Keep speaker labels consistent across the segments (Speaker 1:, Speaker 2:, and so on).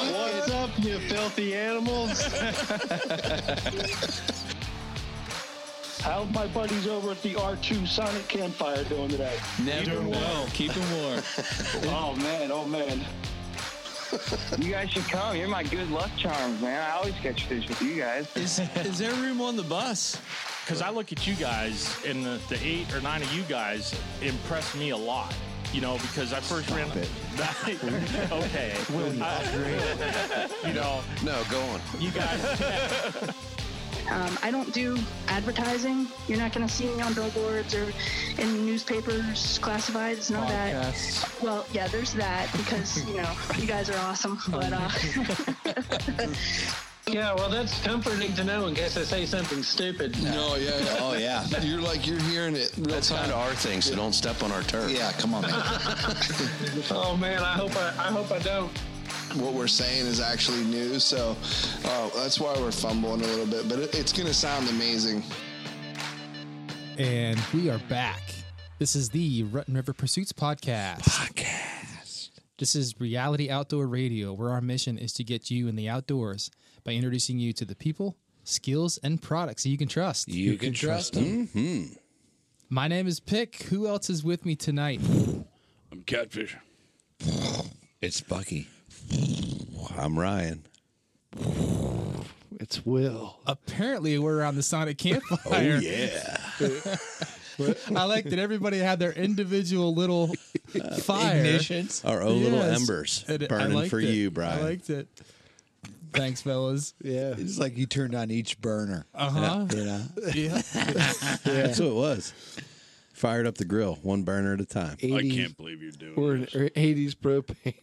Speaker 1: up, you filthy animals.
Speaker 2: How's my buddies over at the R2 Sonic Campfire doing today?
Speaker 3: Never
Speaker 1: Keep it
Speaker 3: know.
Speaker 1: warm.
Speaker 3: Keep it warm.
Speaker 2: Oh, man. Oh, man.
Speaker 4: You guys should come. You're my good luck charms, man. I always catch fish with you guys.
Speaker 3: Is, is there room on the bus?
Speaker 5: Because I look at you guys, and the, the eight or nine of you guys impressed me a lot. You know, because I first ran.
Speaker 6: it.
Speaker 5: okay. I- you know,
Speaker 6: No, go on.
Speaker 5: you guys.
Speaker 7: Um, I don't do advertising. You're not going to see me on billboards or in newspapers, classifieds, none of that.
Speaker 3: Podcasts.
Speaker 7: Well, yeah, there's that because, you know, you guys are awesome. But uh,
Speaker 1: yeah, well, that's comforting to know in case I say something stupid.
Speaker 8: No, yeah, yeah.
Speaker 6: Oh yeah.
Speaker 8: You're like you're hearing it real
Speaker 6: That's
Speaker 8: time.
Speaker 6: kind of our thing, so don't step on our turf.
Speaker 8: Yeah, come on, man.
Speaker 1: Oh man, I hope I, I hope I don't.
Speaker 8: what we're saying is actually new, so uh, that's why we're fumbling a little bit. But it, it's gonna sound amazing.
Speaker 9: And we are back. This is the Rutten River Pursuits podcast. Podcast. This is Reality Outdoor Radio, where our mission is to get you in the outdoors by introducing you to the people, skills, and products that you can trust.
Speaker 10: You, can, trust them.
Speaker 9: My name is Pick. Who else is with me tonight?
Speaker 10: I'm catfish.
Speaker 6: It's Bucky. I'm Ryan.
Speaker 11: It's Will.
Speaker 9: Apparently, we're around the Sonic Campfire.
Speaker 6: Oh, Yeah.
Speaker 9: I like that everybody had their individual little fire.
Speaker 3: Ignitions.
Speaker 6: Our own little
Speaker 9: Yes.
Speaker 6: embers
Speaker 9: And I
Speaker 6: burning
Speaker 9: liked
Speaker 6: for
Speaker 9: it.
Speaker 6: you, Brian.
Speaker 9: I liked it. Thanks, fellas.
Speaker 11: Yeah.
Speaker 10: It's like you turned on each burner.
Speaker 9: Uh huh.
Speaker 10: You know,
Speaker 9: Yeah.
Speaker 6: That's what it was. Fired up the grill, one burner at a time.
Speaker 11: 80s,
Speaker 10: believe you're doing
Speaker 11: or an or 80s propane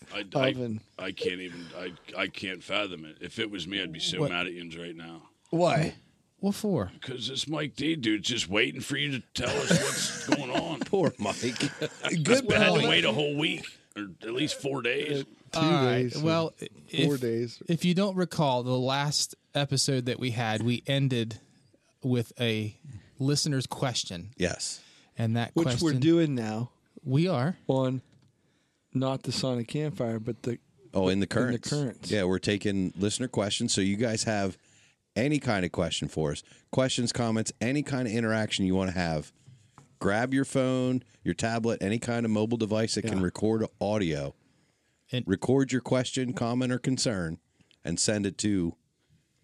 Speaker 10: I,
Speaker 11: oven.
Speaker 10: I can't even. I I can't fathom it. If it was me, I'd be so
Speaker 9: What?
Speaker 10: mad at yous right now.
Speaker 11: Why?
Speaker 9: What for?
Speaker 10: Because this Mike D dude's just waiting for you to tell us what's going on.
Speaker 6: Poor Mike.
Speaker 10: Good I had to wait a whole week or at least four days.
Speaker 11: Two
Speaker 9: All right.
Speaker 11: days.
Speaker 9: Well, if,
Speaker 11: four days.
Speaker 9: If you don't recall, the last episode that we had, we ended with a listener's question,
Speaker 6: Yes.
Speaker 9: and that
Speaker 11: Which
Speaker 9: question
Speaker 11: we're doing now
Speaker 9: we are
Speaker 11: on not the Sonic Campfire, but the
Speaker 6: Oh, in the currents.
Speaker 11: currents.
Speaker 6: Yeah, we're taking listener questions. So you guys have any kind of question for us, questions, comments, any kind of interaction you want to have. Grab your phone, your tablet, any kind of mobile device that can
Speaker 11: Yeah.
Speaker 6: record audio.
Speaker 9: And-
Speaker 6: record your question, comment, or concern, and send it to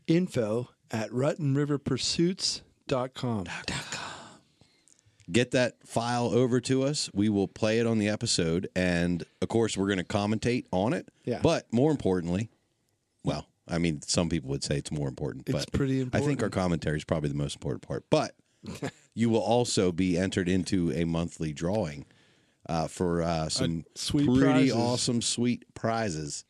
Speaker 11: info at ruttenriverpursuits.com.
Speaker 6: get that file over to us. We will play it on the episode, and of course, we're going to commentate on it.
Speaker 11: Yeah.
Speaker 6: But more importantly, well, I mean, some people would say it's more important.
Speaker 11: It's
Speaker 6: but
Speaker 11: pretty
Speaker 6: I think our
Speaker 11: important.
Speaker 6: commentary is probably the most important part. But you will also be entered into a monthly drawing uh, for uh, some
Speaker 11: sweet
Speaker 6: pretty
Speaker 11: prizes.
Speaker 6: awesome, sweet prizes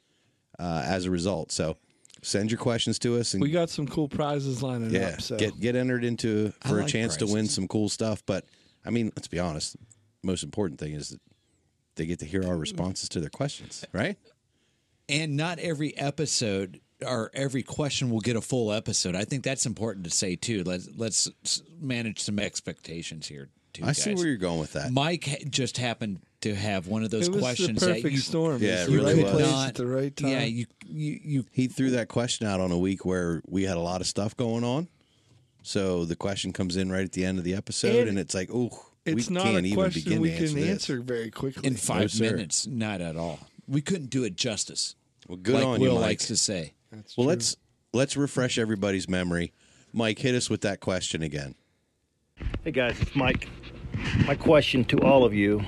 Speaker 6: uh, as a result. So send your questions to us, and
Speaker 11: We got some cool prizes lining
Speaker 6: yeah,
Speaker 11: up. So
Speaker 6: get get entered into for a
Speaker 10: like
Speaker 6: chance to win
Speaker 10: prizes.
Speaker 6: some cool stuff. But I mean, let's be honest. Most important thing is that they get to hear our responses to their questions, right?
Speaker 3: And
Speaker 10: Not every episode or every question will get a full episode. I think that's important to say too. Let's let's manage some expectations here. Too,
Speaker 6: I see where you're going with that.
Speaker 10: Mike ha- just happened to have one of those
Speaker 11: it was
Speaker 10: questions
Speaker 11: the
Speaker 10: that
Speaker 11: perfect
Speaker 10: you
Speaker 11: storm.
Speaker 6: Yeah, it
Speaker 11: You
Speaker 6: really
Speaker 11: right
Speaker 6: was.
Speaker 11: place
Speaker 10: not-
Speaker 11: at the right time.
Speaker 10: Yeah, you you you
Speaker 6: He threw that question out on a week where we had a lot of stuff going on. So the question comes in right at the end of the episode, and,
Speaker 11: And
Speaker 6: it's like, oh,
Speaker 11: it's
Speaker 6: we
Speaker 11: not
Speaker 6: can't
Speaker 11: a
Speaker 6: even begin
Speaker 11: question we
Speaker 6: to answer
Speaker 11: can
Speaker 6: this.
Speaker 11: answer very quickly.
Speaker 10: in five
Speaker 6: sir.
Speaker 10: minutes. Not at all. We couldn't do it justice.
Speaker 6: Well, good
Speaker 10: like
Speaker 6: on
Speaker 10: Will
Speaker 6: you, Mike.
Speaker 10: likes to say.
Speaker 6: well, let's let's refresh everybody's memory. Mike, hit us with that question again.
Speaker 12: Hey guys, it's Mike. My question to all of you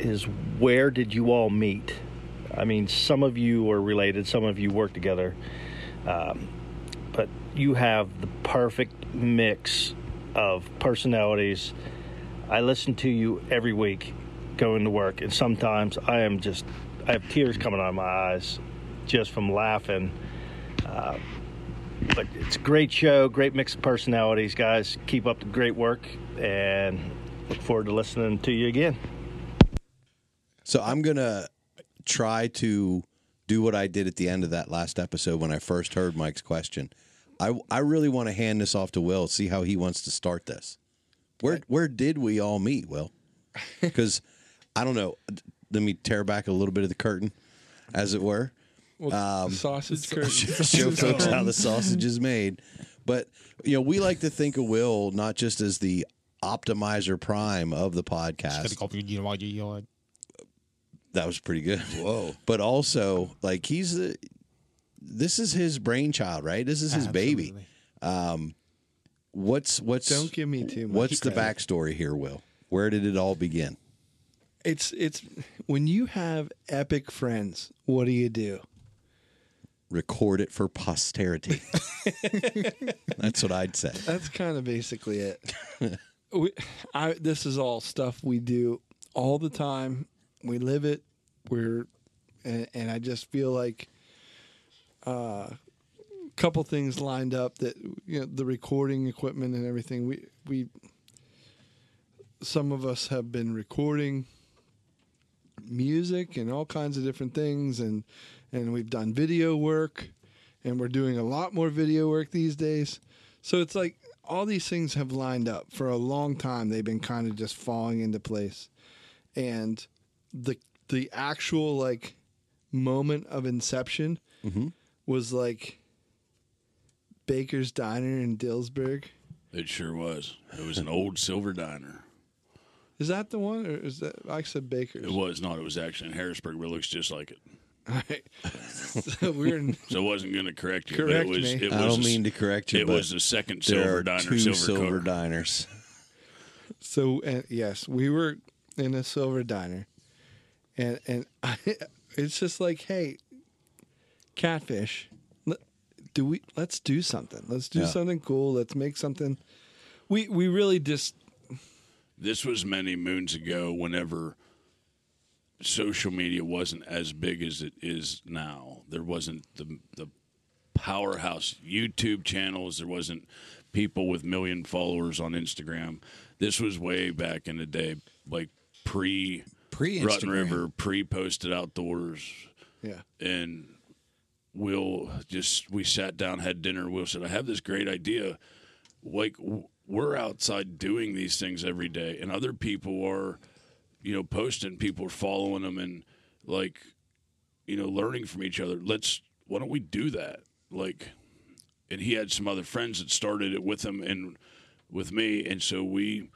Speaker 12: is where did you all meet? I mean, some of you are related, some of you work together, um, but you have the perfect mix of personalities. I listen to you every week going to work, and sometimes I am just, I have tears coming out of my eyes just from laughing. Uh, but it's a great show, great mix of personalities, guys. Keep up the great work and look forward to listening to you again.
Speaker 6: So I'm gonna try to do what I did at the end of that last episode when I first heard Mike's question. I I really want to hand this off to Will, see how he wants to start this. Where where did we all meet, Will? Because I don't know. Let me tear back a little bit of the curtain, as it were. Um,
Speaker 11: sausage curtain.
Speaker 6: show folks
Speaker 11: um,
Speaker 6: how the sausage is made. But you know, we like to think of Will not just as the optimizer prime of the podcast. That was pretty good. Whoa! But also, like he's the this is his brainchild, right? This is his baby. Um, what's what's
Speaker 11: Don't give me too much
Speaker 6: What's the
Speaker 11: credit.
Speaker 6: backstory here, Will? Where did it all begin?
Speaker 11: It's it's when you have epic friends, what do you do?
Speaker 6: Record it for posterity. That's what I'd say.
Speaker 11: That's kind of basically it. we, I, this is all stuff we do all the time. We live it. We're, and, and I just feel like a uh, couple things lined up that you know the recording equipment and everything. We we some of us have been recording music and all kinds of different things, and and we've done video work and we're doing a lot more video work these days. So it's like all these things have lined up for a long time. They've been kind of just falling into place, and the the actual like moment of inception was like Baker's Diner in Dillsburg. Uh,
Speaker 13: It sure was. It was an old silver diner.
Speaker 11: Is that the one, or is that I said Baker's?
Speaker 13: It was not. It was actually in Harrisburg, but it looks just like it.
Speaker 11: All right. so we're in
Speaker 13: So I wasn't going to correct you.
Speaker 11: Correct
Speaker 13: but it was,
Speaker 11: me.
Speaker 13: It was
Speaker 6: I don't
Speaker 13: a s-
Speaker 6: mean to correct you.
Speaker 13: It
Speaker 6: but
Speaker 13: was the second
Speaker 6: there
Speaker 13: silver
Speaker 6: are
Speaker 13: diner.
Speaker 6: Two
Speaker 13: silver,
Speaker 6: silver,
Speaker 13: silver
Speaker 6: diners.
Speaker 11: So and yes, we were in a silver diner, and and I, it's just like, hey, catfish, let, do we? Let's do something. Let's do
Speaker 13: Yeah.
Speaker 11: something cool. Let's make something. We we really just
Speaker 13: This was many moons ago. Whenever social media wasn't as big as it is now, there wasn't the the powerhouse YouTube channels. There wasn't people with million followers on Instagram. This was way back in the day, like pre
Speaker 10: Pre-Instagram.
Speaker 13: Rutten River, pre posted outdoors.
Speaker 11: yeah.
Speaker 13: and Will just we sat down, had dinner. Will said, "I have this great idea. Like w- we're outside doing these things every day, and other people are, you know, posting. People are following them, and like, you know, learning from each other. Let's why don't we do that? Like, and he had some other friends that started it with him and with me, and so we."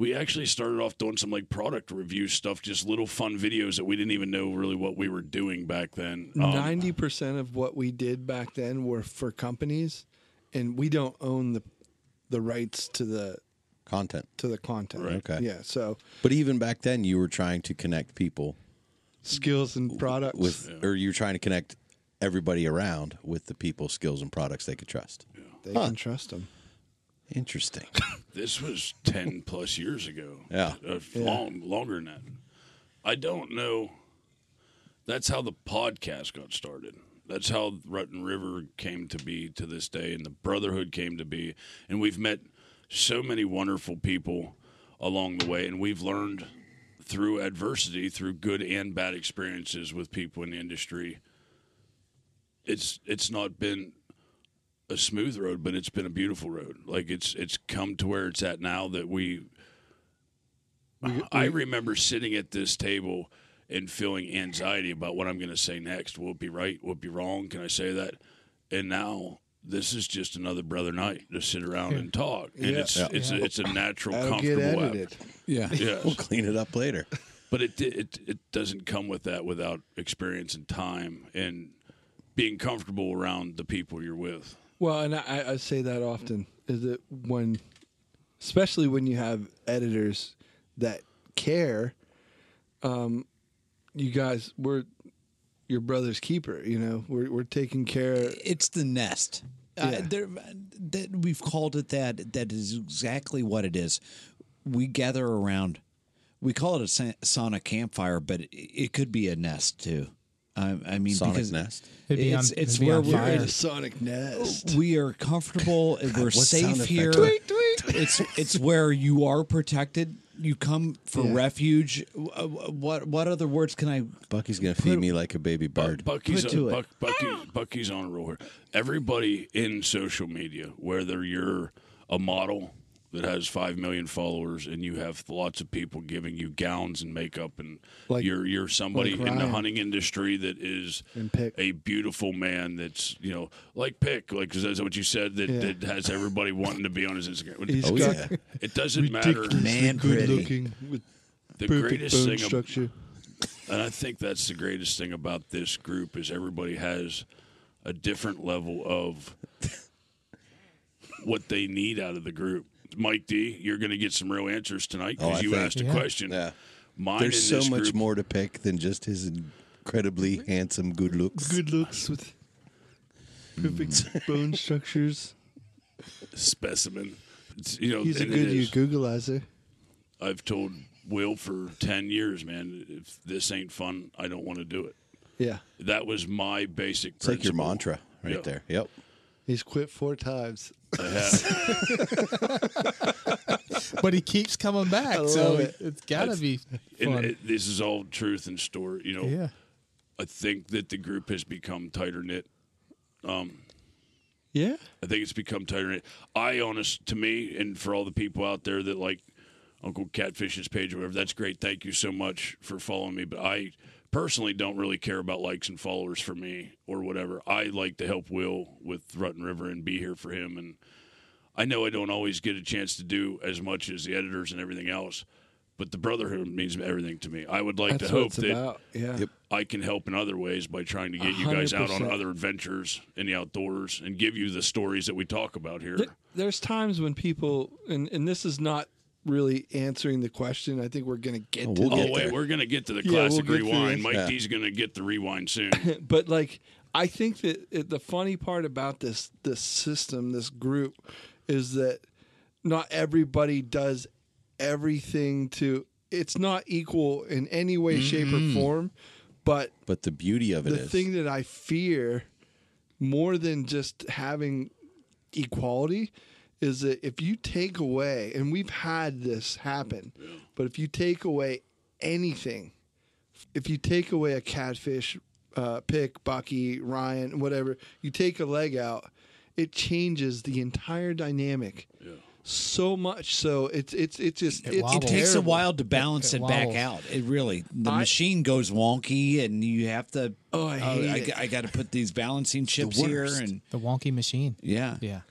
Speaker 13: we actually started off doing some like product review stuff, just little fun videos that we didn't even know really what we were doing back then. Um,
Speaker 11: Ninety percent of what we did back then were for companies, and we don't own the the rights to the
Speaker 6: Content.
Speaker 11: to the content.
Speaker 6: Okay.
Speaker 11: Yeah. So
Speaker 6: But even back then, you were trying to connect people
Speaker 11: skills and products.
Speaker 6: with, or you were trying to connect everybody around with the people, skills, and products they could trust.
Speaker 11: they
Speaker 6: Huh.
Speaker 11: can trust them.
Speaker 6: Interesting.
Speaker 13: This was ten plus years ago.
Speaker 6: Yeah.
Speaker 13: Uh,
Speaker 6: Yeah.
Speaker 13: long longer than that. I don't know. That's how the podcast got started. That's how Rutten River came to be to this day, and the Brotherhood came to be. And we've met so many wonderful people along the way, and we've learned through adversity, through good and bad experiences with people in the industry. It's it's not been a smooth road, but it's been a beautiful road. Like it's it's come to where it's at now that we. I remember sitting at this table and feeling anxiety about what I'm going to say next. Will it be right? Will it be wrong? Can I say that? And now this is just another brother night to sit around and talk, and
Speaker 6: Yeah.
Speaker 13: it's
Speaker 6: Yeah.
Speaker 13: it's a, it's a natural,
Speaker 6: That'll get
Speaker 13: comfortable. app.
Speaker 6: edited. Yeah. We'll clean it up later.
Speaker 13: But it, it it doesn't come with that without experience and time and being comfortable around the people you're with.
Speaker 11: Well, and I, I say that often is that when, especially when you have editors that care, um, you guys we're your brother's keeper. You know, we're we're taking care.
Speaker 10: It's the nest. Uh, there, that we've called it that. That is exactly what it is. We gather around. We call it a sa- sauna campfire, but it, it could be a nest too. I, I mean,
Speaker 6: Sonic
Speaker 10: because
Speaker 6: nest?
Speaker 9: It'd be on-
Speaker 10: it's, it's
Speaker 9: it'd be
Speaker 10: where
Speaker 9: on
Speaker 10: we're
Speaker 9: fire.
Speaker 10: it's-
Speaker 11: Sonic nest.
Speaker 10: We are comfortable. and we're
Speaker 11: what sound
Speaker 10: safe
Speaker 11: effect
Speaker 10: here.
Speaker 11: was that?
Speaker 10: It's it's where you are protected. You come for
Speaker 6: Yeah.
Speaker 10: refuge. Uh, What what other words can I
Speaker 6: Bucky's going to feed me like a baby bird.
Speaker 13: Bucky's
Speaker 10: Put to
Speaker 13: Buck, Bucky's, Bucky's on a roll here. Everybody in social media, whether you're a model, that has five million followers, and you have lots of people giving you gowns and makeup, and
Speaker 11: Like-
Speaker 13: you're you're somebody
Speaker 11: like
Speaker 13: in the
Speaker 11: Ryan.
Speaker 13: hunting industry that is
Speaker 11: And Pick.
Speaker 13: a beautiful man. That's you know like pick like is that what you said that,
Speaker 11: Yeah.
Speaker 13: that has everybody wanting to be on his Instagram.
Speaker 11: He's
Speaker 13: oh,
Speaker 11: got
Speaker 13: yeah. it doesn't matter.
Speaker 11: ridiculously good looking with
Speaker 13: The
Speaker 11: perfect
Speaker 13: greatest
Speaker 11: bone
Speaker 13: thing ab-
Speaker 11: structure.
Speaker 13: And I think that's the greatest thing about this group is everybody has a different level of what they need out of the group. Mike D, you're going to get some real answers tonight
Speaker 6: Oh,
Speaker 13: because
Speaker 6: I
Speaker 13: you
Speaker 6: think-
Speaker 13: asked a
Speaker 6: Yeah.
Speaker 13: question.
Speaker 6: Yeah.
Speaker 13: Mine
Speaker 6: There's
Speaker 13: in
Speaker 6: so
Speaker 13: this
Speaker 6: much
Speaker 13: group,
Speaker 6: more to pick than just his incredibly handsome good looks.
Speaker 11: Good looks with perfect
Speaker 13: Mm.
Speaker 11: bone structures.
Speaker 13: specimen. It's, you know,
Speaker 11: He's a
Speaker 13: and Oh, it
Speaker 11: good
Speaker 13: is.
Speaker 11: Googleizer.
Speaker 13: I've told Will for 10 years, man, if this ain't fun, I don't want to do it.
Speaker 11: Yeah.
Speaker 13: That was my basic
Speaker 6: It's like your
Speaker 13: principle.
Speaker 6: mantra right
Speaker 13: Yeah.
Speaker 6: there. Yep.
Speaker 11: He's quit four times.
Speaker 13: I have.
Speaker 9: but he keeps coming back,
Speaker 11: I
Speaker 9: so
Speaker 11: love it.
Speaker 9: it's gotta
Speaker 13: That's-
Speaker 9: be
Speaker 13: And
Speaker 9: fun.
Speaker 13: it, this is all truth and story. You know,
Speaker 9: Yeah.
Speaker 13: I think that the group has become tighter knit. Um,
Speaker 11: Yeah.
Speaker 13: I think it's become tighter knit. I honest to me, and for all the people out there that like Uncle Catfish's page or whatever, that's great. Thank you so much for following me. But I personally don't really care about likes and followers for me or whatever. I like to help Will with Rutten River and be here for him. And I know I don't always get a chance to do as much as the editors and everything else. But the brotherhood means everything to me. I would like
Speaker 11: That's
Speaker 13: to
Speaker 11: what
Speaker 13: hope
Speaker 11: it's
Speaker 13: that
Speaker 11: about. Yeah. Yep.
Speaker 13: I can help in other ways by trying to get you guys out on
Speaker 11: 100%.
Speaker 13: other adventures in the outdoors and give you the stories that we talk about here.
Speaker 11: Th- There's times when people, and, and this is not really answering the question. I think we're going to get to
Speaker 13: oh,
Speaker 11: that.
Speaker 13: wait, we're going to get to the
Speaker 11: Yeah, we'll
Speaker 13: classic
Speaker 11: get to
Speaker 13: rewind.
Speaker 11: this.
Speaker 13: Mike
Speaker 11: Yeah.
Speaker 13: D's going to get the rewind soon.
Speaker 11: but like I think that it, the funny part about this this system, this group, is that not everybody does everything to. It's not equal in any way, shape, or
Speaker 6: Mhm.
Speaker 11: form. But
Speaker 6: But the beauty of it
Speaker 11: the
Speaker 6: is
Speaker 11: thing that I fear more than just having equality is that if you take away, and we've had this happen, but if you take away anything, if you take away a catfish, uh, pick, Bucky, Ryan, whatever, you take a leg out, it changes the entire dynamic. So much so it's it's it's just
Speaker 10: It,
Speaker 11: it's
Speaker 10: takes a
Speaker 11: terrible.
Speaker 10: while to balance it, back out. It really the
Speaker 11: I-
Speaker 10: machine goes wonky, and you have to.
Speaker 11: Oh, I hate
Speaker 10: I,
Speaker 11: it.
Speaker 10: got to put these balancing chips here, and
Speaker 9: the wonky machine.
Speaker 10: yeah,
Speaker 9: yeah.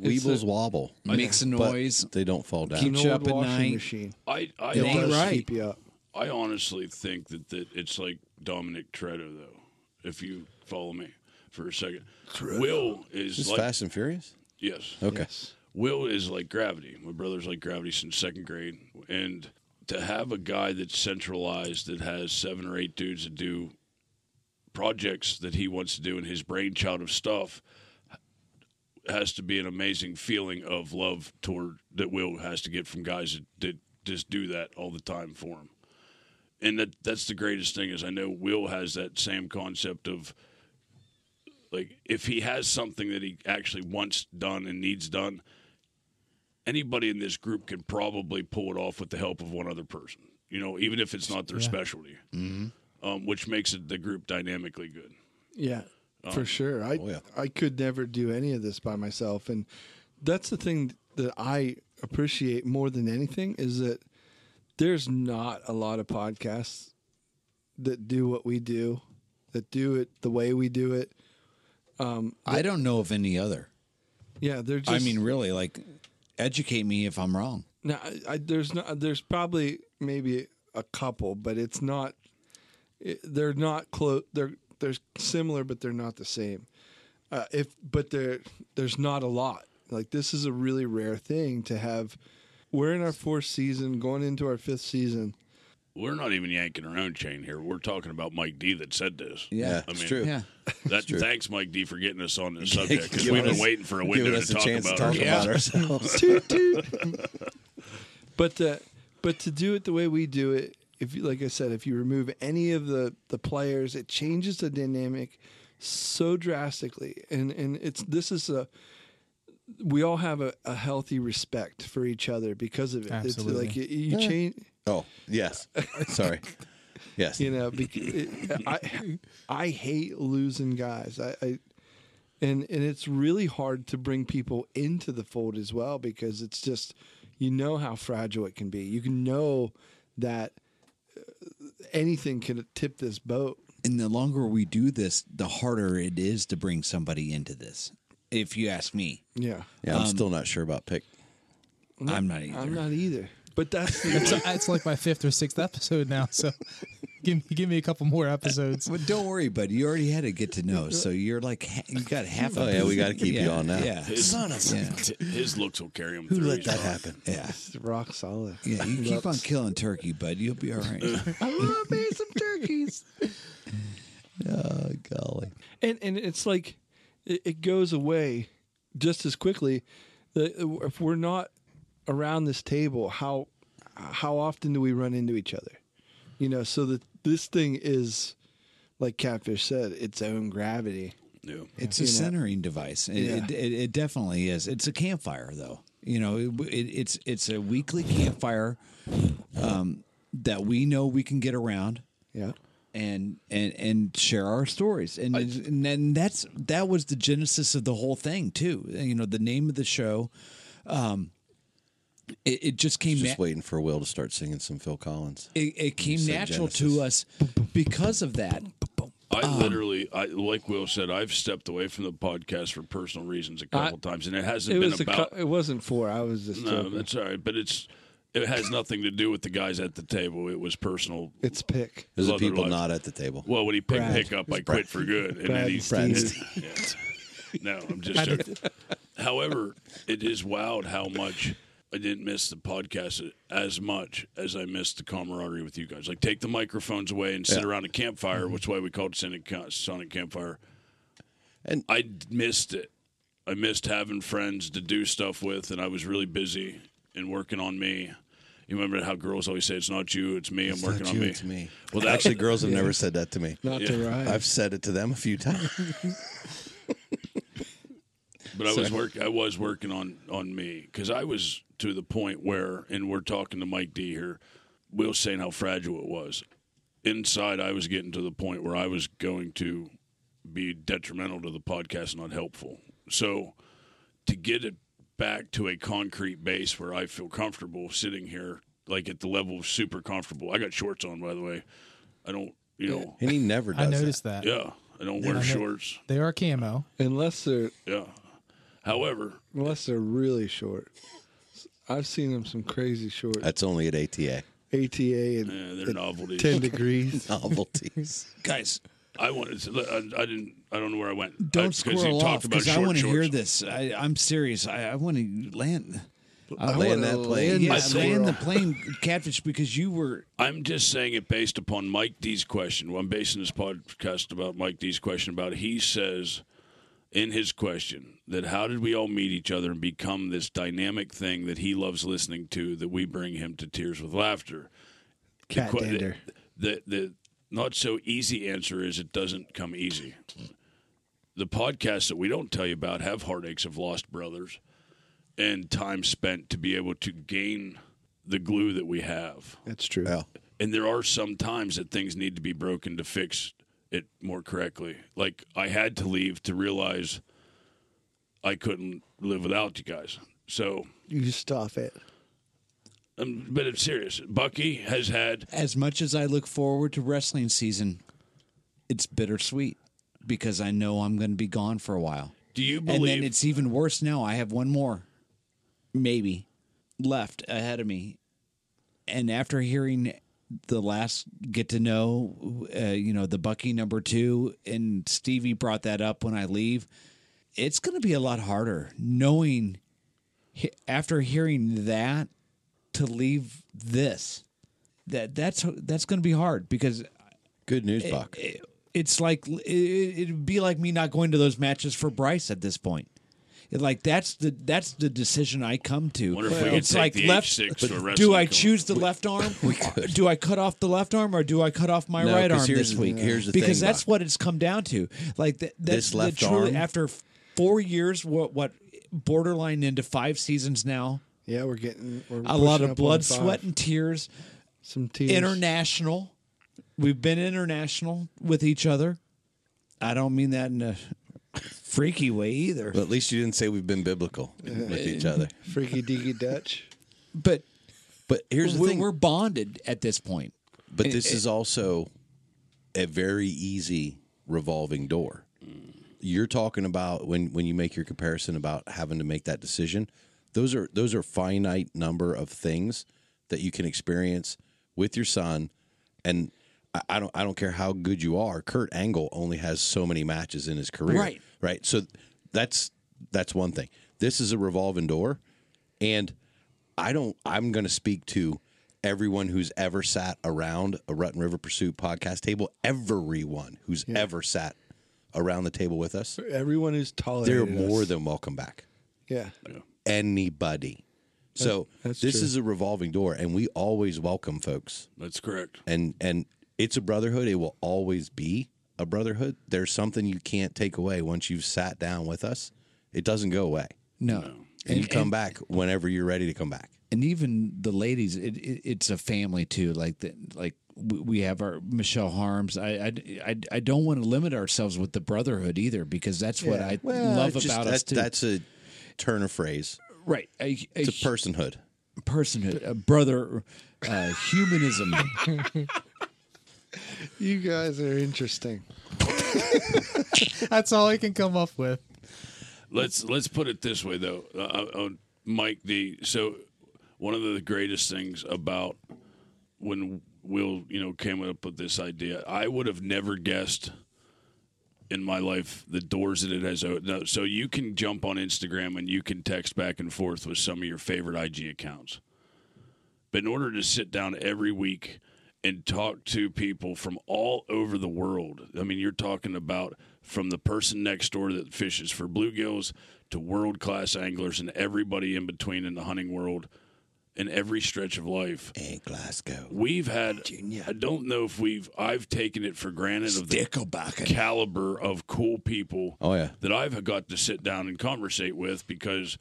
Speaker 6: Weebles wobble.
Speaker 10: Makes a
Speaker 6: But
Speaker 10: noise.
Speaker 6: They don't fall down.
Speaker 10: Keeps you up at night.
Speaker 13: I, I,
Speaker 10: It ain't
Speaker 13: honest-
Speaker 10: right.
Speaker 13: I honestly think that, that it's like Dominic Toretto, though, if you follow me for a second. Will is
Speaker 6: Is
Speaker 13: like.
Speaker 6: Fast and Furious?
Speaker 13: Yes.
Speaker 6: Okay.
Speaker 13: Will is like gravity. My brother's like gravity since second grade. And to have a guy that's centralized that has seven or eight dudes that do projects that he wants to do in his brainchild of stuff has to be an amazing feeling of love toward that Will has to get from guys that, that just do that all the time for him. And that that's the greatest thing is I know Will has that same concept of like if he has something that he actually wants done and needs done anybody in this group can probably pull it off with the help of one other person you know even if it's not their
Speaker 11: Yeah.
Speaker 13: specialty
Speaker 6: Mm-hmm.
Speaker 13: um, which makes it the group dynamically good
Speaker 11: Yeah, for
Speaker 10: Oh.
Speaker 13: Um,
Speaker 11: sure. I I could never do any of this by myself, and that's the thing that I appreciate more than anything is that there's not a lot of podcasts that do what we do, that do it the way we do it. Um,
Speaker 10: I don't know of any other.
Speaker 11: Yeah, they're just.
Speaker 10: I mean, really, like, educate me if I'm wrong.
Speaker 11: No, I, I, there's not. There's probably maybe a couple, but it's not. It, they're not close. They're they're similar, but they're not the same. Uh, if but there there's not a lot. Like this is a really rare thing to have. We're in our fourth season, going into our fifth season.
Speaker 13: we're not even yanking our own chain here we're talking about mike d that said this
Speaker 11: Yeah, Yeah,
Speaker 13: i
Speaker 11: it's
Speaker 13: mean
Speaker 11: true. Yeah.
Speaker 13: that,
Speaker 11: true.
Speaker 13: thanks mike d for getting us on this subject because
Speaker 6: Giving
Speaker 13: we've been
Speaker 6: us-
Speaker 13: waiting for a
Speaker 6: giving
Speaker 13: window to
Speaker 6: us a
Speaker 13: talk,
Speaker 6: chance to
Speaker 13: about,
Speaker 6: talk about
Speaker 13: ourselves.
Speaker 11: Toot, toot. but uh, but to do it the way we do it, if you, like I said, if you remove any of the the players, it changes the dynamic so drastically. And and it's this is a we all have a, a healthy respect for each other because of it.
Speaker 6: Absolutely.
Speaker 11: It's like you, you
Speaker 6: Yeah.
Speaker 11: change.
Speaker 6: Oh, yes. Sorry. Yes.
Speaker 11: You know, bec- it, I I hate losing guys. I, I and and it's really hard to bring people into the fold as well because it's just you know how fragile it can be. You can know that uh, anything can tip this boat.
Speaker 6: And the longer we do this, the harder it is to bring somebody into this. If you ask me,
Speaker 11: Yeah.
Speaker 14: Yeah, I'm
Speaker 6: Um,
Speaker 14: still not sure about pick.
Speaker 6: I'm not either.
Speaker 11: I'm not either. But that's
Speaker 9: It's, it's like my fifth or sixth episode now, so give me give me a couple more episodes.
Speaker 6: But don't worry, buddy. You already had a get to know, so you're like ha- you got half. a
Speaker 14: Oh, yeah, we
Speaker 6: booth.
Speaker 14: gotta keep you
Speaker 6: Yeah,
Speaker 14: on that.
Speaker 6: Yeah,
Speaker 13: His,
Speaker 6: son of a.
Speaker 13: his looks will carry him.
Speaker 6: Who
Speaker 13: through.
Speaker 6: let
Speaker 13: He's
Speaker 6: that
Speaker 13: fine.
Speaker 6: happen? Yeah,
Speaker 11: rock solid.
Speaker 6: yeah. You keep on killing turkey, bud. You'll be all right.
Speaker 11: I love me some turkeys.
Speaker 6: oh golly.
Speaker 11: and and it's like it, it goes away just as quickly. The, if we're not around this table, how how often do we run into each other? You know, so that this thing is like Catfish said, its own gravity.
Speaker 6: It's
Speaker 11: You
Speaker 6: a
Speaker 11: know?
Speaker 6: centering device. It,
Speaker 11: Yeah.
Speaker 6: it, it, it definitely is. It's a campfire, though. You know, it, it, it's it's a weekly campfire um, that we know we can get around.
Speaker 11: Yeah.
Speaker 6: And, and and share our stories and and then that's that was the genesis of the whole thing too you know the name of the show um it, it just came
Speaker 14: Just
Speaker 6: na-
Speaker 14: waiting for Will to start singing some Phil Collins.
Speaker 6: it, it came
Speaker 14: said
Speaker 6: natural to us because of that
Speaker 13: I
Speaker 6: Ah.
Speaker 13: literally, I like Will said, I've stepped away from the podcast for personal reasons a couple times, and it hasn't
Speaker 11: it
Speaker 13: been
Speaker 11: was a
Speaker 13: about.
Speaker 11: cou- it wasn't four. I was just
Speaker 13: no,
Speaker 11: joking.
Speaker 13: that's all right, but it's it has nothing to do with the guys at the table. It was personal.
Speaker 11: It's pick.
Speaker 14: There's the
Speaker 13: Love their
Speaker 14: people
Speaker 13: life.
Speaker 14: not at the table.
Speaker 13: Well, when he picked
Speaker 11: Brad.
Speaker 13: pick up, I quit for good, and
Speaker 14: Brad
Speaker 13: then he
Speaker 14: and Brad and Steve.
Speaker 13: Yeah. No, I'm just joking. However, it is wild how much I didn't miss the podcast as much as I missed the camaraderie with you guys. Like, take the microphones away and sit
Speaker 14: Yeah. Mm-hmm.
Speaker 13: around a campfire, which is why we called Sonic, Ca- Sonic Campfire.
Speaker 14: And
Speaker 13: I d- missed it. I missed having friends to do stuff with, and I was really busy and working on me. You remember how girls always say, "It's not you, it's me. I'm
Speaker 14: It's
Speaker 13: working
Speaker 14: not
Speaker 13: on
Speaker 14: you,
Speaker 13: me."
Speaker 14: It's me.
Speaker 13: Well,
Speaker 14: Well,
Speaker 13: that-
Speaker 14: actually, girls have never said that to me.
Speaker 13: Not to Yeah. Ryan.
Speaker 14: I've said it to them a few times.
Speaker 13: But I was
Speaker 14: Sorry.
Speaker 13: work. I was working on on me because I was to the point where, and we're talking to Mike D here. Will's saying how fragile it was. Inside, I was getting to the point where I was going to be detrimental to the podcast, not helpful. So to get it back to a concrete base where I feel comfortable sitting here, like at the level of super comfortable. I got shorts on, by the way. I don't, you know.
Speaker 14: And he never
Speaker 9: I
Speaker 14: does.
Speaker 9: noticed that.
Speaker 13: Yeah, I don't
Speaker 9: Yeah, I
Speaker 13: wear
Speaker 9: know.
Speaker 13: shorts.
Speaker 9: They are camo.
Speaker 11: Unless they're
Speaker 13: Yeah. However,
Speaker 11: unless they're really short. I've seen them some crazy short
Speaker 14: That's only at ATA.
Speaker 11: ATA and
Speaker 13: Yeah, they're
Speaker 11: and
Speaker 13: novelties.
Speaker 11: ten degrees.
Speaker 14: Novelties.
Speaker 6: guys
Speaker 13: I wanted to. I, I didn't. I don't know where I went. I,
Speaker 6: Don't
Speaker 13: 'cause you
Speaker 6: squirrel off
Speaker 13: talked about
Speaker 6: because I
Speaker 13: short
Speaker 6: want to
Speaker 13: shorts.
Speaker 6: hear this. I, I'm serious. I, I want to land.
Speaker 14: I land wanna that plane. land
Speaker 6: Yeah,
Speaker 13: that
Speaker 6: land
Speaker 13: squirrel.
Speaker 6: the plane, catfish, because you were.
Speaker 13: I'm just saying it based upon Mike D's question. Well, I'm basing this podcast about Mike D's question about he says in his question that how did we all meet each other and become this dynamic thing that he loves listening to that we bring him to tears with laughter. The
Speaker 11: Cat
Speaker 13: que- the-
Speaker 11: dander.
Speaker 13: the the not so easy answer is it doesn't come easy. The podcasts that we don't tell you about have heartaches of lost brothers and time spent to be able to gain the glue that we have.
Speaker 11: That's true.
Speaker 13: And there are some times that things need to be broken to fix it more correctly. Like I had to leave to realize I couldn't live without you guys. So,
Speaker 11: You stop it.
Speaker 13: um, but it's serious. Bucky has had
Speaker 6: As much as I look forward to wrestling season, it's bittersweet because I know I'm going to be gone for a while.
Speaker 13: Do you
Speaker 6: And then
Speaker 13: believe-
Speaker 6: it's even worse now. I have one more, maybe, left ahead of me. And after hearing the last get to know, uh, you know, the Bucky number two, and Stevie brought that up when I leave, it's going to be a lot harder knowing he- after hearing that to leave this. That that's that's going to be hard because
Speaker 14: Good news,
Speaker 6: it-
Speaker 14: Buck.
Speaker 6: it- it's like it, it'd be like me not going to those matches for Bryce at this point. It, like that's the that's the decision I come to.
Speaker 13: Wonder if we could
Speaker 6: it's
Speaker 13: take
Speaker 6: like
Speaker 13: the
Speaker 6: left.
Speaker 13: H6 to a
Speaker 6: do
Speaker 13: wrestling
Speaker 6: I
Speaker 13: call.
Speaker 6: choose the left arm? do I cut off the left arm or do I cut off my
Speaker 14: No,
Speaker 6: right
Speaker 14: 'cause
Speaker 6: arm
Speaker 14: here's
Speaker 6: this
Speaker 14: the-
Speaker 6: week?
Speaker 11: uh,
Speaker 14: here's the
Speaker 6: because
Speaker 14: thing,
Speaker 6: that's
Speaker 14: Buck.
Speaker 6: what it's come down to. Like th- that's
Speaker 14: This left
Speaker 6: the truly-
Speaker 14: arm?
Speaker 6: after four years. What what borderline into five seasons now?
Speaker 11: Yeah, we're getting we're
Speaker 6: A lot
Speaker 11: pushing
Speaker 6: of
Speaker 11: up
Speaker 6: blood,
Speaker 11: on five.
Speaker 6: sweat, and tears.
Speaker 11: Some tears.
Speaker 6: International. We've been international with each other. I don't mean that in a
Speaker 10: freaky way either.
Speaker 6: Well, at least you didn't say we've been biblical with each other.
Speaker 11: Freaky deaky Dutch.
Speaker 10: But
Speaker 6: but here's the
Speaker 10: we're,
Speaker 6: thing.
Speaker 10: we're bonded at this point.
Speaker 6: But this
Speaker 10: is
Speaker 6: is also a very easy revolving door. You're talking about when when you make your comparison about having to make that decision. Those are those are finite number of things that you can experience with your son, and I, I don't I don't care how good you are. Kurt Angle only has so many matches in his career,
Speaker 10: Right.
Speaker 6: Right. So that's that's one thing. This is a revolving door, and I don't. I'm going to speak to everyone who's ever sat around a Rutten River Pursuit podcast table. Everyone who's ever sat around the table with us.
Speaker 11: Everyone who's
Speaker 6: They're
Speaker 11: tolerated.
Speaker 6: more
Speaker 11: us.
Speaker 6: than welcome back.
Speaker 11: yeah.
Speaker 6: Anybody. So
Speaker 11: That's- that's
Speaker 6: this
Speaker 11: true.
Speaker 6: is a revolving door, and we always welcome folks.
Speaker 13: That's correct.
Speaker 6: And and it's a brotherhood. It will always be a brotherhood. There's something you can't take away once you've sat down with us. It doesn't go away.
Speaker 10: No.
Speaker 6: And, you
Speaker 10: And-
Speaker 6: come
Speaker 10: and-
Speaker 6: back whenever you're ready to come back.
Speaker 10: and even the ladies it, it, it's a family too like the, like we- we have our michelle harms I, I i i don't want to limit ourselves with the brotherhood either because that's what
Speaker 6: Yeah.
Speaker 10: i
Speaker 6: Well,
Speaker 10: love
Speaker 6: it's just-
Speaker 10: about us
Speaker 6: that's,
Speaker 10: too
Speaker 6: That's a turn of phrase.
Speaker 10: right a, a
Speaker 6: It's a personhood.
Speaker 10: personhood a brother uh, humanism
Speaker 11: You guys are interesting.
Speaker 9: That's all I can come up with.
Speaker 13: Let's let's put it this way though, uh, uh, Mike D. So one of the greatest things about when Will you know came up with this idea, I would have never guessed in my life the doors that it has opened. So you can jump on Instagram and you can text back and forth with some of your favorite IG accounts. But in order to sit down every week and talk to people from all over the world, I mean, you're talking about from the person next door that fishes for bluegills to world class anglers and everybody in between in the hunting world in every stretch of life.
Speaker 6: In Glasgow.
Speaker 13: We've had, I don't know if we've, I've taken it for granted of the caliber of cool people
Speaker 6: Oh yeah.
Speaker 13: that I've got to sit down and conversate with because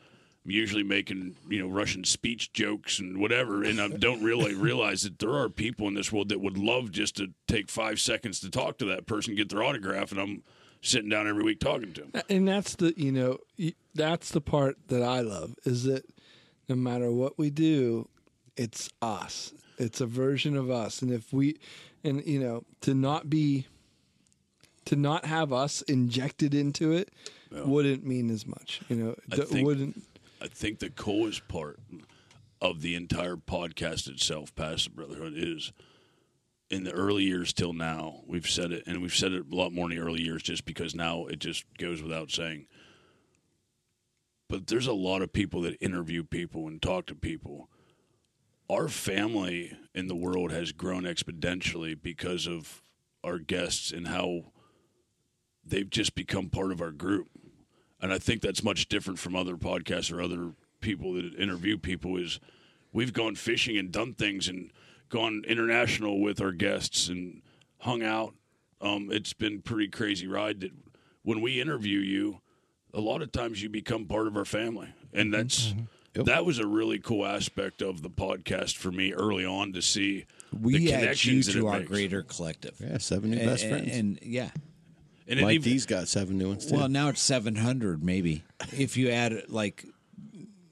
Speaker 13: I'm usually making you know Russian speech jokes and whatever, and I don't really realize that there are people in this world that would love just to take five seconds to talk to that person, get their autograph, and I'm sitting down every week talking to them.
Speaker 11: And that's the you know y- that's the part that I love is that no matter what we do, it's us. It's a version of us, and if we, and you know, to not be, to not have us injected into it, wouldn't mean as much. You know,
Speaker 13: I
Speaker 11: it
Speaker 13: think-
Speaker 11: wouldn't.
Speaker 13: I think the coolest part of the entire podcast itself, past the Brotherhood, is in the early years till now, we've said it, and we've said it a lot more in the early years just because now it just goes without saying. But there's a lot of people that interview people and talk to people. Our family in the world has grown exponentially because of our guests and how they've just become part of our group and I think that's much different from other podcasts or other people that interview people is we've gone fishing and done things and gone international with our guests and hung out. Um, it's been pretty crazy ride that when we interview you, a lot of times you become part of our family. And
Speaker 10: Mm-hmm.
Speaker 13: that's that was a really cool aspect of the podcast for me early on to see
Speaker 10: we
Speaker 13: the
Speaker 10: add you
Speaker 13: connections that
Speaker 10: to
Speaker 13: it
Speaker 10: our
Speaker 13: makes.
Speaker 10: greater collective
Speaker 6: Yeah, seven new
Speaker 10: And-
Speaker 6: best
Speaker 10: and-
Speaker 6: friends.
Speaker 10: and yeah
Speaker 13: And
Speaker 6: Mike D's got seven new ones too.
Speaker 10: well now it's 700 maybe if you add like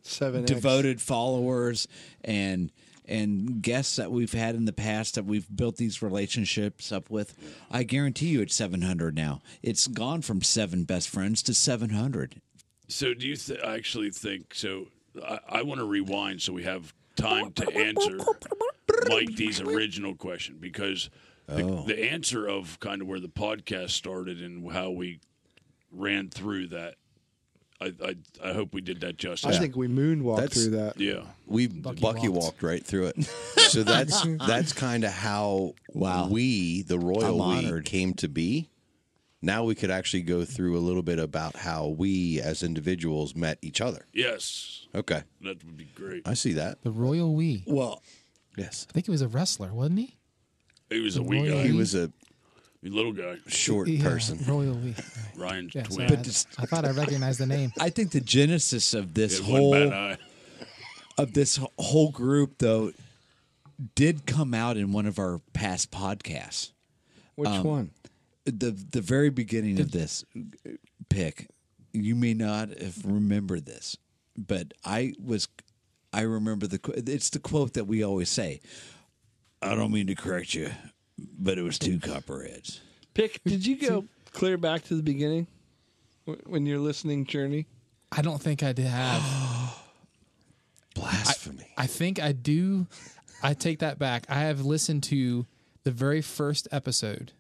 Speaker 11: Seven
Speaker 10: devoted followers and and guests that we've had in the past that we've built these relationships up with. I guarantee you it's 700 now. It's gone from 7 best friends to 700.
Speaker 13: So do you th- I actually think so? I, I want to rewind so we have time to answer Mike D's original question because the,
Speaker 6: Oh.
Speaker 13: the answer of kind of where the podcast started and how we ran through that. I I, I hope we did that justice.
Speaker 11: I think we moonwalked
Speaker 6: That's-
Speaker 11: through that.
Speaker 13: yeah.
Speaker 6: We Bucky, walked. right through it. So that's that's kind of how we, the royal
Speaker 10: I'm
Speaker 6: we,
Speaker 10: honored.
Speaker 6: came to be. Now we could actually go through a little bit about how we as individuals met each other.
Speaker 13: Yes,
Speaker 6: Okay.
Speaker 13: that would be great.
Speaker 6: I see that.
Speaker 9: The Royal We.
Speaker 10: Well,
Speaker 6: yes.
Speaker 9: I think he was a wrestler, wasn't he?
Speaker 13: He was a
Speaker 9: The
Speaker 13: wee
Speaker 9: Royal
Speaker 13: guy.
Speaker 9: He
Speaker 6: was a
Speaker 13: little guy,
Speaker 6: short
Speaker 9: Yeah, Royal We.
Speaker 13: Ryan's
Speaker 9: Yeah, so
Speaker 13: twin.
Speaker 9: I, I thought I recognized the name.
Speaker 10: I think the genesis of this
Speaker 13: It wasn't bad
Speaker 10: whole
Speaker 13: eye.
Speaker 10: of this whole group though did come out in one of our past podcasts.
Speaker 11: Which
Speaker 10: Um,
Speaker 11: one?
Speaker 10: The the very beginning of this pick you may not have remembered this, but I was, I remember the. qu- It's the quote that we always say. I don't mean to correct you, but it was two copperheads.
Speaker 11: Pick, did you go clear back to the beginning wh- when you're listening, Journey?
Speaker 9: I don't think I did have.
Speaker 6: Blasphemy.
Speaker 9: I, think I do. I take that back. I have listened to the very first episode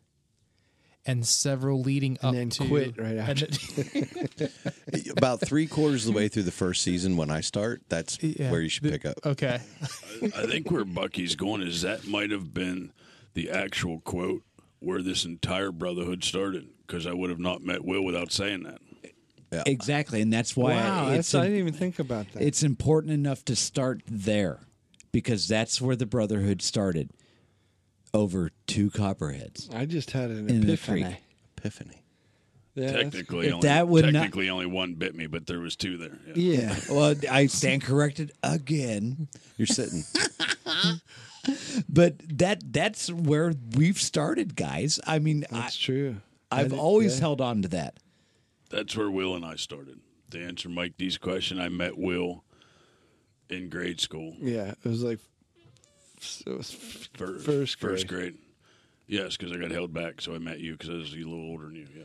Speaker 9: and several leading up to
Speaker 11: quit right after.
Speaker 6: About three quarters of the way through the first season, when I start, that's
Speaker 9: Yeah.
Speaker 6: where you should pick up.
Speaker 9: okay. Oh,
Speaker 13: I think where Bucky's going is that might have been the actual quote where this entire brotherhood started because I would have not met Will without saying that.
Speaker 10: Exactly, and that's why
Speaker 11: wow,
Speaker 10: I, it's
Speaker 11: that's, I
Speaker 10: im-
Speaker 11: didn't even think about that.
Speaker 10: it's important enough to start there because that's where the brotherhood started. Over two copperheads.
Speaker 11: I just had an
Speaker 10: In the
Speaker 11: epiphany.
Speaker 10: creek.
Speaker 6: Epiphany.
Speaker 11: Yeah, that's-
Speaker 13: technically,
Speaker 10: If
Speaker 13: only,
Speaker 10: that would not-
Speaker 13: technically only one bit me, but there was two there.
Speaker 10: Yeah. well, I stand corrected again.
Speaker 6: You're sitting.
Speaker 10: but that that's where we've started, guys. I mean, that's
Speaker 11: true.
Speaker 10: I've
Speaker 13: That is-
Speaker 10: always
Speaker 13: yeah.
Speaker 10: held on to that.
Speaker 13: That's where Will and I started. To answer Mike D's question, I met Will in grade school.
Speaker 11: yeah, it was like it was f-
Speaker 13: First,
Speaker 11: first grade.
Speaker 13: First grade. Yes, because I got held back, so I met you because I was a little older than you. Yeah.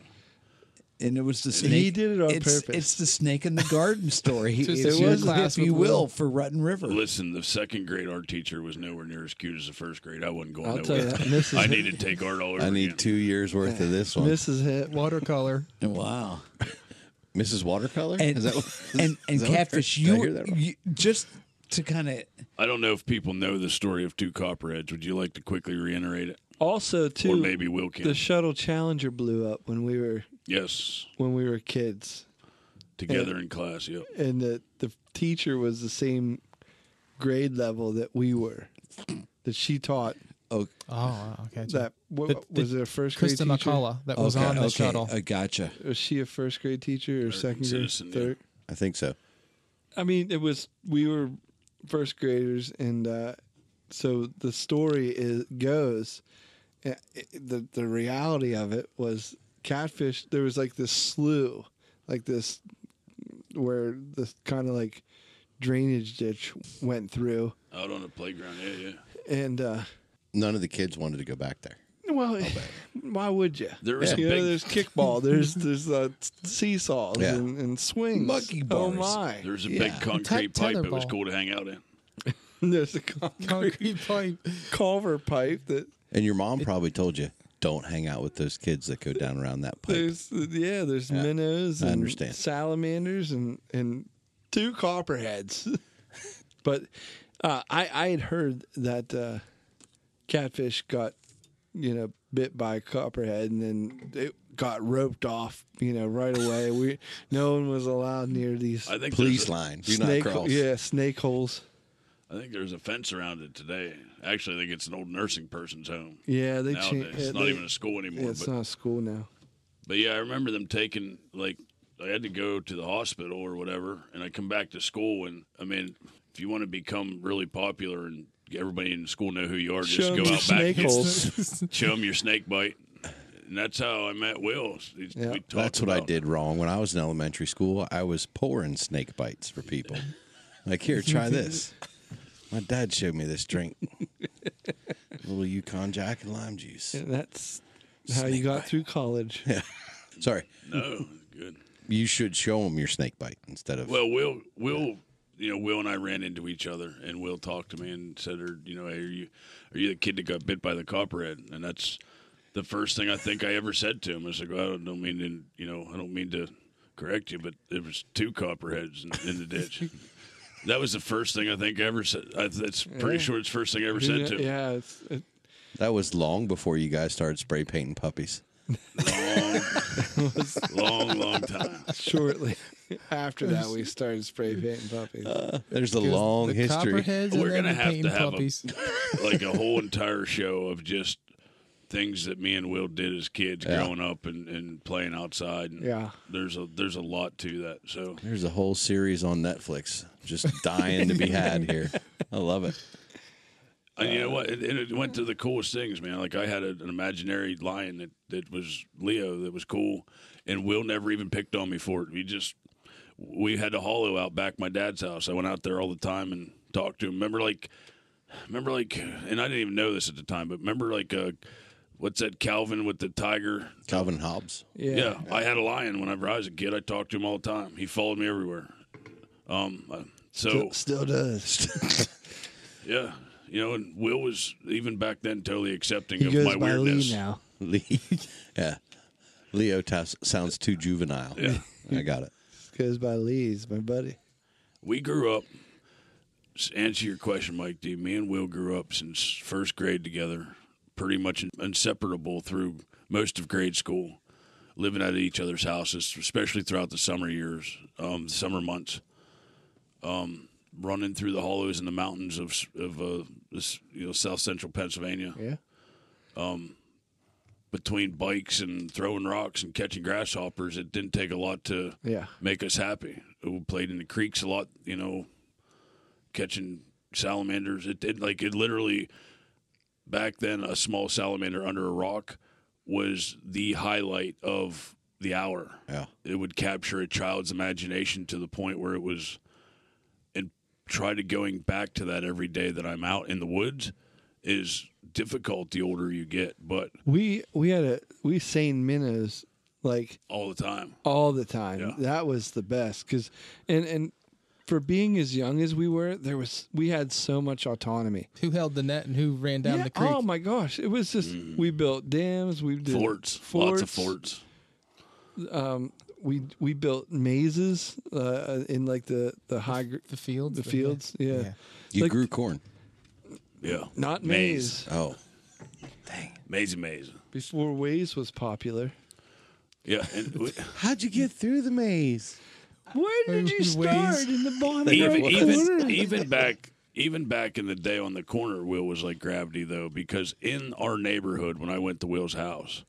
Speaker 10: And it was the
Speaker 13: He
Speaker 10: snake.
Speaker 13: did it on
Speaker 10: it's,
Speaker 13: purpose.
Speaker 10: It's the snake in the garden story.
Speaker 13: It's just
Speaker 10: if
Speaker 13: a
Speaker 10: you-
Speaker 13: year class
Speaker 10: if you
Speaker 13: with Will.
Speaker 10: will, for Rutten River.
Speaker 13: Listen, the second grade art teacher was nowhere near as cute as the first grade. I wasn't going
Speaker 11: I'll tell
Speaker 13: nowhere.
Speaker 11: you that, Mrs.
Speaker 13: I need to take art all over
Speaker 6: I need
Speaker 13: again.
Speaker 6: two years worth of this one.
Speaker 11: Mrs. Hit
Speaker 9: watercolor.
Speaker 10: Wow.
Speaker 6: Mrs. Watercolor?
Speaker 10: And
Speaker 6: Is that what-
Speaker 10: and, and
Speaker 6: is that what-
Speaker 10: catfish,
Speaker 6: did I
Speaker 10: you,
Speaker 6: hear that right?
Speaker 10: you just to kind of
Speaker 13: I don't know if people know the story of two copperheads. Would you like to quickly reiterate it?
Speaker 11: Also, too,
Speaker 13: Or maybe Will can.
Speaker 11: the shuttle Challenger blew up when we were
Speaker 13: yes,
Speaker 11: when we were kids.
Speaker 13: together
Speaker 11: And-
Speaker 13: in class. Yep.
Speaker 11: and the the teacher was the same grade level that we were that she taught.
Speaker 6: Oh,
Speaker 9: oh, okay.
Speaker 11: That what,
Speaker 9: The- the
Speaker 11: was it a first grade
Speaker 9: Krista
Speaker 11: teacher?
Speaker 9: McCullough that was on the shuttle.
Speaker 10: I gotcha.
Speaker 11: Was she a first grade teacher or second grade?
Speaker 13: citizen, yeah.
Speaker 11: Third.
Speaker 6: I think so.
Speaker 11: I mean, it was we were first graders, and uh, so the story is goes. uh, it- the The reality of it was catfish. There was like this slough, like this, where this kind of like drainage ditch went through,
Speaker 13: Out on the playground. Yeah, yeah.
Speaker 11: and uh,
Speaker 6: None of the kids wanted to go back there.
Speaker 11: well, why would you?
Speaker 13: There was a
Speaker 11: you know,
Speaker 13: big-
Speaker 11: there's kickball, there's there's uh, seesaws
Speaker 6: Yeah.
Speaker 11: and, and swings,
Speaker 6: Monkey
Speaker 11: Oh
Speaker 6: bars.
Speaker 11: my!
Speaker 13: There was a
Speaker 11: Yeah.
Speaker 13: big concrete pipe. It was
Speaker 11: Tetherball.
Speaker 13: cool to hang out in.
Speaker 11: There's a concrete,
Speaker 9: pipe,
Speaker 11: culver pipe that
Speaker 6: And your mom probably told you, don't hang out with those kids that go down around that pipe.
Speaker 11: there's yeah there's
Speaker 6: Yeah,
Speaker 11: minnows.
Speaker 6: I
Speaker 11: And
Speaker 6: understand.
Speaker 11: salamanders and and two copperheads. but uh, I I had heard that uh, catfish got you know bit by a copperhead and then it got roped off you know right away. We no one was allowed near these
Speaker 13: I think Police there's a- line. Do not
Speaker 11: snake,
Speaker 13: cross.
Speaker 11: Yeah, snake holes.
Speaker 13: I think there's a fence around it today. Actually, I think it's an old nursing person's home.
Speaker 11: Yeah, they
Speaker 13: Nowadays.
Speaker 11: changed.
Speaker 13: It's not even a school anymore.
Speaker 11: Yeah, it's uh,
Speaker 13: but,
Speaker 11: not a school now.
Speaker 13: but yeah, I remember them taking like I had to go to the hospital or whatever, and I come back to school, and I mean, if you want to become really popular and everybody in school know who you are, just
Speaker 11: Show
Speaker 13: go
Speaker 11: 'em your
Speaker 13: out back,
Speaker 11: snake
Speaker 13: and
Speaker 11: holes.
Speaker 13: show them your snake bite, and that's how I met Will. We talked
Speaker 6: That's what I
Speaker 13: about-
Speaker 6: did wrong. When I was in elementary school, I was pouring snake bites for people. Like, here, try this. My dad showed me this drink. little Yukon Jack and lime juice.
Speaker 11: And that's how you got through college.
Speaker 6: Yeah. Sorry.
Speaker 13: No, "Oh, good.
Speaker 6: You should show them your snake bite instead of.
Speaker 13: Well, Will, Will, you know, Will and I ran into each other, and Will talked to me and said, "Are you know, hey, are you, are you the kid that got bit by the copperhead?" And that's the first thing I think I ever said to him. I said, "Well, "I don't mean to, you know, I don't mean to correct you, but there was two copperheads in, in the ditch." That was the first thing I think I ever said. I, that's pretty
Speaker 11: Yeah.
Speaker 13: sure it's the first thing I ever
Speaker 11: Who
Speaker 13: said
Speaker 11: kn-
Speaker 13: to him.
Speaker 11: Yeah, it's, it,
Speaker 6: that was long before you guys started spray painting puppies.
Speaker 13: long, long time.
Speaker 11: Shortly after that, we started spray painting puppies.
Speaker 13: Uh,
Speaker 6: There's a long history.
Speaker 13: We're gonna have to have a, like a whole entire show of just things that me and Will did as kids
Speaker 6: Yeah.
Speaker 13: growing up and, and playing outside. And
Speaker 11: Yeah.
Speaker 13: there's a there's a lot to that. So
Speaker 6: There's a whole series on Netflix just dying to be had here. I love it.
Speaker 13: and you know what? And and it went to the coolest things, man. Like I had a, an imaginary lion that that was Leo that was cool, and Will never even picked on me for it. We just we had to hollow out back my dad's house. I went out there all the time and talked to him. Remember, like, remember, like, and I didn't even know this at the time, but remember, like, uh, what's that Calvin with the tiger?
Speaker 6: Calvin Hobbs.
Speaker 13: Yeah. I had a lion whenever I was a kid. I talked to him all the time. He followed me everywhere. Um, uh, so
Speaker 11: Still- still does.
Speaker 13: yeah, you know, and Will was even back then totally accepting
Speaker 6: He
Speaker 13: of
Speaker 6: goes
Speaker 13: my
Speaker 6: by Lee
Speaker 13: weirdness.
Speaker 9: now.
Speaker 6: Lee. yeah. Leo Tas sounds too juvenile.
Speaker 13: Yeah.
Speaker 6: I got it.
Speaker 11: Goes by Lee's, my buddy.
Speaker 13: We grew up. s- Answer your question, Mike D. Me and Will grew up since first grade together, pretty much inseparable through most of grade school, living at each other's houses, especially throughout the summer years, um, summer months. Um, running through the hollows and the mountains of s- of uh, this, you know South Central Pennsylvania.
Speaker 11: Yeah.
Speaker 13: Um, between bikes and throwing rocks and catching grasshoppers, it didn't take a lot to
Speaker 11: Yeah.
Speaker 13: make us happy. We played in the creeks a lot, you know, catching salamanders. It did like it literally back then a small salamander under a rock was the highlight of the hour.
Speaker 6: Yeah.
Speaker 13: It would capture a child's imagination to the point where it was and try to going back to that every day that I'm out in the woods is difficult the older you get, but
Speaker 11: We we had a we sane minnows like
Speaker 13: all the time.
Speaker 11: all the time. That was the best because, and and for being as young as we were, there was we had so much autonomy.
Speaker 9: Who held the net and who ran down
Speaker 11: Yeah,
Speaker 9: the creek?
Speaker 11: Oh my gosh, it was just we built dams, we did
Speaker 13: Mm. Forts, lots of forts.
Speaker 11: Um, we we built mazes uh, in like the the high gr-
Speaker 9: the fields,
Speaker 11: the
Speaker 9: the-
Speaker 11: fields. Yeah,
Speaker 6: yeah. You
Speaker 11: Like-
Speaker 6: grew corn.
Speaker 13: Yeah.
Speaker 11: Not maize.
Speaker 6: Oh.
Speaker 13: Amazing, amazing.
Speaker 11: before ways was popular.
Speaker 13: Yeah. And we,
Speaker 6: How'd you get through the maze?
Speaker 11: Where did you
Speaker 6: Ways.
Speaker 11: start in the bottom
Speaker 13: even,
Speaker 11: right
Speaker 13: even,
Speaker 11: corner?
Speaker 13: even back even back in the day on the corner will was like gravity though because in our neighborhood when i went to will's house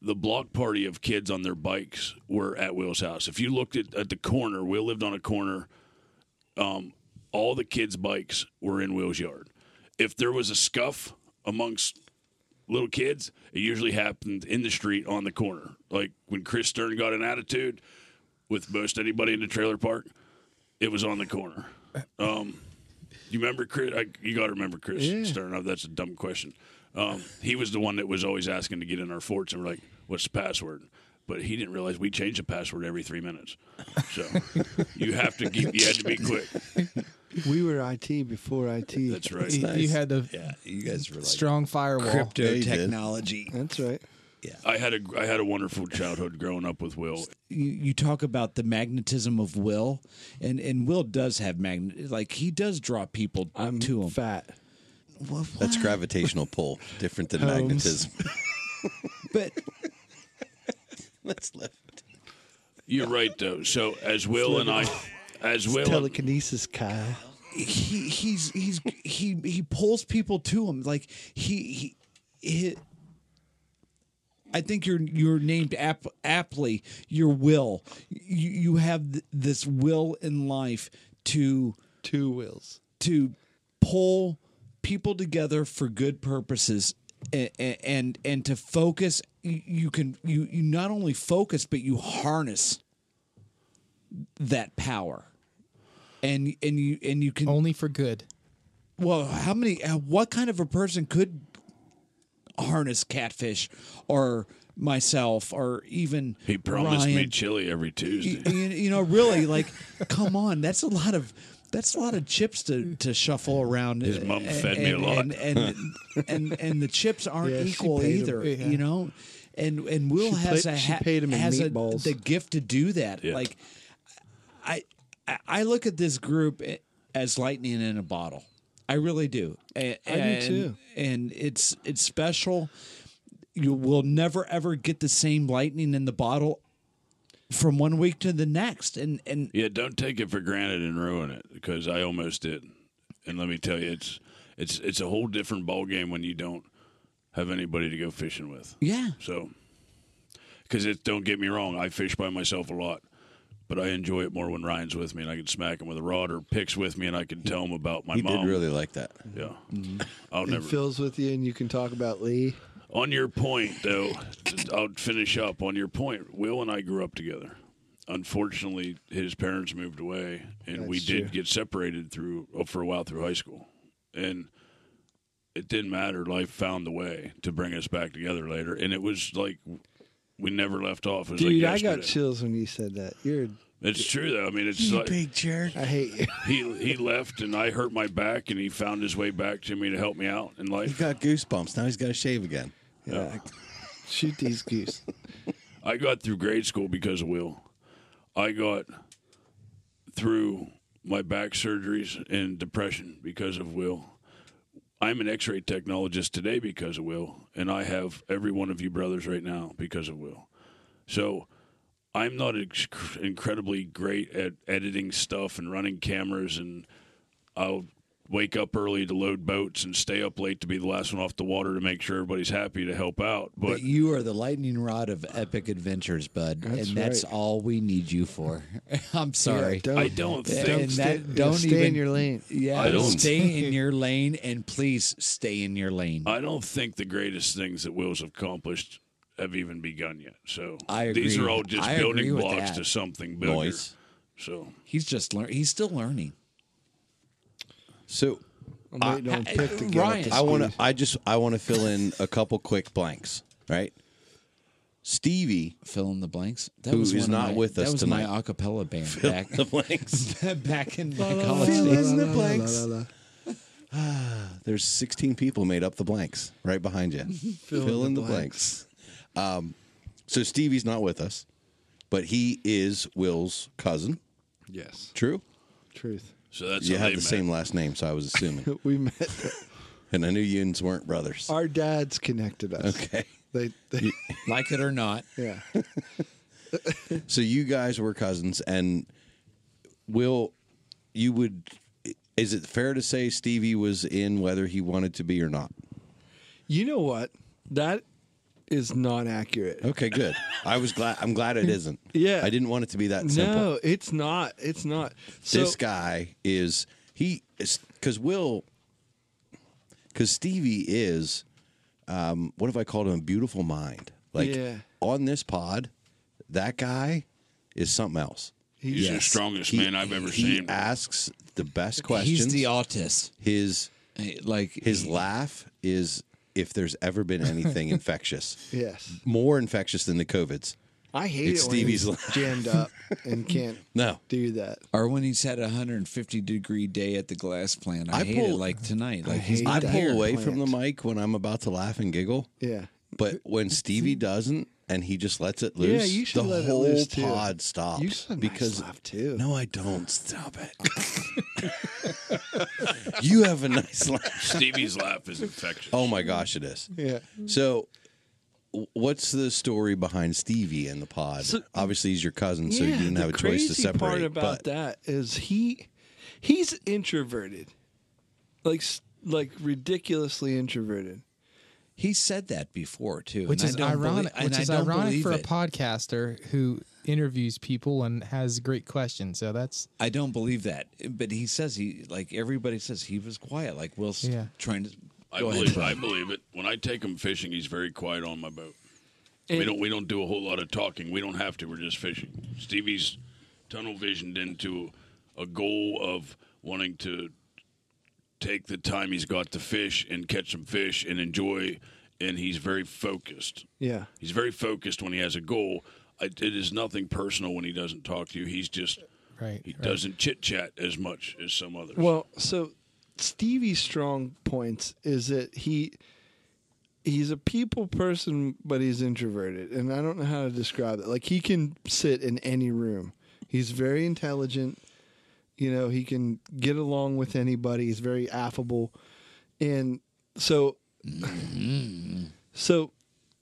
Speaker 13: the block party of kids on their bikes were at will's house if you looked at, at the corner will lived on a corner um, all the kids bikes were in will's yard if there was a scuff amongst little kids it usually happened in the street on the corner like when chris stern got an attitude with most anybody in the trailer park it was on the corner. Um, you remember Chris? I, you got to remember Chris
Speaker 11: Yeah.
Speaker 13: Stern. Oh, That's a dumb question. Um, he was the one that was always asking to get in our forts, and we're like, "What's the password?" But he didn't realize we changed the password every three minutes. So you have to keep. You had to be quick.
Speaker 11: We were IT before IT.
Speaker 13: That's right.
Speaker 9: You, you had the
Speaker 6: you guys were like
Speaker 9: strong firewall,
Speaker 10: crypto Yeah, you did. technology.
Speaker 11: That's right.
Speaker 13: I had a I had a wonderful childhood growing up with Will.
Speaker 10: you, you talk about the magnetism of Will, and and Will does have magnet, like he does draw people to him.
Speaker 11: Fat.
Speaker 6: That's gravitational pull, different than
Speaker 10: Holmes.
Speaker 6: magnetism.
Speaker 10: but
Speaker 6: let's lift.
Speaker 13: You're right though. So as Will and I, as
Speaker 11: It's
Speaker 13: Will,
Speaker 11: telekinesis, Kyle.
Speaker 10: he he's he's he he pulls people to him like he he, he I think you're you're named ap- aptly your will you you have th- this will in life to
Speaker 11: two wills
Speaker 10: to pull people together for good purposes and and, and to focus you, you can you you not only focus but you harness that power and and you and you can
Speaker 9: only for good.
Speaker 10: Well, how many? uh, What kind of a person could harness catfish or myself or even
Speaker 13: he promised me
Speaker 10: Ryan?
Speaker 13: chili every Tuesday.
Speaker 10: Y- You, you know, really, like, come on, that's a lot of that's a lot of chips to, to shuffle around.
Speaker 13: His mom fed me a
Speaker 10: and-
Speaker 13: lot.
Speaker 10: and and, and, and the chips aren't
Speaker 11: Yeah, she
Speaker 10: equal
Speaker 11: paid him.
Speaker 10: either.
Speaker 11: Yeah.
Speaker 10: You know, and and Will
Speaker 11: She
Speaker 10: has
Speaker 11: pla-
Speaker 10: a
Speaker 11: she
Speaker 10: ha-
Speaker 11: paid him in
Speaker 10: has a,
Speaker 11: meatballs.
Speaker 10: the gift to do that. Like, I I- I look at this group as lightning in a bottle. I really do. And,
Speaker 11: I do too.
Speaker 10: And it's it's special. You will never ever get the same lightning in the bottle from one week to the next. And and
Speaker 13: Yeah, don't take it for granted and ruin it because I almost did. And let me tell you, it's it's it's a whole different ball game when you don't have anybody to go fishing with.
Speaker 10: Yeah.
Speaker 13: So, because it don't get me wrong, I fish by myself a lot, but I enjoy it more when Ryan's with me and I can smack him with a rod or picks with me and I can tell him about my
Speaker 6: he
Speaker 13: mom.
Speaker 6: did really like that.
Speaker 13: Yeah. I'll
Speaker 11: It
Speaker 13: never.
Speaker 11: fills with you, and you can talk about Lee.
Speaker 13: On your point, though, just- I'll finish up. On your point, Will and I grew up together. Unfortunately, his parents moved away, and we
Speaker 11: That's
Speaker 13: did
Speaker 11: true.
Speaker 13: get separated through oh, for a while through high school, and it didn't matter. Life found a way to bring us back together later, and it was like we never left off. It was
Speaker 11: Dude,
Speaker 13: like
Speaker 11: I got
Speaker 13: yesterday.
Speaker 11: chills when you said that. You're
Speaker 13: It's true though. I mean, it's
Speaker 11: You
Speaker 13: like
Speaker 11: big jerk. I hate you.
Speaker 13: he he left, and I hurt my back, and he found his way back to me to help me out in life.
Speaker 6: He's got goosebumps. Now he's got to shave again.
Speaker 13: Yeah.
Speaker 11: Shoot these goose.
Speaker 13: I got through grade school because of Will. I got through my back surgeries and depression because of Will. I'm an x ray technologist today because of Will, and I have every one of you brothers right now because of Will. So I'm not ex- incredibly great at editing stuff and running cameras, and I'll wake up early to load boats and stay up late to be the last one off the water to make sure everybody's happy to help out.
Speaker 10: But,
Speaker 13: But
Speaker 10: you are the lightning rod of epic adventures, bud,
Speaker 13: That's
Speaker 10: and that's
Speaker 13: right.
Speaker 10: all we need you for. I'm sorry,
Speaker 11: don't- I don't think- don't
Speaker 10: and
Speaker 11: stay-
Speaker 10: that, don't
Speaker 11: stay in
Speaker 10: even
Speaker 11: your lane.
Speaker 10: Yeah,
Speaker 13: I don't-
Speaker 10: stay in your lane, and please stay in your lane.
Speaker 13: I don't think the greatest things that Will's accomplished have even begun yet. So
Speaker 10: I
Speaker 13: these
Speaker 10: agree.
Speaker 13: are all just
Speaker 10: I agree
Speaker 13: building
Speaker 10: with
Speaker 13: blocks
Speaker 10: that.
Speaker 13: to something bigger.
Speaker 10: Nice.
Speaker 13: So
Speaker 10: He's just learn. He's still learning.
Speaker 6: So,
Speaker 11: I'm waiting on Pick to get up
Speaker 10: Ryan,
Speaker 11: to
Speaker 6: I want to.
Speaker 11: speed.
Speaker 6: I just. I want to fill in a couple quick blanks. Right. Stevie,
Speaker 10: fill in the blanks.
Speaker 6: who is
Speaker 10: one of
Speaker 6: not
Speaker 10: my-
Speaker 6: with us
Speaker 10: That was
Speaker 6: tonight.
Speaker 10: my acapella band
Speaker 6: Fill
Speaker 10: back
Speaker 6: in the blanks.
Speaker 10: back in
Speaker 6: La,
Speaker 10: my
Speaker 6: la,
Speaker 10: college
Speaker 6: la,
Speaker 10: days.
Speaker 6: la, la, la, Blanks. la, There's 16 people made up the blanks right behind you. Fill, in, the blanks. Um, so Stevie's not with us, but he is Will's cousin.
Speaker 11: Yes.
Speaker 6: True.
Speaker 11: Truth.
Speaker 13: So that's
Speaker 6: you
Speaker 13: how
Speaker 6: have
Speaker 13: they
Speaker 6: the
Speaker 13: met.
Speaker 6: same last name, so I was assuming.
Speaker 11: we met.
Speaker 6: and I knew yous weren't brothers.
Speaker 11: Our dads connected us.
Speaker 6: Okay.
Speaker 11: They, they
Speaker 10: like it or not.
Speaker 11: Yeah.
Speaker 6: so you guys were cousins, and Will, you would. Is it fair to say Stevie was in whether he wanted to be or not?
Speaker 11: You know what? That is not accurate.
Speaker 6: Okay, good. I was glad. I'm glad it isn't.
Speaker 11: Yeah.
Speaker 6: I didn't want it to be that simple.
Speaker 11: No, it's not. It's not. So,
Speaker 6: this guy is he because Will because Stevie is um, what have I called him? Beautiful mind. Like
Speaker 11: Yeah.
Speaker 6: on this pod, that guy is something else.
Speaker 13: He's the strongest
Speaker 6: He-
Speaker 13: man I've ever
Speaker 6: he
Speaker 13: seen.
Speaker 6: asks the best questions.
Speaker 10: He's the autist.
Speaker 6: His
Speaker 10: like
Speaker 6: his laugh is if there's ever been anything infectious,
Speaker 11: Yes.
Speaker 6: more infectious than the COVIDs.
Speaker 11: I hate
Speaker 6: it's
Speaker 11: it when
Speaker 6: Stevie's
Speaker 11: he's
Speaker 6: laugh.
Speaker 11: jammed up and can't
Speaker 6: No,
Speaker 11: do that.
Speaker 10: Or when he's had a 150 degree day at the glass plant. I,
Speaker 6: I
Speaker 10: hate it
Speaker 6: pull-
Speaker 10: like tonight. Like he's
Speaker 6: I
Speaker 10: not
Speaker 6: pull
Speaker 10: here.
Speaker 11: Oh,
Speaker 6: away from the mic when I'm about to laugh and giggle.
Speaker 11: Yeah.
Speaker 6: But when Stevie doesn't and he just lets it loose,
Speaker 11: you should
Speaker 6: the
Speaker 11: let it
Speaker 6: whole
Speaker 11: loose, too.
Speaker 6: pod stops.
Speaker 11: You should
Speaker 6: because
Speaker 11: laugh too.
Speaker 6: No, I don't. Stop it. you have a nice laugh.
Speaker 13: Stevie's laugh is infectious.
Speaker 6: Oh my gosh, it is.
Speaker 11: Yeah.
Speaker 6: So, w- what's the story behind Stevie and the pod? Obviously, he's your cousin, so you didn't
Speaker 11: the
Speaker 6: have a choice to
Speaker 11: crazy
Speaker 6: separate.
Speaker 11: Part about
Speaker 6: but
Speaker 11: that is he he's introverted, like s- like ridiculously introverted.
Speaker 10: He said that before too,
Speaker 9: which is ironic. which is ironic for a
Speaker 10: it.
Speaker 9: podcaster who interviews people and has great questions. So that's
Speaker 10: I don't believe that. But he says he like everybody says he was quiet. Like Will's
Speaker 9: Yeah.
Speaker 10: trying to.
Speaker 13: I
Speaker 10: go
Speaker 13: believe I
Speaker 10: ahead. Brian.
Speaker 13: believe it. When I take him fishing, he's very quiet on my boat. we
Speaker 10: And-
Speaker 13: don't we don't do a whole lot of talking. We don't have to. We're just fishing. Stevie's tunnel visioned into a goal of wanting to take the time he's got to fish and catch some fish and enjoy and he's very focused.
Speaker 11: Yeah.
Speaker 13: He's very focused when he has a goal. I, it is nothing personal when he doesn't talk to you. He's just
Speaker 9: right.
Speaker 13: he doesn't chit chat as much as some others.
Speaker 11: Well, so Stevie's strong points is that he he's a people person, but he's introverted, and I don't know how to describe it. Like he can sit in any room. He's very intelligent. You know, he can get along with anybody. He's very affable, and so so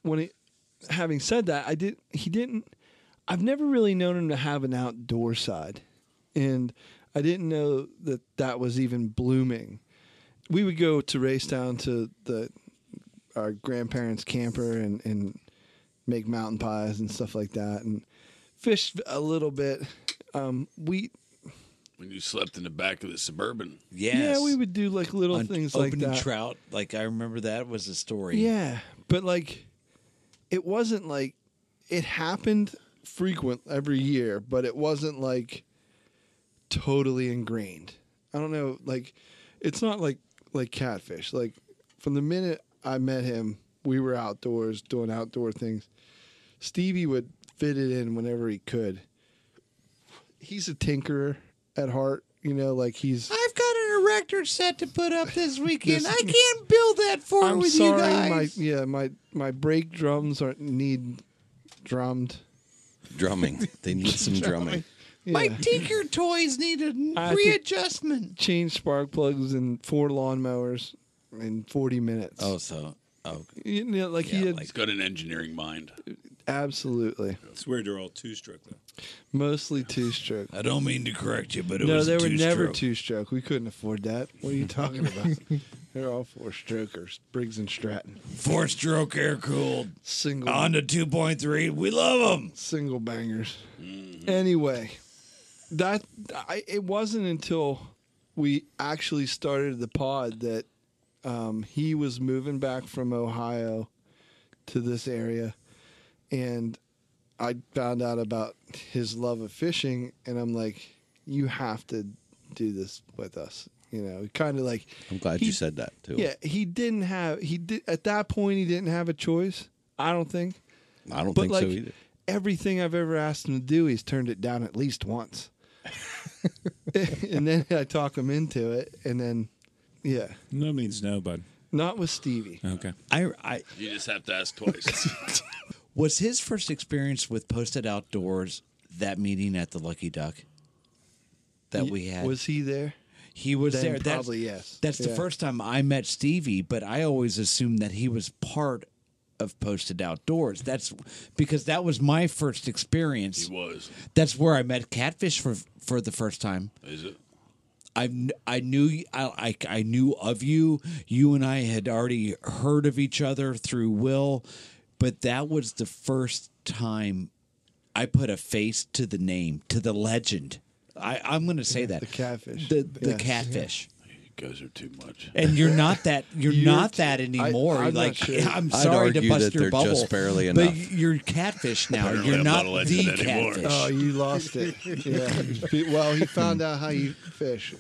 Speaker 11: when he, having said that, I did he didn't. I've never really known him to have an outdoor side, and I didn't know that that was even blooming. We would go to race down to the our grandparents' camper and and make mountain pies and stuff like that, and fish a little bit. Um, we
Speaker 13: when you slept in the back of the suburban.
Speaker 10: Yes.
Speaker 11: yeah we would do like little
Speaker 10: On
Speaker 11: things like
Speaker 10: opening
Speaker 11: that.
Speaker 10: trout. Like I remember that was a story.
Speaker 11: Yeah, But like, it wasn't like it happened frequent every year, but it wasn't like totally ingrained. I don't know, like it's not like like catfish. Like from the minute I met him, we were outdoors doing outdoor things. Stevie would fit it in whenever he could. He's a tinkerer at heart, you know, like he's
Speaker 6: I've got an erector set to put up this weekend.
Speaker 11: This-
Speaker 6: I can't build that for
Speaker 11: I'm
Speaker 6: with
Speaker 11: sorry,
Speaker 6: you guys.
Speaker 11: My, yeah, my my brake drums aren't need drummed.
Speaker 15: Drumming. They need some drumming.
Speaker 11: Yeah.
Speaker 6: My tinker toys need a
Speaker 11: I have to-
Speaker 6: readjustment.
Speaker 11: Change spark plugs and four lawnmowers in 40 minutes.
Speaker 13: Oh,
Speaker 15: so oh,
Speaker 11: you know, like he had
Speaker 13: he's got an engineering mind.
Speaker 11: absolutely
Speaker 16: It's weird they're all two stroke though.
Speaker 11: mostly two stroke.
Speaker 16: I don't mean to correct you, but it
Speaker 11: no,
Speaker 16: was
Speaker 11: they
Speaker 16: a
Speaker 11: were never
Speaker 16: two-stroke.
Speaker 11: two stroke. We couldn't afford that. What are you talking about? They're all four strokers, Briggs and Stratton.
Speaker 16: Four stroke air cooled.
Speaker 11: Single
Speaker 16: On to 2.3. We love them.
Speaker 11: Single bangers.
Speaker 15: Mm-hmm.
Speaker 11: Anyway, that I, it wasn't until we actually started the pod that um, he was moving back from Ohio to this area, and I found out about his love of fishing, and I'm like, you have to do this with us. You know, kind of like
Speaker 15: I'm glad
Speaker 11: He-
Speaker 15: you said that too.
Speaker 11: yeah, he didn't have he did at that point he didn't have a choice. I don't think.
Speaker 15: I don't
Speaker 11: But
Speaker 15: think
Speaker 11: like
Speaker 15: so either.
Speaker 11: everything I've ever asked him to do, he's turned it down at least once. and then I talk him into it, and then yeah,
Speaker 16: No means no, bud.
Speaker 11: not with Stevie.
Speaker 16: Okay.
Speaker 6: I, I
Speaker 13: You just have to ask twice.
Speaker 6: was his first experience with posted outdoors that meeting at the Lucky Duck that we had.
Speaker 11: Was he there?
Speaker 6: He was
Speaker 11: Then
Speaker 6: there.
Speaker 11: probably
Speaker 6: that's,
Speaker 11: yes.
Speaker 6: That's the
Speaker 11: Yeah.
Speaker 6: first time I met Stevie, but I always assumed that he was part of Posted Outdoors. That's because that was my first experience.
Speaker 13: He was.
Speaker 6: That's where I met Catfish for for the first time.
Speaker 13: Is it?
Speaker 6: I kn- I knew I, I I knew of you. You and I had already heard of each other through Will, but that was the first time I put a face to the name to the legend. I I'm going to say that the
Speaker 11: catfish
Speaker 6: the the
Speaker 11: Yes.
Speaker 6: catfish.
Speaker 13: You guys are too much.
Speaker 6: And you're not that you're,
Speaker 13: You're
Speaker 6: not
Speaker 13: t-
Speaker 6: that
Speaker 13: I-
Speaker 6: anymore.
Speaker 13: I'm not
Speaker 6: like
Speaker 13: sure.
Speaker 6: I'm
Speaker 13: I'd
Speaker 6: sorry to
Speaker 13: argue
Speaker 6: bust
Speaker 13: that
Speaker 6: your
Speaker 13: they're
Speaker 6: bubble,
Speaker 13: just barely
Speaker 6: but
Speaker 13: enough.
Speaker 6: you're catfish now.
Speaker 13: Apparently
Speaker 6: you're
Speaker 13: I'm
Speaker 6: not,
Speaker 13: not a legend
Speaker 6: the
Speaker 13: anymore.
Speaker 6: catfish.
Speaker 11: Oh, you lost it. Yeah. well, he found out how you fish.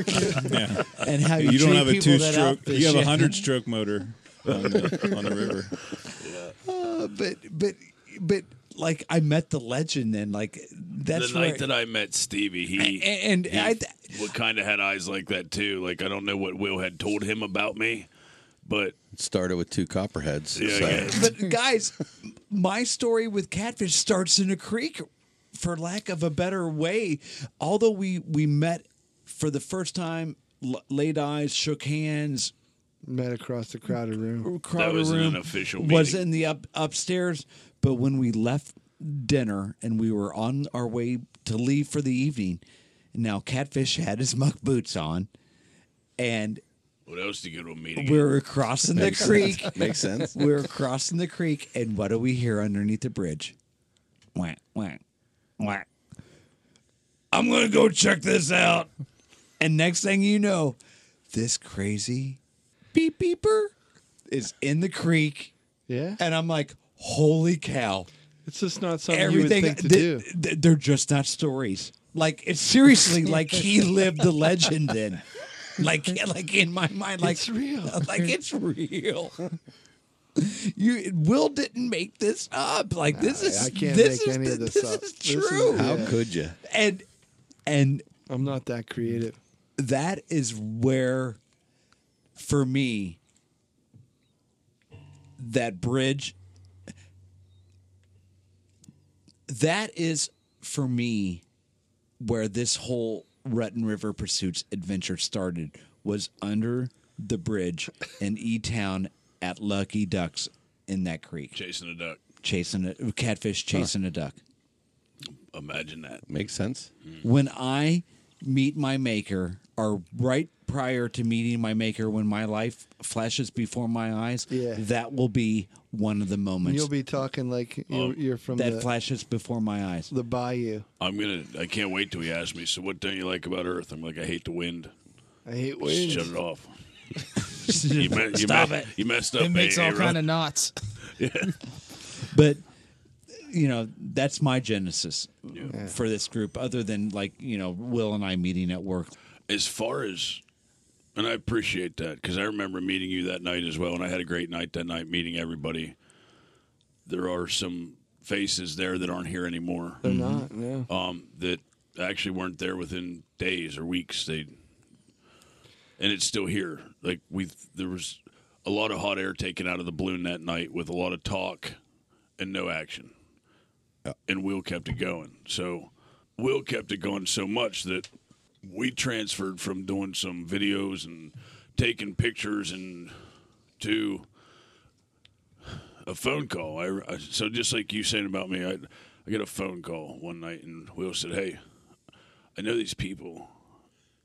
Speaker 6: And how you
Speaker 16: you don't
Speaker 6: treat
Speaker 16: have a
Speaker 6: people
Speaker 16: two
Speaker 6: that
Speaker 16: stroke.
Speaker 6: outfish
Speaker 16: You have
Speaker 6: you.
Speaker 16: a hundred stroke motor on the, on the river.
Speaker 6: Uh, but but but like I met the legend then like that's
Speaker 13: the
Speaker 6: where
Speaker 13: night that I met Stevie, he
Speaker 6: And- and
Speaker 13: he
Speaker 6: I
Speaker 13: what kind of had eyes like that too. Like I don't know what Will had told him about me, but
Speaker 15: It started with two copperheads.
Speaker 13: Yeah,
Speaker 15: so-
Speaker 13: yeah.
Speaker 6: but guys, my story with catfish starts in a creek, for lack of a better way. Although we we met for the first time, l- laid eyes, shook hands,
Speaker 11: met across the crowded room.
Speaker 6: crowded
Speaker 13: wasn't
Speaker 6: room,
Speaker 13: an official
Speaker 6: Was
Speaker 13: meeting.
Speaker 6: in the up upstairs, but when we left dinner and we were on our way to leave for the evening, now catfish had his muck boots on, and
Speaker 13: what else do you go to a meeting?
Speaker 6: we were crossing the
Speaker 13: Makes
Speaker 6: creek.
Speaker 13: sense. Makes sense.
Speaker 6: We were crossing the creek, and what do we hear underneath the bridge? Whack, whack, whack. I'm going to go check this out. And next thing you know, this crazy beep beeper is in the creek.
Speaker 11: Yeah.
Speaker 6: And I'm like, holy cow.
Speaker 11: It's just not something you would think to do.
Speaker 6: th- they're just not stories. Like, it's seriously like he lived the legend then. Like, like in my mind, like uh,
Speaker 11: It's real.
Speaker 6: Like it's real. You Will didn't make this up. Like this
Speaker 11: I-
Speaker 6: is
Speaker 11: I can't
Speaker 6: this
Speaker 11: make
Speaker 6: is
Speaker 11: any
Speaker 6: the-
Speaker 11: of this up.
Speaker 6: is
Speaker 11: This is-
Speaker 6: true.
Speaker 11: How
Speaker 15: How could you?
Speaker 6: And and
Speaker 11: I'm not that creative.
Speaker 6: That is where for me that bridge that is for me where this whole Rutten River Pursuits adventure started was under the bridge in E Town at Lucky Ducks in that creek.
Speaker 13: Chasing a duck.
Speaker 6: Chasing a catfish chasing a duck.
Speaker 13: Imagine that.
Speaker 15: Makes sense.
Speaker 6: When I meet my maker, or right prior to meeting my maker, when my life flashes before my eyes,
Speaker 11: Yeah.
Speaker 6: that will be one of the moments
Speaker 11: You'll be talking like you're,
Speaker 17: Oh.
Speaker 11: you're from
Speaker 6: that
Speaker 11: the,
Speaker 6: flashes before my eyes.
Speaker 11: the bayou.
Speaker 13: I'm gonna. I can't wait till he asks me. So what don't you like about Earth? I'm like I hate the wind.
Speaker 11: I hate wind.
Speaker 13: Shut it off. You me- you
Speaker 9: Stop
Speaker 13: me-
Speaker 9: it.
Speaker 13: You messed up. eh,
Speaker 9: It makes
Speaker 13: AA,
Speaker 9: all
Speaker 13: right?
Speaker 9: kind of knots.
Speaker 10: but you know that's my genesis for this group other than like you know will and i meeting at work
Speaker 13: as far as and i appreciate that because i remember meeting you that night as well and i had a great night that night meeting everybody there are some faces there that aren't here anymore
Speaker 11: They're not, yeah.
Speaker 17: Oh,
Speaker 13: um, that actually weren't there within days or weeks they and it's still here like we there was a lot of hot air taken out of the balloon that night with a lot of talk and no action and will kept it going so will kept it going so much that we transferred from doing some videos and taking pictures and to a phone call. I, I- so just like you saying about me, I I got a phone call one night and Will said, "Hey, I know these people.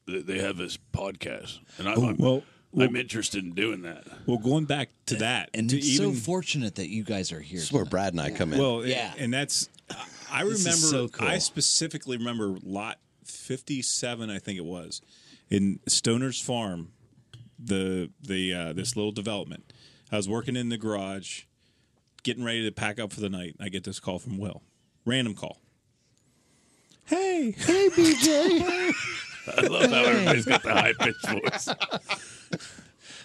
Speaker 13: They, they have this podcast, and I,
Speaker 17: Oh,
Speaker 13: I'm
Speaker 17: well,
Speaker 13: I'm interested in doing that."
Speaker 17: Well, going back to that,
Speaker 10: and
Speaker 17: to
Speaker 10: it's so
Speaker 17: even,
Speaker 10: fortunate that you guys are here
Speaker 6: This is where Brad and I come in.
Speaker 17: Well,
Speaker 10: Yeah.
Speaker 17: yeah, and that's I
Speaker 10: This
Speaker 17: remember.
Speaker 10: is so cool.
Speaker 17: I specifically remember lot fifty-seven, I think it was, in Stoner's Farm, the the uh, this little development. I was working in the garage, getting ready to pack up for the night. I get this call from Will, random call. Hey, hey, BJ.
Speaker 13: I love how everybody's got the high pitched voice.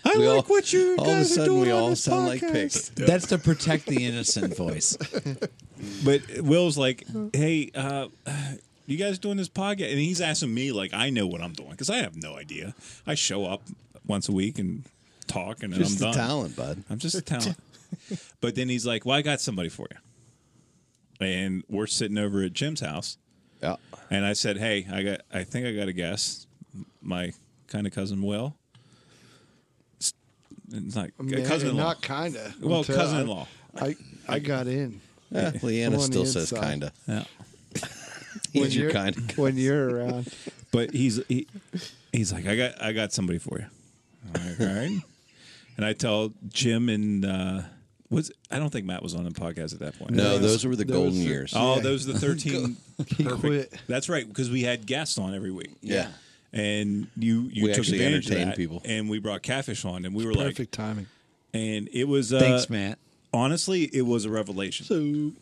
Speaker 17: I
Speaker 6: We
Speaker 17: like what you
Speaker 6: all of a
Speaker 17: guys are
Speaker 6: sudden
Speaker 17: doing
Speaker 6: we
Speaker 17: on
Speaker 6: all
Speaker 17: this
Speaker 6: sound like
Speaker 17: podcast.
Speaker 6: pigs.
Speaker 10: that's to protect the innocent voice
Speaker 17: But Will's like, hey, uh, you guys doing this podcast? And he's asking me, like, I know what I'm doing because I have no idea. I show up once a week and talk, and then
Speaker 6: Just
Speaker 17: I'm
Speaker 6: the
Speaker 17: done.
Speaker 6: talent, bud.
Speaker 17: I'm just a talent. but then he's like, well, I got somebody for you. And we're sitting over at Jim's house.
Speaker 6: Yeah.
Speaker 17: And I said, hey, I got, I think I got a guest. My kind of cousin, Will. It's, it's like
Speaker 11: Man,
Speaker 17: cousin-in-law.
Speaker 11: Not kinda.
Speaker 17: Well,
Speaker 11: Until
Speaker 17: cousin-in-law.
Speaker 11: I, I, I got in.
Speaker 6: Yeah, Leanna
Speaker 11: I'm on
Speaker 6: still
Speaker 11: the
Speaker 6: says
Speaker 11: inside.
Speaker 6: kinda.
Speaker 17: Yeah.
Speaker 11: When
Speaker 6: He's your
Speaker 11: you're-
Speaker 6: kind.
Speaker 11: When you're around.
Speaker 17: but he's he, he's like, I got I got somebody for you. I'm like, All right. and I tell Jim and uh was I don't think Matt was on the podcast at that point.
Speaker 6: No, those were the Those golden were- years.
Speaker 17: Oh,
Speaker 6: yeah.
Speaker 17: those are the thirteen.
Speaker 11: He
Speaker 17: perfect.
Speaker 11: quit.
Speaker 17: That's right, because we had guests on every week.
Speaker 6: Yeah.
Speaker 17: And you you
Speaker 6: We
Speaker 17: took
Speaker 6: actually
Speaker 17: advantage of
Speaker 6: entertained
Speaker 17: that,
Speaker 6: people.
Speaker 17: and we brought catfish on, and we were like,
Speaker 11: Perfect timing.
Speaker 17: and it was uh,
Speaker 10: Thanks, Matt.
Speaker 17: Honestly, it was a revelation.
Speaker 11: So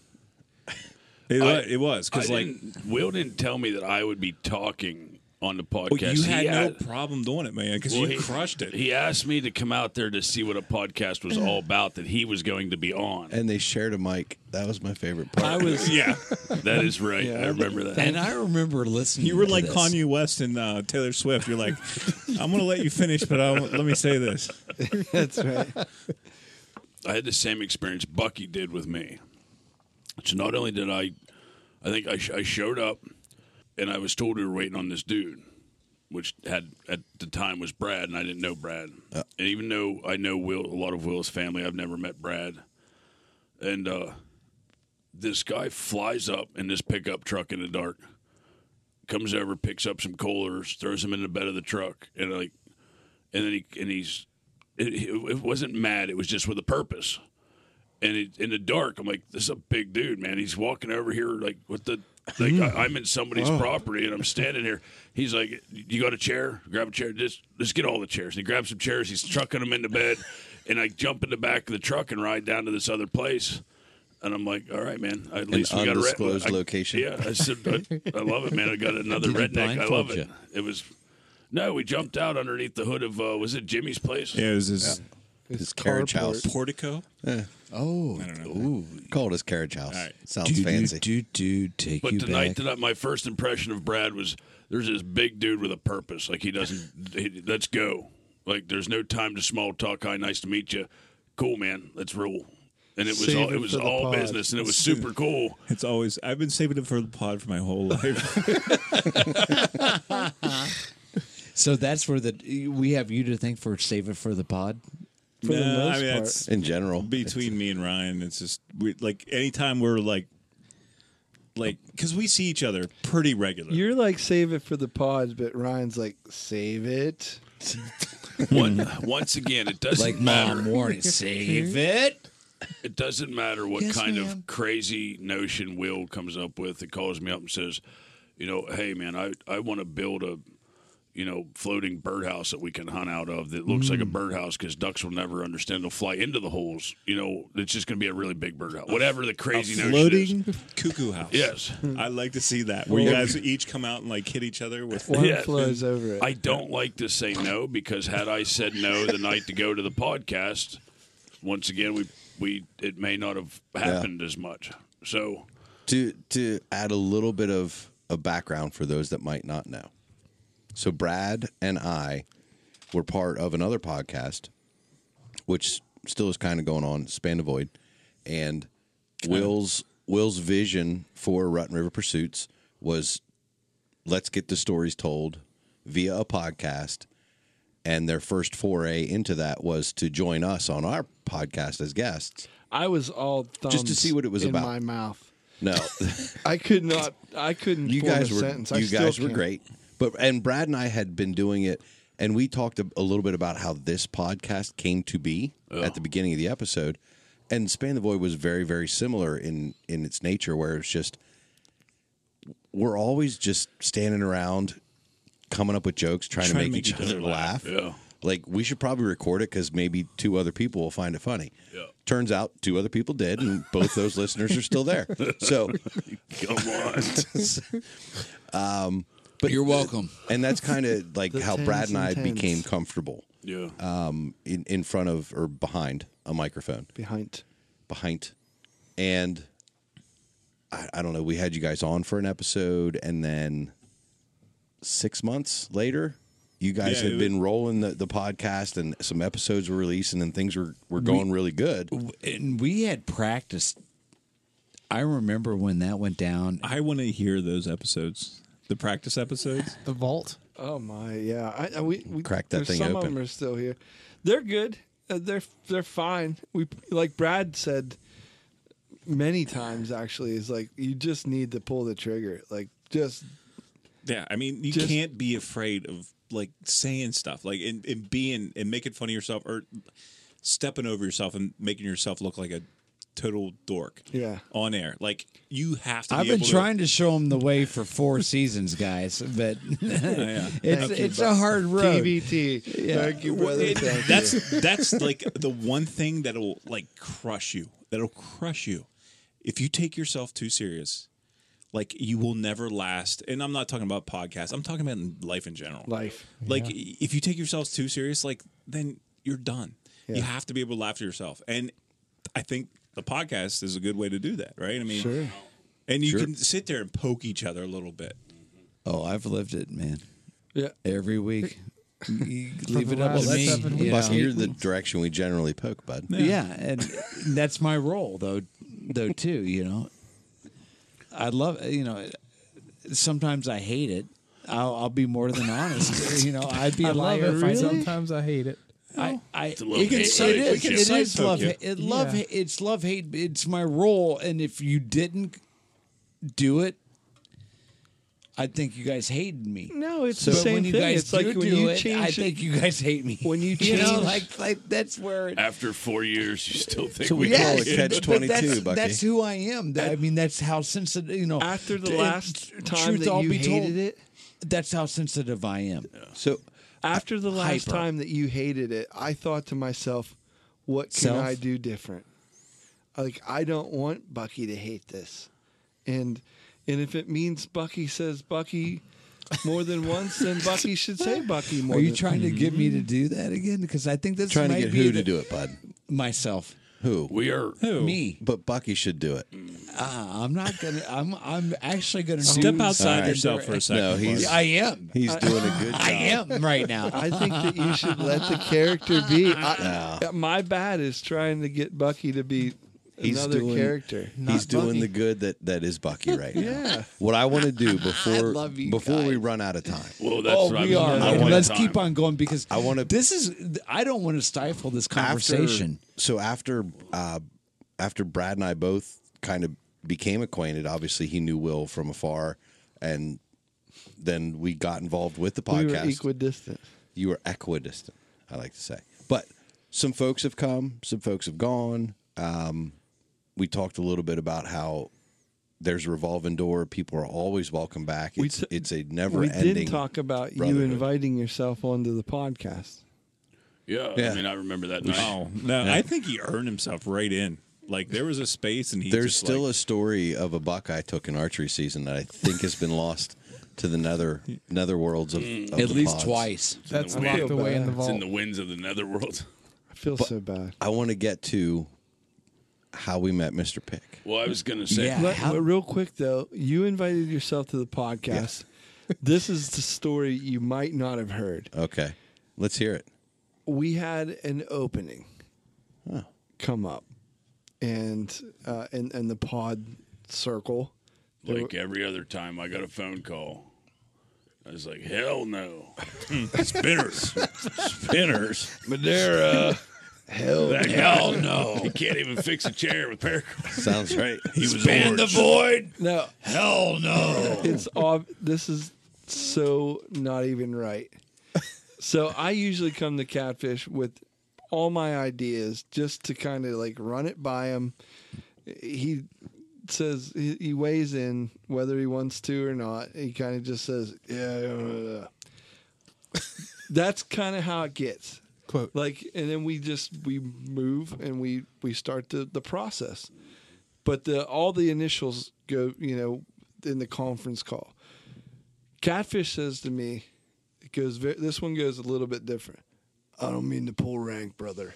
Speaker 17: it,
Speaker 13: I-
Speaker 17: wa- it was because
Speaker 13: I
Speaker 17: like
Speaker 13: didn't- Will didn't tell me that I would be talking on the
Speaker 17: well,
Speaker 13: podcast.
Speaker 17: you had
Speaker 13: He
Speaker 17: no
Speaker 13: a-
Speaker 17: problem doing it, man, because
Speaker 13: Well,
Speaker 17: you
Speaker 13: he-
Speaker 17: crushed it.
Speaker 13: He asked me to come out there to see what a podcast was all about that he was going to be on.
Speaker 6: And they shared a mic. That was my favorite part.
Speaker 17: I was-
Speaker 13: yeah, that is right. I remember that.
Speaker 10: and i remember listening
Speaker 17: You were
Speaker 10: to
Speaker 17: like
Speaker 10: this.
Speaker 17: Kanye West and uh, Taylor Swift. You're like, I'm gonna let you finish, but I let me say this.
Speaker 11: That's right.
Speaker 13: I had the same experience Bucky did with me. So not only did I, I think I, sh- I showed up, and I was told we were waiting on this dude, which had at the time was Brad, and I didn't know Brad. And even though I know Will, a lot of Will's family, I've never met Brad. And uh, this guy flies up in this pickup truck in the dark, comes over, picks up some coolers, throws them in the bed of the truck, and like, and then he and he's it, it it wasn't mad. It was just with a purpose. And it, in the dark, I'm like, this is a big dude, man. He's walking over here like with the like I, I'm in somebody's property and I'm standing here. He's like, you got a chair? Grab a chair. Just let's get all the chairs. And he grabs some chairs. He's trucking them into bed, and I jump in the back of the truck and ride down to this other place. And I'm like, all right, man. At
Speaker 6: An
Speaker 13: least we got a red-
Speaker 6: undisclosed
Speaker 13: I-
Speaker 6: location.
Speaker 13: Yeah, I said, I, I love it, man. I got another
Speaker 6: Did he
Speaker 13: redneck. I love
Speaker 6: blindfold
Speaker 13: it.
Speaker 6: you?
Speaker 13: It was no, we jumped out underneath the hood of uh, was it Jimmy's place?
Speaker 17: Yeah, it was his,
Speaker 6: his carriage house.
Speaker 17: portico.
Speaker 6: Yeah.
Speaker 10: oh ooh.
Speaker 6: Call it his carriage house.
Speaker 17: All right.
Speaker 6: Sounds
Speaker 10: Do, do,
Speaker 6: fancy.
Speaker 10: do, do, take
Speaker 13: But
Speaker 10: you
Speaker 13: tonight,
Speaker 10: back
Speaker 13: that I, my first impression of Brad was there's this big dude with a purpose. Like he doesn't. he, let's go. Like there's no time to small talk. Hi, nice to meet you. Cool, man. Let's roll. And it was
Speaker 11: Save
Speaker 13: all
Speaker 11: it
Speaker 13: it was
Speaker 11: for the
Speaker 13: all
Speaker 11: pod.
Speaker 13: business, and it was super cool.
Speaker 17: It's always I've been saving it for the pod for my whole life.
Speaker 10: so that's where the we have you to thank for save it for the pod
Speaker 11: For the most
Speaker 17: I mean
Speaker 11: part.
Speaker 17: that's
Speaker 6: In general.
Speaker 17: between me and Ryan. It's just we, like anytime we're like, like because we see each other pretty regularly.
Speaker 11: You're like save it for the pods, but Ryan's like save it.
Speaker 13: One, once again, it doesn't
Speaker 10: like
Speaker 13: matter.
Speaker 10: mom warning save it
Speaker 13: It doesn't matter what
Speaker 10: Yes,
Speaker 13: kind
Speaker 10: ma'am.
Speaker 13: of crazy notion Will comes up with. It calls me up and says, "You know, hey man, I I want to build a you know, floating birdhouse that we can hunt out of that looks like a
Speaker 18: Mm.
Speaker 13: birdhouse because ducks will never understand. They'll fly into the holes. You know, it's just going to be a really big birdhouse. Whatever the crazy
Speaker 17: a
Speaker 13: notion
Speaker 17: floating
Speaker 13: is.
Speaker 17: cuckoo house.
Speaker 13: Yes.
Speaker 17: I like to see that where you guys each come out and like hit each other with
Speaker 13: Yeah. I don't like to say no because had I said no the night to go to the podcast, once again we we it may not have happened as much. So
Speaker 6: to to add a little bit of a background for those that might not know. So Brad and I were part of another podcast, which still is kind of going on, Span the Void, and Will's Will's vision for Rut and River Pursuits was let's get the stories told via a podcast. And their first foray into that was to join us on our podcast as guests.
Speaker 11: I was all thumbs
Speaker 6: Just to see what it was
Speaker 11: in
Speaker 6: about.
Speaker 11: my mouth.
Speaker 6: No,
Speaker 11: I could not. I couldn't.
Speaker 6: you
Speaker 11: form
Speaker 6: guys
Speaker 11: a
Speaker 6: were
Speaker 11: Sentence. I
Speaker 6: you
Speaker 11: still
Speaker 6: guys were
Speaker 11: can't.
Speaker 6: great but and brad and i had been doing it and we talked a, a little bit about how this podcast came to be at the beginning of the episode and span the void was very very similar in in its nature where it's just we're always just standing around coming up with jokes trying, to make, each other laugh,
Speaker 13: Yeah.
Speaker 6: like we should probably record it because maybe two other people will find it funny yeah. turns out two other people did and both those listeners are still there so
Speaker 13: come on
Speaker 6: um, but you're welcome. And that's kind of like
Speaker 13: The
Speaker 6: how Brad
Speaker 13: tens
Speaker 6: and I
Speaker 13: and tens.
Speaker 6: became comfortable.
Speaker 13: Yeah.
Speaker 6: Um, in, in front of or behind a microphone.
Speaker 11: Behind.
Speaker 6: Behind. And I, I don't know. We had you guys on for an episode, and then six months later. You guys
Speaker 17: Yeah,
Speaker 6: had
Speaker 17: it
Speaker 6: been rolling the, the podcast, and some episodes were releasing, and things were, were going
Speaker 10: We-
Speaker 6: really good.
Speaker 10: And we had practiced. I remember when that went down.
Speaker 17: I want to hear those episodes, the practice episodes.
Speaker 9: The vault.
Speaker 11: Oh my, yeah. I, I we, we
Speaker 17: Crack that
Speaker 11: there's
Speaker 17: thing
Speaker 11: Some
Speaker 17: open.
Speaker 11: of them are still here. They're good. Uh, they're they're fine. We like Brad said many times. Actually, is like you just need to pull the trigger. Like just
Speaker 17: Yeah, I mean, you
Speaker 11: Just-
Speaker 17: can't be afraid of like saying stuff, like and, and being and making fun of yourself or stepping over yourself and making yourself look like a total dork.
Speaker 11: Yeah.
Speaker 17: on air, like you have to.
Speaker 10: I've
Speaker 17: be
Speaker 10: been
Speaker 17: able
Speaker 10: trying to show them the way for four seasons, guys, but
Speaker 17: Yeah.
Speaker 10: it's
Speaker 17: Thank you,
Speaker 10: it's
Speaker 17: bud.
Speaker 10: a hard road.
Speaker 11: TBT. Thank you, brother.
Speaker 17: It-
Speaker 11: Thank you.
Speaker 17: that's that's like the one thing that'll like crush you. That'll crush you if you take yourself too serious. Like you will never last. And I'm not talking about podcasts. I'm talking about in life in general.
Speaker 11: Life.
Speaker 17: Like if you take yourselves too serious, like then you're done.
Speaker 11: Yeah.
Speaker 17: You have to be able to laugh at yourself. And I think the podcast is a good way to do that, right? I mean,
Speaker 11: Sure.
Speaker 17: and you
Speaker 10: Sure.
Speaker 17: can sit there and poke each other a little bit.
Speaker 10: Oh, I've lived it, man.
Speaker 11: Yeah.
Speaker 10: Every week. You Leave
Speaker 6: Well,
Speaker 10: it up to me.
Speaker 6: that's-
Speaker 10: you
Speaker 6: Buck,
Speaker 10: know.
Speaker 6: you're the direction we generally poke, bud.
Speaker 10: yeah. and that's my role though though too, you know. I love you know sometimes I hate it. I'll, I'll be more than honest. you know, I'd be
Speaker 9: I
Speaker 10: a
Speaker 9: love
Speaker 10: liar.
Speaker 9: it.
Speaker 10: Really?
Speaker 9: Sometimes I hate it.
Speaker 10: I, I,
Speaker 9: It's a
Speaker 13: love
Speaker 10: it, can- it
Speaker 13: hate
Speaker 10: is,
Speaker 13: relationship.
Speaker 10: it is
Speaker 13: Side
Speaker 10: love,
Speaker 13: poke
Speaker 10: hate.
Speaker 13: you.
Speaker 10: it love,
Speaker 13: Yeah.
Speaker 10: hate. it's love, hate. It's my role, and if you didn't do it, I think you guys hated me.
Speaker 11: No, it's
Speaker 10: So
Speaker 11: the
Speaker 10: but
Speaker 11: same
Speaker 10: when you
Speaker 11: thing.
Speaker 10: guys
Speaker 11: it's like
Speaker 10: do
Speaker 11: when
Speaker 10: do
Speaker 11: you
Speaker 10: it,
Speaker 11: change.
Speaker 10: I
Speaker 11: it-
Speaker 10: think you guys hate me.
Speaker 11: when you
Speaker 10: You
Speaker 11: change,
Speaker 10: know, like like that's where.
Speaker 13: after four years you still think
Speaker 10: So
Speaker 13: Uh, we
Speaker 10: yes,
Speaker 13: can-
Speaker 10: but That's, that's who I am. That- I mean, that's how sensitive. You know,
Speaker 11: After the
Speaker 10: t-
Speaker 11: last
Speaker 10: t-
Speaker 11: time that you hated it?
Speaker 10: that's how sensitive I am.
Speaker 6: So
Speaker 11: after the last
Speaker 10: Hyper.
Speaker 11: time that you hated it, I thought to myself, what can
Speaker 10: Self?
Speaker 11: I do different? Like I don't want Bucky to hate this. And and if it means Bucky says Bucky more than once, then Bucky should say Bucky more
Speaker 10: Are you
Speaker 11: than-
Speaker 10: trying to get me to do that again? Because I think that's
Speaker 6: Mm-hmm. Trying to
Speaker 10: might
Speaker 6: get
Speaker 10: be
Speaker 6: who
Speaker 10: the-
Speaker 6: to do it, bud?
Speaker 10: Myself.
Speaker 6: Who?
Speaker 13: We are
Speaker 10: Who? Me.
Speaker 6: But Bucky should do it.
Speaker 10: Ah, I'm not gonna. I'm. I'm actually gonna
Speaker 17: Step
Speaker 10: do
Speaker 17: outside
Speaker 10: something
Speaker 17: yourself for a
Speaker 10: different.
Speaker 17: second,
Speaker 6: No, he's-
Speaker 10: I am.
Speaker 6: He's
Speaker 10: I-
Speaker 6: doing a good
Speaker 10: I
Speaker 6: job.
Speaker 10: am right now.
Speaker 11: I think that you should let the character be. I, My bad is trying to get Bucky to be
Speaker 6: He's
Speaker 11: another
Speaker 6: doing,
Speaker 11: character.
Speaker 6: He's doing the good that that is Bucky right now.
Speaker 11: Yeah.
Speaker 6: What I want to do before
Speaker 10: love you
Speaker 6: before we run out of time.
Speaker 13: Well,
Speaker 10: oh, we are.
Speaker 6: I
Speaker 10: And
Speaker 6: wanna-
Speaker 10: Let's keep on going because
Speaker 6: I want to.
Speaker 10: This is. I don't want to stifle this
Speaker 6: after-
Speaker 10: conversation.
Speaker 6: so after uh, after Brad and I both kind of became acquainted, obviously he knew Will from afar, and then we got involved with the
Speaker 11: We
Speaker 6: podcast.
Speaker 11: were equidistant.
Speaker 6: you were equidistant. I like to say, but some folks have come, some folks have gone. Um, we talked a little bit about how there's a revolving door. People are always welcome back. It's, it's a never
Speaker 11: we
Speaker 6: ending.
Speaker 11: did talk about you
Speaker 6: brotherhood.
Speaker 11: inviting yourself onto the podcast.
Speaker 13: Yeah,
Speaker 6: Yeah.
Speaker 13: I mean, I remember that
Speaker 6: We
Speaker 13: night.
Speaker 17: Oh no,
Speaker 6: Yeah.
Speaker 17: I think he earned himself right in. Like there was a space, and he
Speaker 6: There's
Speaker 17: just,
Speaker 6: still
Speaker 17: like,
Speaker 6: a story of a buck I took in archery season that I think has been lost to the nether nether worlds of,
Speaker 13: Mm.
Speaker 6: of the pods.
Speaker 13: It's in the wind. It's in the winds of the netherworld.
Speaker 11: I feel so bad.
Speaker 6: I want to get to how we met Mr. Pick.
Speaker 13: Well, I was gonna say,
Speaker 11: Let- but real quick though, you invited yourself to the podcast. this is the story you might not have heard.
Speaker 6: Okay, let's hear it.
Speaker 11: We had an opening come up, and uh, in in the pod circle. There
Speaker 13: like every other time, I got a phone call. I was like, hell no, spinners, spinners, Madeira.
Speaker 11: Hell
Speaker 13: That
Speaker 11: no.
Speaker 13: guy- He can't even fix a chair with paracord.
Speaker 6: Sounds right.
Speaker 13: He was
Speaker 11: Span
Speaker 13: orange.
Speaker 11: the void? No.
Speaker 13: Hell no.
Speaker 11: it's all this is so not even right so i usually come to catfish with all my ideas just to kind of like run it by him he says he, he weighs in whether he wants to or not he kind of just says yeah blah, blah, blah." that's kind of how it gets
Speaker 9: quote
Speaker 11: like and then we just we move and we we start the the process but the all the initials go you know in the conference call catfish says to me it goes ve- this one goes a little bit different i don't mean to pull rank brother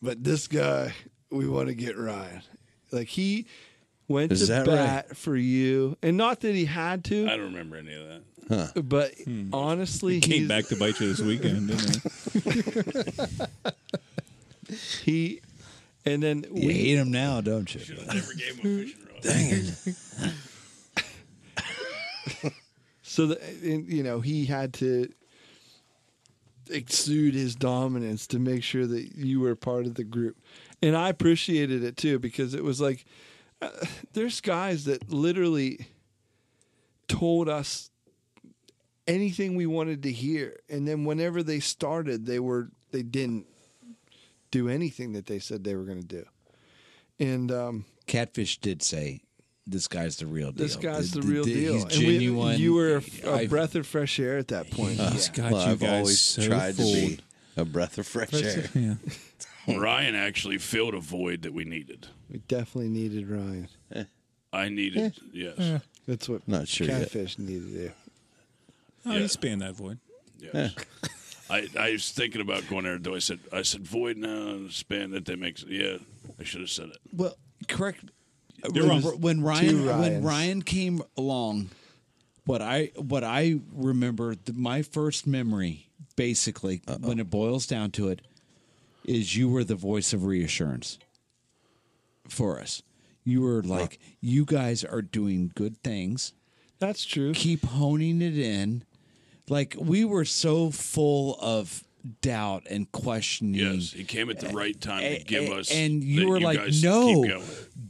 Speaker 11: but this guy we want to get ryan like he went
Speaker 6: Is
Speaker 11: to
Speaker 6: that
Speaker 11: bat for you and not that he had to
Speaker 13: I don't remember any of that.
Speaker 11: but
Speaker 6: Hmm.
Speaker 11: honestly
Speaker 17: he came
Speaker 11: he's-
Speaker 17: back to bite you this weekend, didn't he?
Speaker 11: he and then
Speaker 10: You
Speaker 11: we
Speaker 10: hate him now, don't you?
Speaker 6: Dang it.
Speaker 11: So the, and, you know he had to exude his dominance to make sure that you were part of the group, and I appreciated it too because it was like uh, there's guys that literally told us anything we wanted to hear, and then whenever they started, they were they didn't do anything that they said they were going to do, and um,
Speaker 10: Catfish did say, "This guy's the real deal.
Speaker 11: this guy's the
Speaker 10: Th-
Speaker 11: real
Speaker 10: th-
Speaker 11: deal.
Speaker 10: He's
Speaker 11: And we-
Speaker 10: genuine."
Speaker 11: you were a, f- a
Speaker 10: I've-
Speaker 11: breath of fresh air at that point.
Speaker 10: He's
Speaker 6: Well, I've always tried to be a breath of fresh
Speaker 11: Fresh
Speaker 6: air.
Speaker 11: air.
Speaker 13: Ryan actually filled a void that we needed.
Speaker 11: We definitely needed Ryan.
Speaker 13: I needed, yes.
Speaker 11: That's what
Speaker 6: Not sure yet.
Speaker 11: Catfish needed to do.
Speaker 17: Oh,
Speaker 13: Yeah.
Speaker 17: he spanned that void.
Speaker 13: Yes. I, I was thinking about going there. Though I said I said void now span that they make. Yeah, I should have said it.
Speaker 10: Well, correct.
Speaker 13: You're
Speaker 10: when,
Speaker 13: wrong.
Speaker 10: when
Speaker 13: Two
Speaker 10: Ryan when
Speaker 13: Ryans.
Speaker 10: Ryan came along, what I what I remember the, my first memory basically when it boils down to it is you were the voice of reassurance for us. You were like you guys are doing good things.
Speaker 11: That's true.
Speaker 10: Keep honing it in. Like we were so full of doubt and questioning.
Speaker 13: Yes, he came at the right time
Speaker 6: eh,
Speaker 13: to give
Speaker 10: A-
Speaker 13: us.
Speaker 10: And
Speaker 13: that
Speaker 10: you were like,
Speaker 13: guys
Speaker 10: no,
Speaker 13: keep going."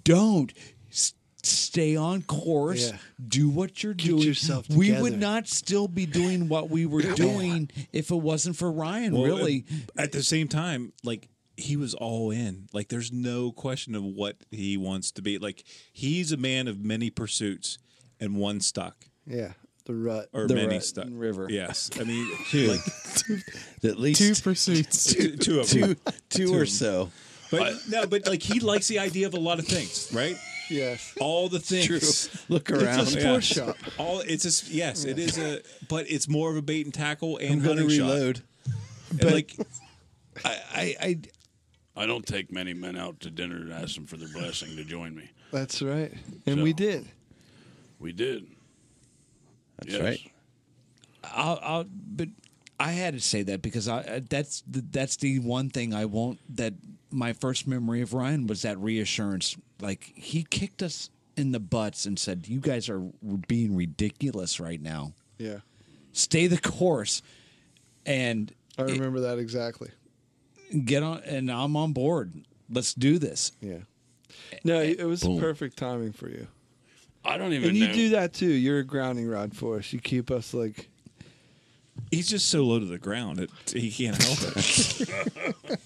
Speaker 10: don't. S- stay on course.
Speaker 11: Yeah.
Speaker 10: Do what you're doing.
Speaker 11: yourself
Speaker 10: we
Speaker 11: together.
Speaker 10: would not still be doing what we were doing if it wasn't for Ryan,
Speaker 17: Well,
Speaker 10: really.
Speaker 17: At the same time, like he was all in. Like there's no question of what he wants to be. Like he's a man of many pursuits and one stuck
Speaker 11: Yeah, the rut
Speaker 17: or
Speaker 11: the
Speaker 17: many
Speaker 11: rut
Speaker 17: stuck
Speaker 11: and river.
Speaker 17: Yes, I mean
Speaker 6: Two.
Speaker 17: like
Speaker 6: At least
Speaker 9: two pursuits.
Speaker 17: two, two of
Speaker 6: Two-
Speaker 17: them,
Speaker 6: two
Speaker 17: of
Speaker 6: or
Speaker 17: them.
Speaker 6: so.
Speaker 17: But no, but like he likes the idea of a lot of things, right?
Speaker 11: Yes,
Speaker 17: all the things.
Speaker 6: true. Look It's a around. sport
Speaker 17: Yeah.
Speaker 6: shop.
Speaker 17: All it's just yes, it is a, but it's more of a bait and tackle
Speaker 6: I'm
Speaker 17: and
Speaker 6: going to
Speaker 17: hunting shop.
Speaker 6: reload.
Speaker 17: And, like
Speaker 10: I, I, I
Speaker 13: I don't take many men out to dinner and ask them for their blessing to join me.
Speaker 11: That's right. And we did.
Speaker 13: We did. That's
Speaker 6: right.
Speaker 10: I'll, I'll, but I had to say that because I I- that's the, that's the one thing I won't. That my first memory of Ryan was that reassurance. Like he kicked us in the butts and said, "You guys are being ridiculous right now.
Speaker 11: Yeah,
Speaker 10: Stay the course." And
Speaker 11: I remember that exactly.
Speaker 10: get on, and I'm on board. Let's do this.
Speaker 11: Yeah. No,
Speaker 17: Eh,
Speaker 11: it it was
Speaker 10: Boom.
Speaker 11: perfect timing for you.
Speaker 13: I don't even
Speaker 11: And you
Speaker 13: know.
Speaker 11: do that too. You're a grounding rod for us. You keep us like
Speaker 17: he's just so low to the ground that he can't help it.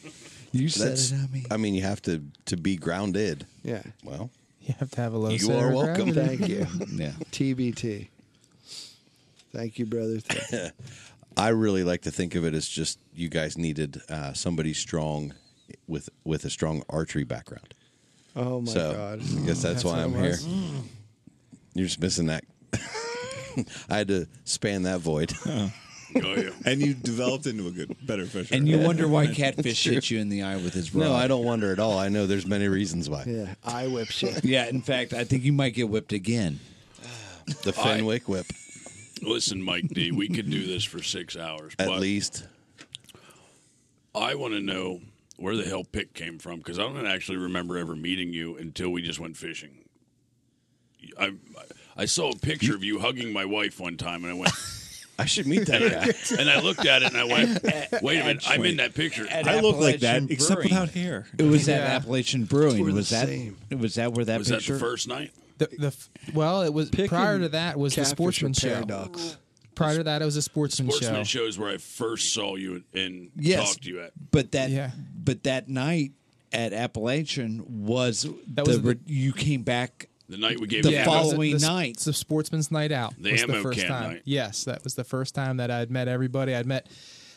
Speaker 10: You
Speaker 11: said it,
Speaker 6: I mean, you have to to be grounded.
Speaker 11: Yeah.
Speaker 6: Well,
Speaker 9: You have to have a low.
Speaker 11: You
Speaker 9: center of
Speaker 11: are welcome.
Speaker 9: gravity.
Speaker 11: Thank you.
Speaker 10: yeah.
Speaker 11: TBT. Thank you, brother.
Speaker 6: I really like to think of it as just you guys needed uh, somebody strong with with a strong archery background.
Speaker 11: Oh my
Speaker 6: so
Speaker 11: god.
Speaker 6: I guess that's, why I'm
Speaker 11: what it
Speaker 6: here. Mm.
Speaker 11: was.
Speaker 6: You're just missing that. I had to span that void.
Speaker 17: and you developed into a good, better fisher.
Speaker 6: And you wonder why
Speaker 10: Catfish hit you in the eye with his rod.
Speaker 6: No, I don't wonder at all. I know there's many reasons why.
Speaker 11: Yeah, I whip shit.
Speaker 10: yeah, in fact, I think you might get whipped again.
Speaker 6: The Fenwick whip.
Speaker 13: Listen, Mike D, we could do this for six hours.
Speaker 6: At
Speaker 13: but
Speaker 6: least.
Speaker 13: I want to know where the hell Pick came from because I don't actually remember ever meeting you until we just went fishing. I I saw a picture of you hugging my wife one time, and I went.
Speaker 6: I should meet that
Speaker 13: guy. And I looked at it and I went, "Wait a minute, I'm in that picture.
Speaker 10: I look like that, Appalachian except Brewing. without
Speaker 17: hair."
Speaker 10: It was at
Speaker 9: Yeah.
Speaker 10: Appalachian Brewing.
Speaker 9: We're the
Speaker 10: was that
Speaker 9: same.
Speaker 10: was that where that
Speaker 13: Was that
Speaker 10: picture?
Speaker 13: the first night?
Speaker 9: The, the f- well, it was prior to that was the
Speaker 13: catfish or
Speaker 9: sportsman show.
Speaker 13: paradox.
Speaker 9: Prior to that, it was a sportsman,
Speaker 13: Sportsman
Speaker 9: show.
Speaker 13: shows where I first saw you and
Speaker 10: Yes.
Speaker 13: talked to you at.
Speaker 10: But that but that night at Appalachian was that
Speaker 9: was
Speaker 10: the, re- you came back
Speaker 13: The night we gave
Speaker 10: the
Speaker 13: you the-
Speaker 10: following
Speaker 9: the, the,
Speaker 10: night.
Speaker 9: The sportsman's night out.
Speaker 13: The
Speaker 9: was
Speaker 13: ammo
Speaker 9: the first
Speaker 13: can
Speaker 9: time.
Speaker 13: night.
Speaker 9: Yes, that was the first time that I'd met everybody. I'd met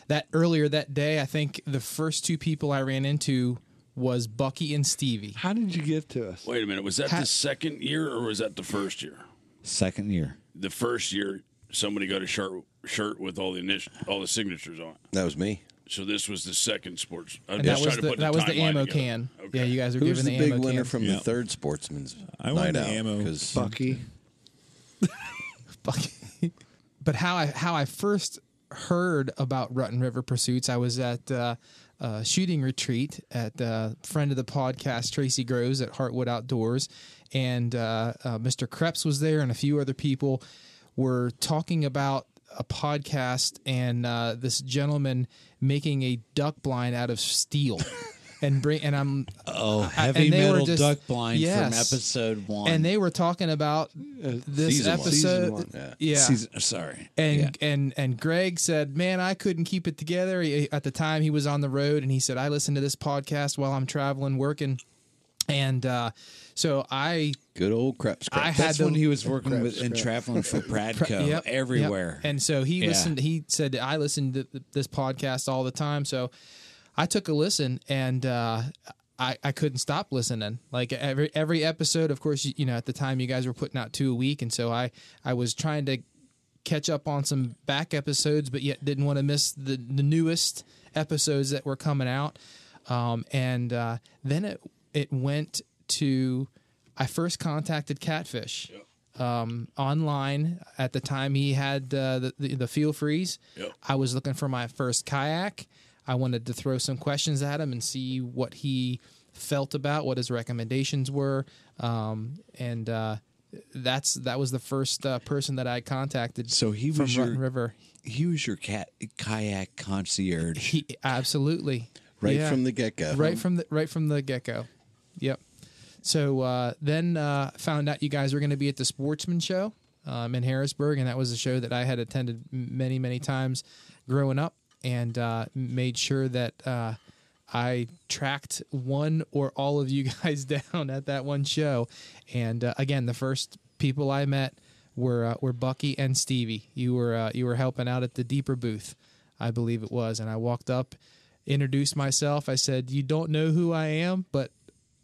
Speaker 9: that earlier that day. I think the first two people I ran into was Bucky and Stevie.
Speaker 11: How did you get to us?
Speaker 13: Wait a minute, was that
Speaker 9: Ha-
Speaker 13: the second year or was that the first year?
Speaker 10: Second year.
Speaker 13: The first year, somebody got a shirt shirt with all the initial, all the signatures on. it.
Speaker 6: That was me.
Speaker 13: So this was the second sports. I'm
Speaker 9: And that
Speaker 13: just trying
Speaker 9: was
Speaker 13: to
Speaker 9: the,
Speaker 13: put
Speaker 9: that was the
Speaker 13: timeline
Speaker 9: ammo
Speaker 13: together.
Speaker 9: can. Yeah, you guys are
Speaker 6: Who's
Speaker 9: giving
Speaker 6: the
Speaker 9: the,
Speaker 6: big
Speaker 9: ammo
Speaker 6: winner
Speaker 9: can.
Speaker 6: from the third sportsman's
Speaker 9: I won
Speaker 6: night
Speaker 9: the
Speaker 6: out?
Speaker 9: ammo.
Speaker 6: 'Cause-
Speaker 11: Bucky.
Speaker 9: but how I how I first heard about Rutten River Pursuits, I was at uh, a shooting retreat at uh, friend of the podcast Tracy Groves at Heartwood Outdoors, and uh, uh, Mr. Krebs was there, and a few other people were talking about a podcast and uh, this gentleman making a duck blind out of steel. And bring and I'm
Speaker 10: Oh,
Speaker 9: I-
Speaker 10: heavy
Speaker 9: Uh, and they were
Speaker 10: metal
Speaker 9: just-
Speaker 10: duck blind from
Speaker 9: yes.
Speaker 10: episode one.
Speaker 9: And they were talking about this
Speaker 10: Season one.
Speaker 9: episode.
Speaker 10: Season one, yeah.
Speaker 9: Yeah.
Speaker 10: Season- uh, sorry.
Speaker 9: And
Speaker 10: Yeah.
Speaker 9: and and Greg said, "Man, I couldn't keep it together." He- at the time, he was on the road, and he said, "I listen to this podcast while I'm traveling, working." And uh, so I
Speaker 6: Good old Krebs.
Speaker 9: I
Speaker 10: That's
Speaker 9: had to-
Speaker 10: when he was working
Speaker 9: Crap,
Speaker 10: with and
Speaker 9: crap.
Speaker 10: traveling for Pradco
Speaker 9: Yep, yep.
Speaker 10: everywhere.
Speaker 9: And so he
Speaker 10: Yeah.
Speaker 9: listened. He said, "I listened to th- this podcast all the time." So I took a listen, and uh, I I couldn't stop listening. Like every every episode, of course, you, you know, at the time you guys were putting out two a week, and so I I was trying to catch up on some back episodes, but yet didn't want to miss the the newest episodes that were coming out. Um, and uh, then it it went to I first contacted Catfish um, online at the time he had uh, the, the the feel freeze.
Speaker 13: Yep.
Speaker 9: I was looking for my first kayak. I wanted to throw some questions at him and see what he felt about what his recommendations were, um, and uh, that's that was the first uh, person that I contacted.
Speaker 10: So he
Speaker 9: from
Speaker 10: was your
Speaker 9: Rutten River.
Speaker 10: He was your cat kayak concierge.
Speaker 9: He absolutely
Speaker 10: Right
Speaker 9: Yeah.
Speaker 10: from the um, get-go.
Speaker 9: Right from the right from the get go. Yep. So uh, then uh, found out you guys were going to be at the Sportsman Show um, in Harrisburg, and that was a show that I had attended m- many many times growing up, and uh, made sure that uh, I tracked one or all of you guys down at that one show. And uh, again, the first people I met were uh, were Bucky and Stevie. You were uh, you were helping out at the deeper booth, I believe it was, and I walked up introduced myself. I said, You don't know who I am, but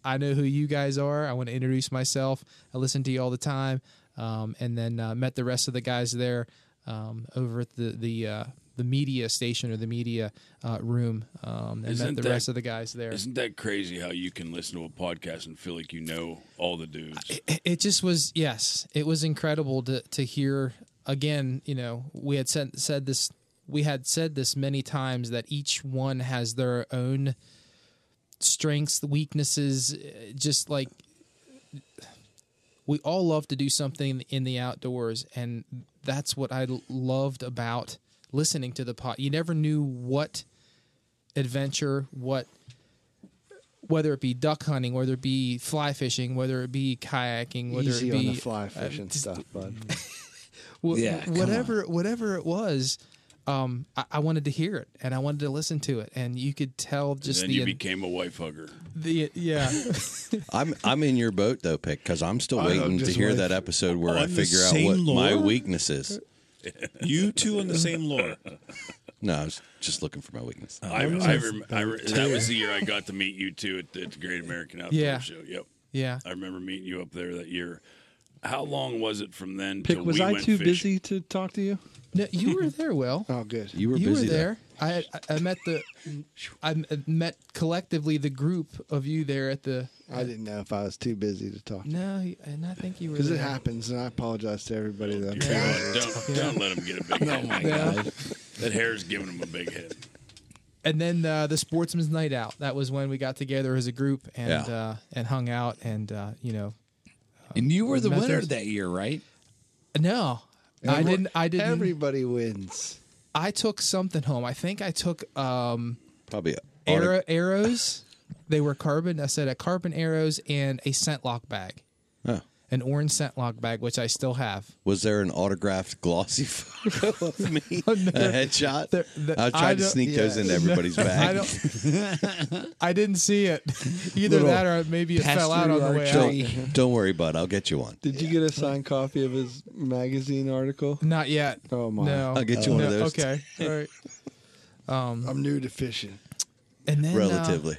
Speaker 9: I know who you guys are. I want to introduce myself. I listen to you all the time. Um, and then uh, met the rest of the guys there um, over at the, the, uh, the media station or the media uh, room um, and met the rest of the guys there.
Speaker 13: Isn't that crazy how you can listen to a podcast and feel like you know all the dudes?
Speaker 9: it just was yes it was incredible to to hear again you know we had said said this we had said this many times that each one has their own strengths weaknesses eh, just like we all love to do something in the outdoors and that's what i l- loved about listening to the pot you never knew what adventure what whether it be duck hunting whether it be fly fishing whether it be kayaking whether
Speaker 11: Easy
Speaker 9: it be
Speaker 11: on the fly
Speaker 9: uh,
Speaker 11: fishing stuff, bud.
Speaker 9: wh-
Speaker 11: Yeah, come
Speaker 9: whatever whatever it was um, I, I wanted to hear it and I wanted to listen to it, and you could tell
Speaker 13: And
Speaker 9: just
Speaker 13: then
Speaker 9: the
Speaker 13: you became a wife hugger.
Speaker 9: the yeah.
Speaker 6: I'm I'm in your boat though, Pick, because I'm still
Speaker 13: I'm
Speaker 6: waiting to
Speaker 13: just
Speaker 6: hear
Speaker 13: waiting.
Speaker 6: that episode where I
Speaker 13: On the
Speaker 6: figure out
Speaker 13: same
Speaker 6: what my
Speaker 13: lore?
Speaker 6: weakness is.
Speaker 17: You two on the same lore.
Speaker 6: No, I was just looking for my weakness.
Speaker 9: Uh,
Speaker 13: I, I, rem- I re- that was the year I got to meet you two at, the- at the Great American Outdoor
Speaker 9: Yeah.
Speaker 13: Show. Yep.
Speaker 9: Yeah.
Speaker 13: I remember meeting you up there that year. How long was it from then
Speaker 11: Pick,
Speaker 13: till
Speaker 11: was
Speaker 13: we
Speaker 11: I
Speaker 13: went
Speaker 11: too
Speaker 13: fishing?
Speaker 11: busy to talk to you?
Speaker 9: No, you were there, Will.
Speaker 11: Oh, good.
Speaker 6: You
Speaker 9: you were there. I I- I met the I m- met collectively the group of you there at the.
Speaker 11: I didn't know if I was too busy to talk.
Speaker 9: No, you- and I think you were.
Speaker 11: Because it
Speaker 9: there.
Speaker 11: happens, and I apologize to everybody that I'm
Speaker 13: Yeah.
Speaker 11: trying
Speaker 13: Don't, don't let him get a big
Speaker 11: Oh
Speaker 13: head.
Speaker 11: my Yeah. God.
Speaker 13: That hair's giving him a big head.
Speaker 9: And then uh, the Sportsman's Night Out. That was when we got together as a group and
Speaker 10: Yeah.
Speaker 9: uh, and hung out and uh, you know.
Speaker 10: And you were the
Speaker 9: Met
Speaker 10: winner
Speaker 9: those-
Speaker 10: that year, right?
Speaker 9: No, I
Speaker 10: Every-
Speaker 9: didn't. I didn't.
Speaker 11: Everybody wins.
Speaker 9: I took something home. I think I took um,
Speaker 6: Probably.
Speaker 9: arrow, arrows. They were carbon. I said a carbon arrows and a scent lock bag,
Speaker 6: Oh.
Speaker 9: an orange scent lock bag, which I still have.
Speaker 6: Was there an autographed glossy photo of me? a headshot? I was
Speaker 9: I
Speaker 6: trying to
Speaker 9: don't-
Speaker 6: sneak those into everybody's
Speaker 9: I
Speaker 6: bag.
Speaker 9: don't- I didn't see it. Either
Speaker 11: Little
Speaker 9: that or maybe it fell out on the way out.
Speaker 6: Don't, don't worry, bud. I'll get you one.
Speaker 11: Did you get a signed copy of his magazine article?
Speaker 9: Not yet.
Speaker 11: Oh my!
Speaker 9: No.
Speaker 6: I'll get you one of
Speaker 9: No,
Speaker 6: those.
Speaker 9: Okay. All right. Um,
Speaker 11: Mm-hmm. I'm new to fishing.
Speaker 9: And then uh,
Speaker 6: Relatively.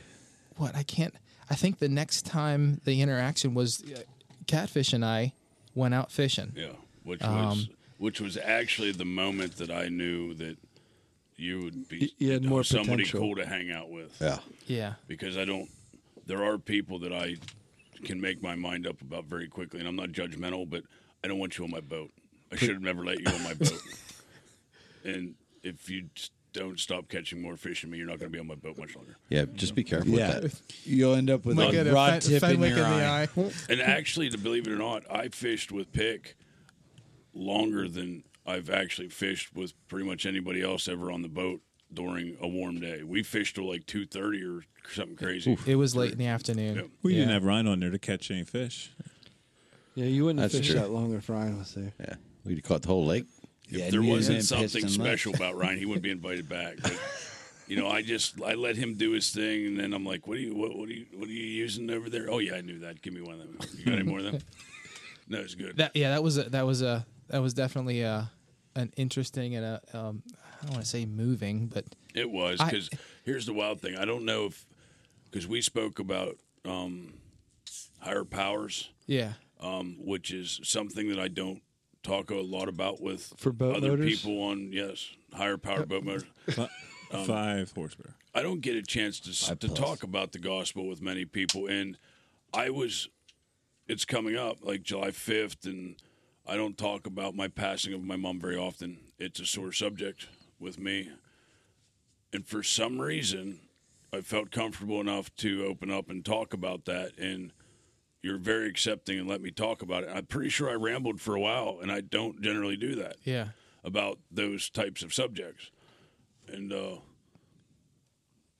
Speaker 9: what I can't. I think the next time the interaction was, uh, Catfish and I went out fishing.
Speaker 13: Yeah, which was
Speaker 9: Um,
Speaker 13: which was actually the moment that I knew that you would be
Speaker 11: you had
Speaker 13: know,
Speaker 11: more
Speaker 13: somebody
Speaker 11: potential.
Speaker 13: cool to hang out with.
Speaker 6: Yeah.
Speaker 9: Yeah.
Speaker 13: Because I don't. There are people that I can make my mind up about very quickly, and I'm not judgmental, but I don't want you on my boat. I should have never let you on my boat. And if you s- don't stop catching more fish than me, you're not going to be on my boat much longer.
Speaker 6: Yeah, just be careful
Speaker 10: Yeah.
Speaker 6: with that.
Speaker 10: You'll end up with
Speaker 13: Might get
Speaker 10: a
Speaker 13: a
Speaker 10: rod
Speaker 13: Fen-
Speaker 10: tip in,
Speaker 13: Fenwick
Speaker 10: your
Speaker 13: in the
Speaker 10: eye.
Speaker 13: And actually, to believe it or not, I fished with Pick longer than I've actually fished with pretty much anybody else ever on the boat during a warm day. We fished till like two thirty or something crazy.
Speaker 9: It was late in the afternoon.
Speaker 17: We
Speaker 9: yeah.
Speaker 17: didn't have Ryan on there to catch any fish.
Speaker 11: Yeah, you wouldn't have
Speaker 6: That's
Speaker 11: fished
Speaker 6: true.
Speaker 11: that long if Ryan was there.
Speaker 6: Yeah. We'd have caught the whole lake.
Speaker 13: If there wasn't something special about Ryan, he wouldn't be invited back. But, you know, I just I let him do his thing, and then I'm like, "What do you what, what are you what are you using over there?" Oh yeah, I knew that. Give me one of them. You got any more of them? No, it's good.
Speaker 9: That yeah, that was a, that was a that was definitely a an interesting and a um, I don't want to say moving, but
Speaker 13: It was
Speaker 9: I-
Speaker 13: because here's the wild thing. I don't know if because we spoke about um, higher powers,
Speaker 9: yeah,
Speaker 13: um, which is something that I don't talk a lot about with
Speaker 11: For boat
Speaker 13: other
Speaker 11: motors? Uh,
Speaker 13: people on yes higher power boat motor. Um,
Speaker 17: Five horsepower.
Speaker 13: I don't get a chance to s- to talk about the gospel with many people, and I was. It's coming up like July fifth, and I don't talk about my passing of my mom very often. It's a sore subject with me, and for some reason, I felt comfortable enough to open up and talk about that. And you're very accepting and let me talk about it. I'm pretty sure I rambled for a while, and I don't generally do that
Speaker 9: yeah.
Speaker 13: about those types of subjects. And, uh,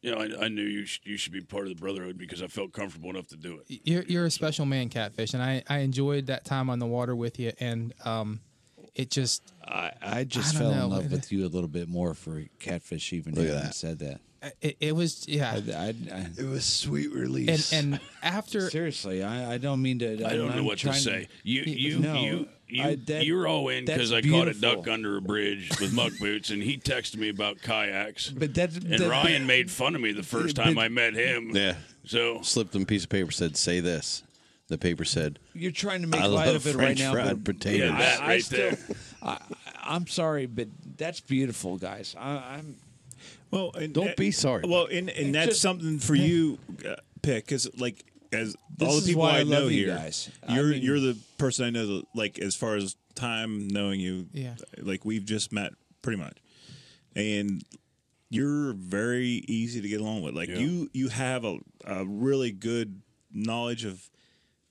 Speaker 13: you know, I, I knew you, sh- you should be part of the brotherhood because I felt comfortable enough to do it.
Speaker 9: You're you're a special man, catfish, and I I enjoyed that time on the water with you, and um, it just
Speaker 10: I, I just
Speaker 9: I don't
Speaker 10: fell
Speaker 9: know.
Speaker 10: in love with you a little bit more for catfish, even
Speaker 6: Look
Speaker 10: when
Speaker 6: at
Speaker 10: you
Speaker 6: that.
Speaker 10: said that.
Speaker 9: it, it was yeah.
Speaker 10: I, I,
Speaker 11: It was sweet
Speaker 9: and
Speaker 11: release.
Speaker 9: and after
Speaker 10: seriously, I, I don't mean to.
Speaker 13: I don't know
Speaker 10: I'm
Speaker 13: what to
Speaker 10: trying-
Speaker 13: say. You, you,
Speaker 10: No,
Speaker 13: you, you,
Speaker 10: I- that-
Speaker 13: you're all in
Speaker 10: that's
Speaker 13: because I caught a duck
Speaker 10: beautiful.
Speaker 13: under a bridge with muck boots, and he texted me about kayaks.
Speaker 10: But that,
Speaker 13: and
Speaker 10: that-
Speaker 13: Ryan made fun of me the first
Speaker 10: Yeah,
Speaker 13: time
Speaker 10: but-
Speaker 13: I met him.
Speaker 6: Yeah.
Speaker 13: So
Speaker 6: Slipped him a piece of paper, said, say this. The paper said,
Speaker 10: You're trying to make
Speaker 6: I
Speaker 10: light
Speaker 6: love
Speaker 10: of it
Speaker 6: French
Speaker 10: right now.
Speaker 6: fried
Speaker 10: but
Speaker 6: potatoes. Yeah, that right there.
Speaker 10: I, I'm sorry, but that's beautiful, guys. I, I'm.
Speaker 17: Well, and
Speaker 6: Don't be sorry.
Speaker 17: Well, and, and that's
Speaker 10: Just-
Speaker 17: something for you, uh, pick because like as
Speaker 10: This
Speaker 17: all
Speaker 10: is
Speaker 17: the people
Speaker 10: why
Speaker 17: I,
Speaker 10: I
Speaker 17: know
Speaker 10: love you
Speaker 17: here,
Speaker 10: guys. I
Speaker 17: you're
Speaker 10: mean-
Speaker 17: you're the person I know. That, like as far as time knowing you,
Speaker 9: Yeah.
Speaker 17: like we've just met pretty much, and you're very easy to get along with. Like
Speaker 13: Yeah.
Speaker 17: you you have a, a really good knowledge of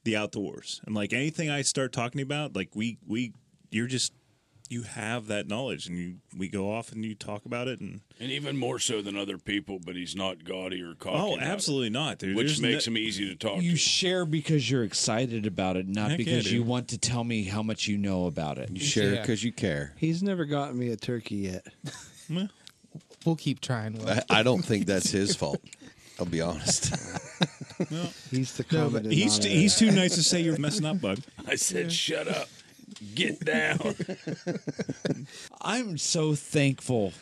Speaker 17: the outdoors, and like anything I start talking about, like we we you're just you have that knowledge, and you we go off and you talk about it and.
Speaker 13: And even more so than other people, but he's not gaudy or cocky.
Speaker 17: Oh,
Speaker 13: about it,
Speaker 17: absolutely not, dude.
Speaker 13: Which
Speaker 17: There's
Speaker 13: makes
Speaker 17: no-
Speaker 13: him easy to talk
Speaker 10: You
Speaker 13: to.
Speaker 10: share because you're excited about it, not
Speaker 17: Heck yeah,
Speaker 10: because you
Speaker 17: dude.
Speaker 10: want to tell me how much you know about it.
Speaker 6: you share because you care.
Speaker 11: He's never gotten me a turkey yet.
Speaker 9: We'll keep trying. Will.
Speaker 6: I, I don't think that's his fault. I'll be honest.
Speaker 11: he's the
Speaker 17: No, but- he's t- he's too nice to say you're messing up, bud.
Speaker 13: I said, shut up. Get down.
Speaker 10: I'm so thankful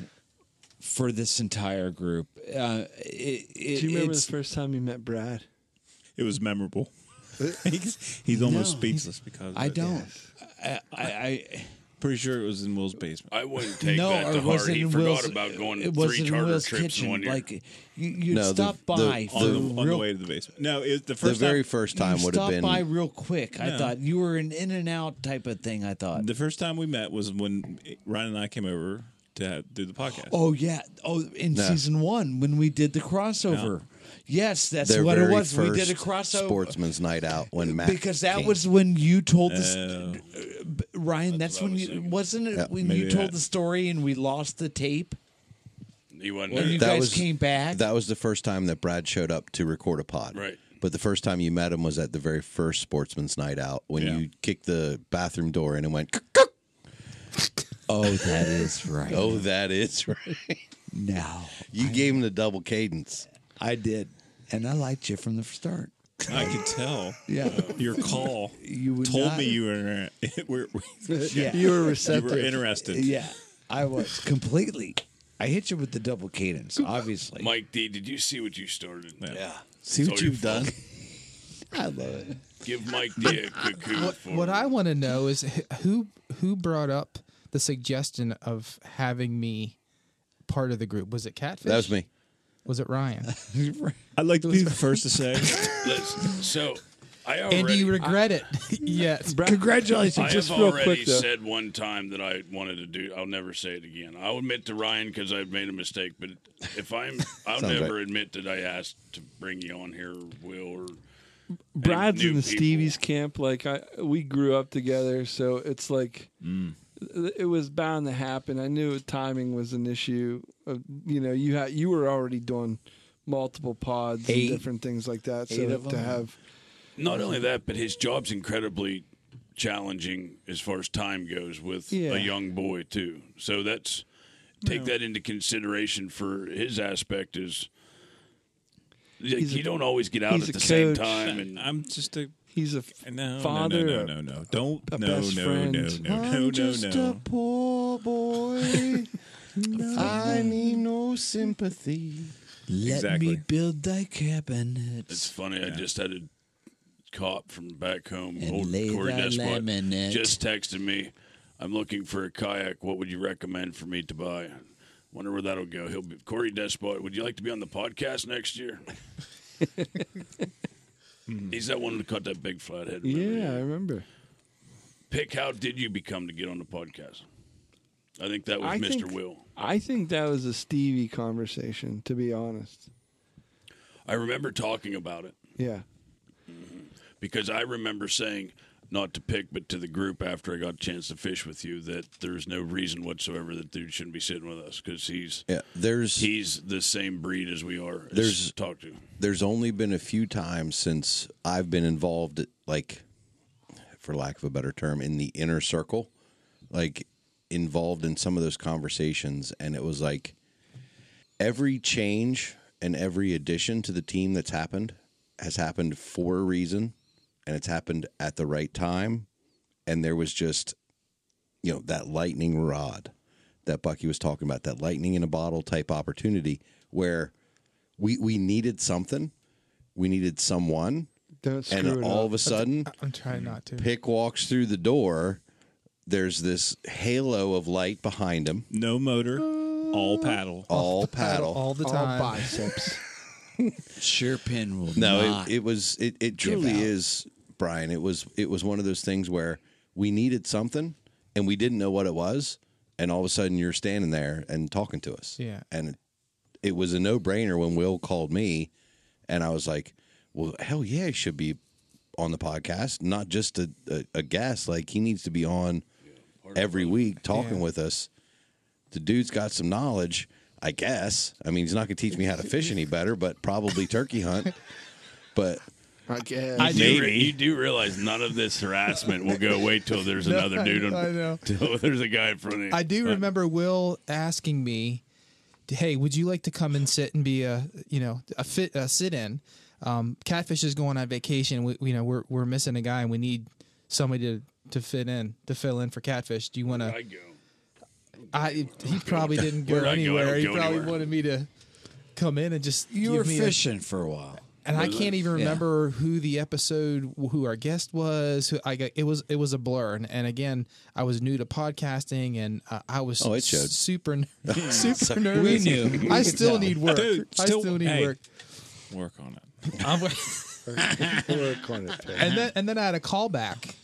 Speaker 10: for this entire group. Uh, it, it,
Speaker 11: Do you remember
Speaker 10: it's-
Speaker 11: the first time you met Brad?
Speaker 17: It was memorable. he's, he's almost
Speaker 11: No.
Speaker 17: speechless because of
Speaker 11: I
Speaker 17: it.
Speaker 10: Oh,
Speaker 11: don't.
Speaker 10: I, I, I
Speaker 17: pretty sure it was in Will's basement.
Speaker 13: I wouldn't take
Speaker 10: no,
Speaker 13: that
Speaker 10: it
Speaker 13: to heart.
Speaker 10: wasn't
Speaker 13: He
Speaker 10: in
Speaker 13: forgot
Speaker 10: Will's,
Speaker 13: about going
Speaker 10: it
Speaker 13: three
Speaker 10: wasn't in
Speaker 13: charter
Speaker 10: Will's
Speaker 13: trips
Speaker 10: kitchen.
Speaker 13: in one year.
Speaker 10: Like you, you
Speaker 6: No, the-
Speaker 10: stop
Speaker 6: the-
Speaker 10: by
Speaker 6: the-
Speaker 10: for
Speaker 6: on the-
Speaker 17: on the
Speaker 10: real
Speaker 17: way to the basement. No, it, the
Speaker 6: The
Speaker 17: first
Speaker 6: very
Speaker 17: time,
Speaker 6: first time
Speaker 10: you
Speaker 6: would have
Speaker 10: stopped
Speaker 6: been-
Speaker 10: by real quick. I
Speaker 17: No.
Speaker 10: thought you were an in and out type of thing. I thought.
Speaker 17: The first time we met was when Ryan and I came over to have, do the podcast.
Speaker 10: Oh yeah. Oh, in
Speaker 17: No.
Speaker 10: season one when we did the crossover. Yes, that's
Speaker 6: Their
Speaker 10: what it
Speaker 6: very
Speaker 10: was. We did a
Speaker 6: first
Speaker 10: crossover
Speaker 6: Sportsman's night out when Matt
Speaker 10: because that
Speaker 6: came.
Speaker 10: was when you told this.
Speaker 6: Oh.
Speaker 10: uh, Ryan, that's, when you wasn't it
Speaker 6: Yeah,
Speaker 10: when
Speaker 6: maybe
Speaker 10: you told
Speaker 6: that.
Speaker 10: the story and we lost the tape.
Speaker 13: He wasn't
Speaker 10: When
Speaker 13: there.
Speaker 10: you guys came back.
Speaker 6: That was the first time that Brad showed up to record a pod.
Speaker 13: Right.
Speaker 6: But the first time you met him was at the very first Sportsman's Night Out when
Speaker 17: Yeah.
Speaker 6: you kicked the bathroom door in and went.
Speaker 10: Oh, that is right.
Speaker 6: Oh, that is right.
Speaker 10: No,
Speaker 6: you gave him the double cadence.
Speaker 10: I did, and I liked you from the start.
Speaker 17: I could tell.
Speaker 10: Yeah.
Speaker 17: your call
Speaker 10: You would
Speaker 17: told
Speaker 10: not-
Speaker 17: me you were, were,
Speaker 10: Yeah.
Speaker 17: you
Speaker 10: You were
Speaker 17: were
Speaker 10: receptive.
Speaker 17: interested.
Speaker 10: Yeah, I was completely. I hit you with the double cadence, obviously.
Speaker 13: Mike D, did you see what you started? Yeah.
Speaker 10: See what
Speaker 13: It's all your
Speaker 10: you've
Speaker 13: fault.
Speaker 10: done? I love it.
Speaker 13: Give Mike D a cuckoo
Speaker 9: What,
Speaker 13: for
Speaker 9: what I want to know is wh- who who brought up the suggestion of having me part of the group? Was it Catfish?
Speaker 6: That was me.
Speaker 9: Was it Ryan?
Speaker 17: I'd like to be the first to say.
Speaker 13: Listen, so I already
Speaker 9: and do you regret it yet?
Speaker 13: I have already said one time that I wanted to do. I'll never say it again. I'll admit to Ryan because I've made a mistake. But if I'm, I'll
Speaker 11: Sounds
Speaker 13: never admit that I asked to bring you on here, or Will, or
Speaker 11: Brad's
Speaker 13: new
Speaker 11: in the
Speaker 13: people.
Speaker 11: Stevie's camp. Like I, we grew up together, so it's like
Speaker 13: Mm.
Speaker 11: it was bound to happen. I knew timing was an issue. Of, you know, you had you were already doing multiple pods
Speaker 13: Eight.
Speaker 11: and different things like that. So
Speaker 13: Eight of
Speaker 11: to
Speaker 13: them.
Speaker 11: have
Speaker 13: Not only that, but his job's incredibly challenging as far as time goes with
Speaker 11: Yeah.
Speaker 13: a young boy too. So that's take that into consideration for his aspect is like,
Speaker 17: He's a-
Speaker 13: you don't always get out at the same time and
Speaker 17: I'm just a.
Speaker 11: He's a
Speaker 17: no,
Speaker 13: father,
Speaker 17: No, no,
Speaker 13: a-
Speaker 17: no, no, no. Don't.
Speaker 13: a
Speaker 17: no,
Speaker 13: best
Speaker 17: no,
Speaker 13: friend.
Speaker 17: no, no, no, no, no.
Speaker 6: poor boy. I need no sympathy.
Speaker 10: Let
Speaker 13: Exactly.
Speaker 10: me build thy cabin.
Speaker 13: It's funny. I just had a cop from back home,
Speaker 10: And
Speaker 13: old
Speaker 10: lay
Speaker 13: Corey
Speaker 10: thy
Speaker 13: Despot,
Speaker 10: laminate.
Speaker 13: just texted me. I'm looking for a kayak. What would you recommend for me to buy? Wonder where that'll go. He'll be Corey Despot. Would you like to be on the podcast next year? He's that one who caught that big flathead. remember?
Speaker 11: yeah, I remember.
Speaker 13: Pick how did you become to get on the podcast? I think that was
Speaker 11: I
Speaker 13: Mr.
Speaker 11: think-
Speaker 13: Will.
Speaker 11: I think that was a Stevie conversation. To be honest,
Speaker 13: I remember talking about it.
Speaker 11: yeah.
Speaker 13: because I remember saying not to pick, but to the group after I got a chance to fish with you that there's no reason whatsoever that dude shouldn't be sitting with us because he's
Speaker 6: Yeah, there's
Speaker 13: he's the same breed as we are. as
Speaker 6: There's-
Speaker 13: talk to.
Speaker 6: there's only been a few times since I've been involved, like, for lack of a better term, in the inner circle, like, involved in some of those conversations. And it was like every change and every addition to the team that's happened has happened for a reason and it's happened at the right time. And there was just, you know, that lightning rod that Bucky was talking about, that lightning in a bottle type opportunity where we we needed something. We needed someone.
Speaker 11: Don't screw
Speaker 6: and
Speaker 11: it
Speaker 6: all
Speaker 11: up.
Speaker 6: of a sudden,
Speaker 9: I'm trying not to.
Speaker 6: Pick walks through the door. There's this halo of light behind him.
Speaker 17: No motor, all
Speaker 9: Uh,
Speaker 17: paddle.
Speaker 6: All paddle.
Speaker 11: biceps.
Speaker 10: Sure, pin will
Speaker 6: No,
Speaker 10: not.
Speaker 6: it, it was it, it truly is, Brian. It was it was one of those things where we needed something and we didn't know what it was, and all of a sudden you're standing there and talking to us.
Speaker 9: Yeah.
Speaker 6: And it was a no brainer when Will called me and I was like, Well, hell yeah, he should be on the podcast, not just a, a, a guest. Like he needs to be on every week talking
Speaker 9: Yeah.
Speaker 6: with us. The dude's got some knowledge, I guess. I mean, he's not gonna teach me how to fish any better, but probably turkey hunt. But
Speaker 11: I guess.
Speaker 13: You do re- you do realize none of this harassment will go away till there's
Speaker 9: No,
Speaker 13: another
Speaker 9: I-
Speaker 13: dude. in-
Speaker 9: I know.
Speaker 13: Till there's a guy in front of you.
Speaker 9: I do
Speaker 13: But
Speaker 9: remember Will asking me, "Hey, would you like to come and sit and be a you know a fit a sit in? Um, Catfish is going on vacation. We, you know we're we're missing a guy and we need somebody to to fit in to fill in for Catfish. Do you want to?" I
Speaker 13: go.
Speaker 9: he probably didn't go
Speaker 10: Where'd I go? I
Speaker 9: anywhere.
Speaker 10: don't
Speaker 9: he
Speaker 10: go
Speaker 9: probably
Speaker 10: anywhere.
Speaker 9: wanted me to come in and just
Speaker 10: You
Speaker 9: give
Speaker 10: were
Speaker 9: me a-
Speaker 10: fishing for a while,
Speaker 9: and I can't even
Speaker 10: Yeah.
Speaker 9: remember who the episode, who our guest was. Who I got, it was it was a blur. And, and again, I was new to podcasting, and uh, I was
Speaker 6: Oh, it showed.
Speaker 9: s- super
Speaker 6: Yeah.
Speaker 9: ner- super
Speaker 6: We
Speaker 9: nervous.
Speaker 6: knew. We
Speaker 9: I
Speaker 6: could
Speaker 9: still
Speaker 6: tell.
Speaker 9: need work.
Speaker 6: Dude,
Speaker 9: I
Speaker 6: still-
Speaker 9: still need
Speaker 6: hey.
Speaker 9: work.
Speaker 17: Work on it.
Speaker 9: I'm-
Speaker 11: Work on it, Pat.
Speaker 13: Mm-hmm.
Speaker 9: and then and then I had a callback.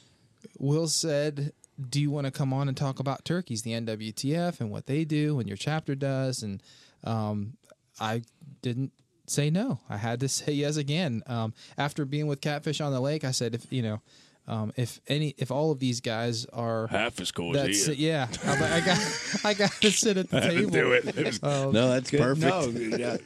Speaker 9: Will said, "Do you want to come on and talk about turkeys, the NWTF, and what they do, and your chapter does?" And um, I didn't say no. I had to say yes again. Um, after being with Catfish on the Lake, I said, "If you know." Um, if any, if all of these guys are
Speaker 13: Half as cool as
Speaker 9: that's
Speaker 13: he is.
Speaker 9: it, yeah. I'm like, I got, I got to sit at the
Speaker 13: I had to
Speaker 9: table.
Speaker 13: do it. It was-
Speaker 9: Um,
Speaker 6: No, that's
Speaker 9: good-
Speaker 6: perfect.
Speaker 9: no, yeah.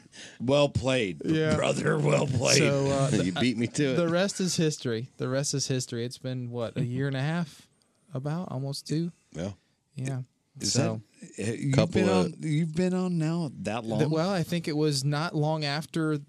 Speaker 10: well played,
Speaker 9: Yeah.
Speaker 10: brother. Well played.
Speaker 9: So, uh, the-
Speaker 6: you beat me to it.
Speaker 9: The rest is history. The rest is history. It's been what a year and a half, about almost two.
Speaker 6: Yeah.
Speaker 9: Yeah.
Speaker 10: Is
Speaker 9: so,
Speaker 10: that uh, you've
Speaker 6: Couple
Speaker 10: been
Speaker 6: of-
Speaker 10: on? You've been on now that long?
Speaker 9: Th- well, I think it was not long after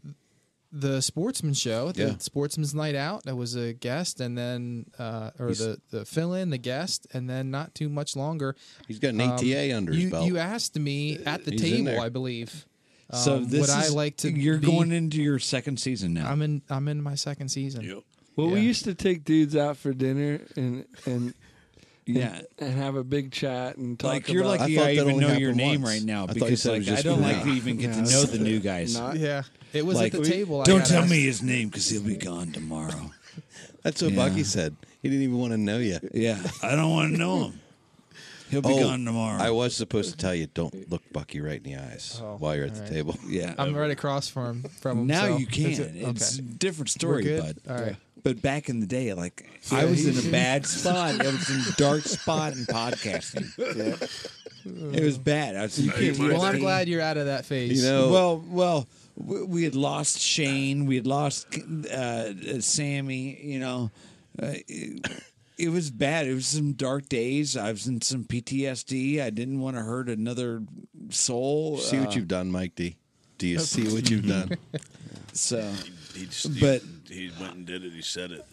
Speaker 9: the Sportsman Show, the
Speaker 10: Yeah.
Speaker 9: Sportsman's Night Out. I was a guest, and then uh, or
Speaker 6: He's-
Speaker 9: the the fill in, the guest, and then not too much longer.
Speaker 6: He's got an ATA under his
Speaker 9: um, you-
Speaker 6: belt.
Speaker 9: You asked me at the
Speaker 6: He's in
Speaker 9: table,
Speaker 6: there.
Speaker 9: I believe.
Speaker 10: so
Speaker 9: um,
Speaker 10: this
Speaker 9: would I
Speaker 10: is-
Speaker 9: like to?
Speaker 10: You're
Speaker 9: be-
Speaker 10: going into your second season now.
Speaker 9: I'm in. I'm in my second season.
Speaker 11: Well, we used to take dudes out for dinner and and
Speaker 10: Yeah.
Speaker 11: and, and have a big chat and talk.
Speaker 10: Like, you're
Speaker 11: about-
Speaker 10: lucky I thought I that even only know your happened name once. right now, I thought you because, said it was like, I just don't like you. to even get to know the new guys.
Speaker 11: Not-
Speaker 9: Yeah, it was
Speaker 10: Like,
Speaker 9: at the table. I
Speaker 10: Don't
Speaker 9: got
Speaker 10: tell
Speaker 9: asked-
Speaker 10: me his name because he'll be gone tomorrow.
Speaker 6: That's what
Speaker 10: Yeah.
Speaker 6: Bucky said. He didn't even want to know you.
Speaker 10: Yeah, I don't want to know him. He'll be
Speaker 6: Oh,
Speaker 10: gone tomorrow.
Speaker 6: I was supposed to tell you don't look Bucky right in the eyes
Speaker 9: Oh,
Speaker 6: while you're at
Speaker 9: all
Speaker 6: the
Speaker 9: right.
Speaker 6: table.
Speaker 10: Yeah.
Speaker 9: I'm right across from from him.
Speaker 10: now
Speaker 9: so-
Speaker 10: you can.
Speaker 9: Is it-
Speaker 10: It's a
Speaker 9: okay.
Speaker 10: different
Speaker 9: We're
Speaker 10: story,
Speaker 9: good?
Speaker 10: bud.
Speaker 9: All right.
Speaker 10: But back in the day, like I
Speaker 9: Yeah,
Speaker 10: was
Speaker 9: he-
Speaker 10: in a bad spot. I was in a dark spot in podcasting. It was bad. I was
Speaker 9: You can't- well, I'm glad you're out of that phase.
Speaker 10: You know, well, well, we we had lost Shane. We had lost uh, uh, Sammy. You know, uh, it, it was bad. It was some dark days. I was in some PTSD. I didn't want to hurt another soul.
Speaker 6: See what
Speaker 10: Uh,
Speaker 6: you've done, Mike D. Do you see what you've done?
Speaker 10: So,
Speaker 13: He, just,
Speaker 10: but
Speaker 13: he, he went and did it. He said it.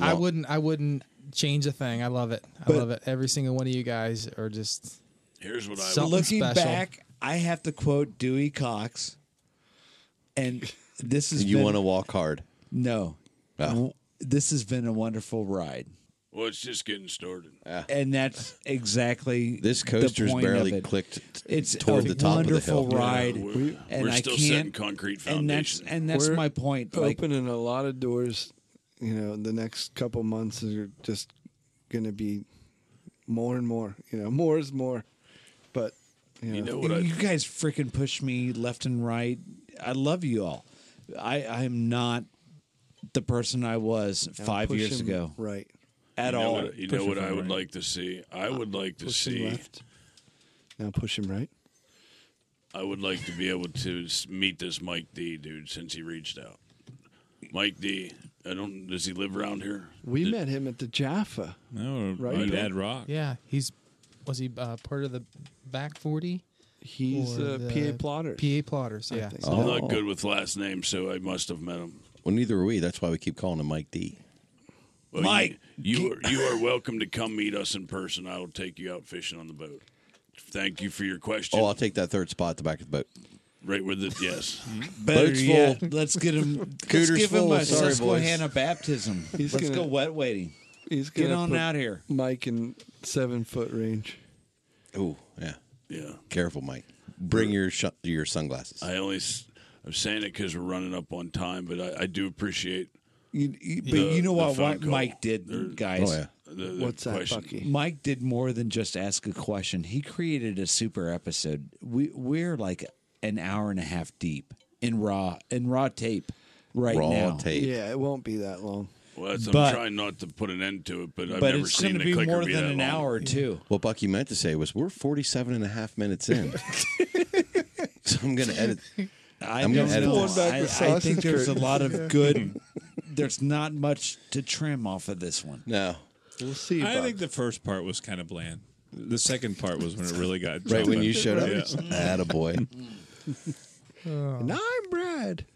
Speaker 9: I wouldn't. I wouldn't change a thing. I love it. I
Speaker 10: But-
Speaker 9: love it. Every single one of you guys are just.
Speaker 13: Here's what I
Speaker 9: something
Speaker 10: looking
Speaker 9: special.
Speaker 10: back, I have to quote Dewey Cox, and this is
Speaker 6: you Oh. want to walk hard.
Speaker 10: no. This has been a wonderful ride,
Speaker 13: Well, it's just getting started.
Speaker 10: and that's exactly
Speaker 6: This
Speaker 10: the
Speaker 6: coaster's
Speaker 10: point of
Speaker 6: barely
Speaker 10: it.
Speaker 6: clicked
Speaker 10: It's
Speaker 6: toward
Speaker 10: a
Speaker 6: the top of the
Speaker 10: wonderful
Speaker 6: hill. Yeah,
Speaker 10: ride,
Speaker 13: we're-
Speaker 10: and
Speaker 13: we're
Speaker 10: I
Speaker 13: still
Speaker 10: can't,
Speaker 13: setting concrete
Speaker 10: And that's
Speaker 13: foundation.
Speaker 10: and that's
Speaker 11: We're
Speaker 10: my point. Like
Speaker 11: Opening a lot of doors. You know, the next couple months are just going to be more and more. You know, more is more. But you know,
Speaker 10: you guys freaking push me left and right. I love you all. I I am not the person I was
Speaker 11: Now
Speaker 10: five
Speaker 11: push
Speaker 10: years
Speaker 11: him
Speaker 10: ago.
Speaker 11: right?
Speaker 10: At
Speaker 13: you know
Speaker 10: all.
Speaker 13: What, you know what I would like to see? I would like to
Speaker 11: Uh, Push him
Speaker 13: see.
Speaker 11: left. Now push him right.
Speaker 13: I would like to be able to s- meet this Mike D dude since he reached out. Mike D, I don't. Does he live around here?
Speaker 11: We met him at the Jaffa.
Speaker 17: No,
Speaker 11: Right,
Speaker 17: right
Speaker 11: Bill?
Speaker 17: Ed Rock.
Speaker 9: Yeah, he's was he uh, part of the back forty?
Speaker 11: He's,
Speaker 9: Or
Speaker 11: uh,
Speaker 9: the
Speaker 11: PA plotters.
Speaker 9: PA plotters. Yeah.
Speaker 13: So I'm
Speaker 6: Oh.
Speaker 13: not good with last names, so I must have met him.
Speaker 6: Well, neither are we. That's why we keep calling him Mike D. Oh,
Speaker 13: Well,
Speaker 6: Mike
Speaker 13: you, you are you are welcome to come meet us in person. I will take you out fishing on the boat. Thank you for your question.
Speaker 6: Oh, I'll take that third spot at the back of the boat.
Speaker 13: right with the yes.
Speaker 11: Hmm?
Speaker 10: Better
Speaker 6: Boat's
Speaker 10: yet,
Speaker 6: full.
Speaker 10: let's get him. Let's
Speaker 6: Cooter's
Speaker 10: give him
Speaker 6: full.
Speaker 10: a
Speaker 6: Sorry, boys.
Speaker 10: Susquehanna baptism.
Speaker 11: He's
Speaker 10: let's
Speaker 11: gonna-
Speaker 10: go wet waiting.
Speaker 11: He's
Speaker 10: Get
Speaker 11: gonna
Speaker 10: on
Speaker 11: put
Speaker 10: out here.
Speaker 11: Mike in seven foot range.
Speaker 6: Oh, yeah.
Speaker 13: Yeah.
Speaker 6: Careful, Mike. Bring your sh- your sunglasses.
Speaker 13: I only s- I'm saying it because we're running up on time, but I, I do appreciate.
Speaker 10: You, you- but
Speaker 13: The-
Speaker 10: you know
Speaker 13: the
Speaker 10: what,
Speaker 13: phone
Speaker 10: what
Speaker 13: call.
Speaker 10: Mike did, guys?
Speaker 6: Oh, yeah.
Speaker 13: The, the
Speaker 11: What's that,
Speaker 13: question.
Speaker 11: Bucky?
Speaker 10: Mike did more than just ask a question. He created a super episode. We we're like an hour and a half deep in raw in raw tape right
Speaker 6: Raw
Speaker 10: now.
Speaker 6: tape.
Speaker 11: Yeah, it won't be that long.
Speaker 13: Well, that's, I'm
Speaker 10: But-
Speaker 13: trying not to put an end to it, but I've
Speaker 10: But
Speaker 13: never
Speaker 10: it's going
Speaker 13: seen
Speaker 10: to
Speaker 13: the
Speaker 10: be
Speaker 13: clicker
Speaker 10: more
Speaker 13: be
Speaker 10: than
Speaker 13: that
Speaker 10: an
Speaker 13: long.
Speaker 10: hour or two.
Speaker 6: What Bucky meant to say was, we're 47 and a half minutes in. so I'm going to edit.
Speaker 10: I
Speaker 6: I'm
Speaker 10: don't
Speaker 6: gonna edit
Speaker 10: know.
Speaker 6: this.
Speaker 10: I, I think there's a lot of good there's not much to trim off of this one.
Speaker 6: No.
Speaker 11: We'll see.
Speaker 17: I
Speaker 10: about-
Speaker 17: think the first part was kind of bland. The second part was when it really got
Speaker 6: Right when
Speaker 17: jumping.
Speaker 6: you showed up?
Speaker 17: Yeah.
Speaker 6: Attaboy.
Speaker 13: Oh.
Speaker 11: And I'm Brad.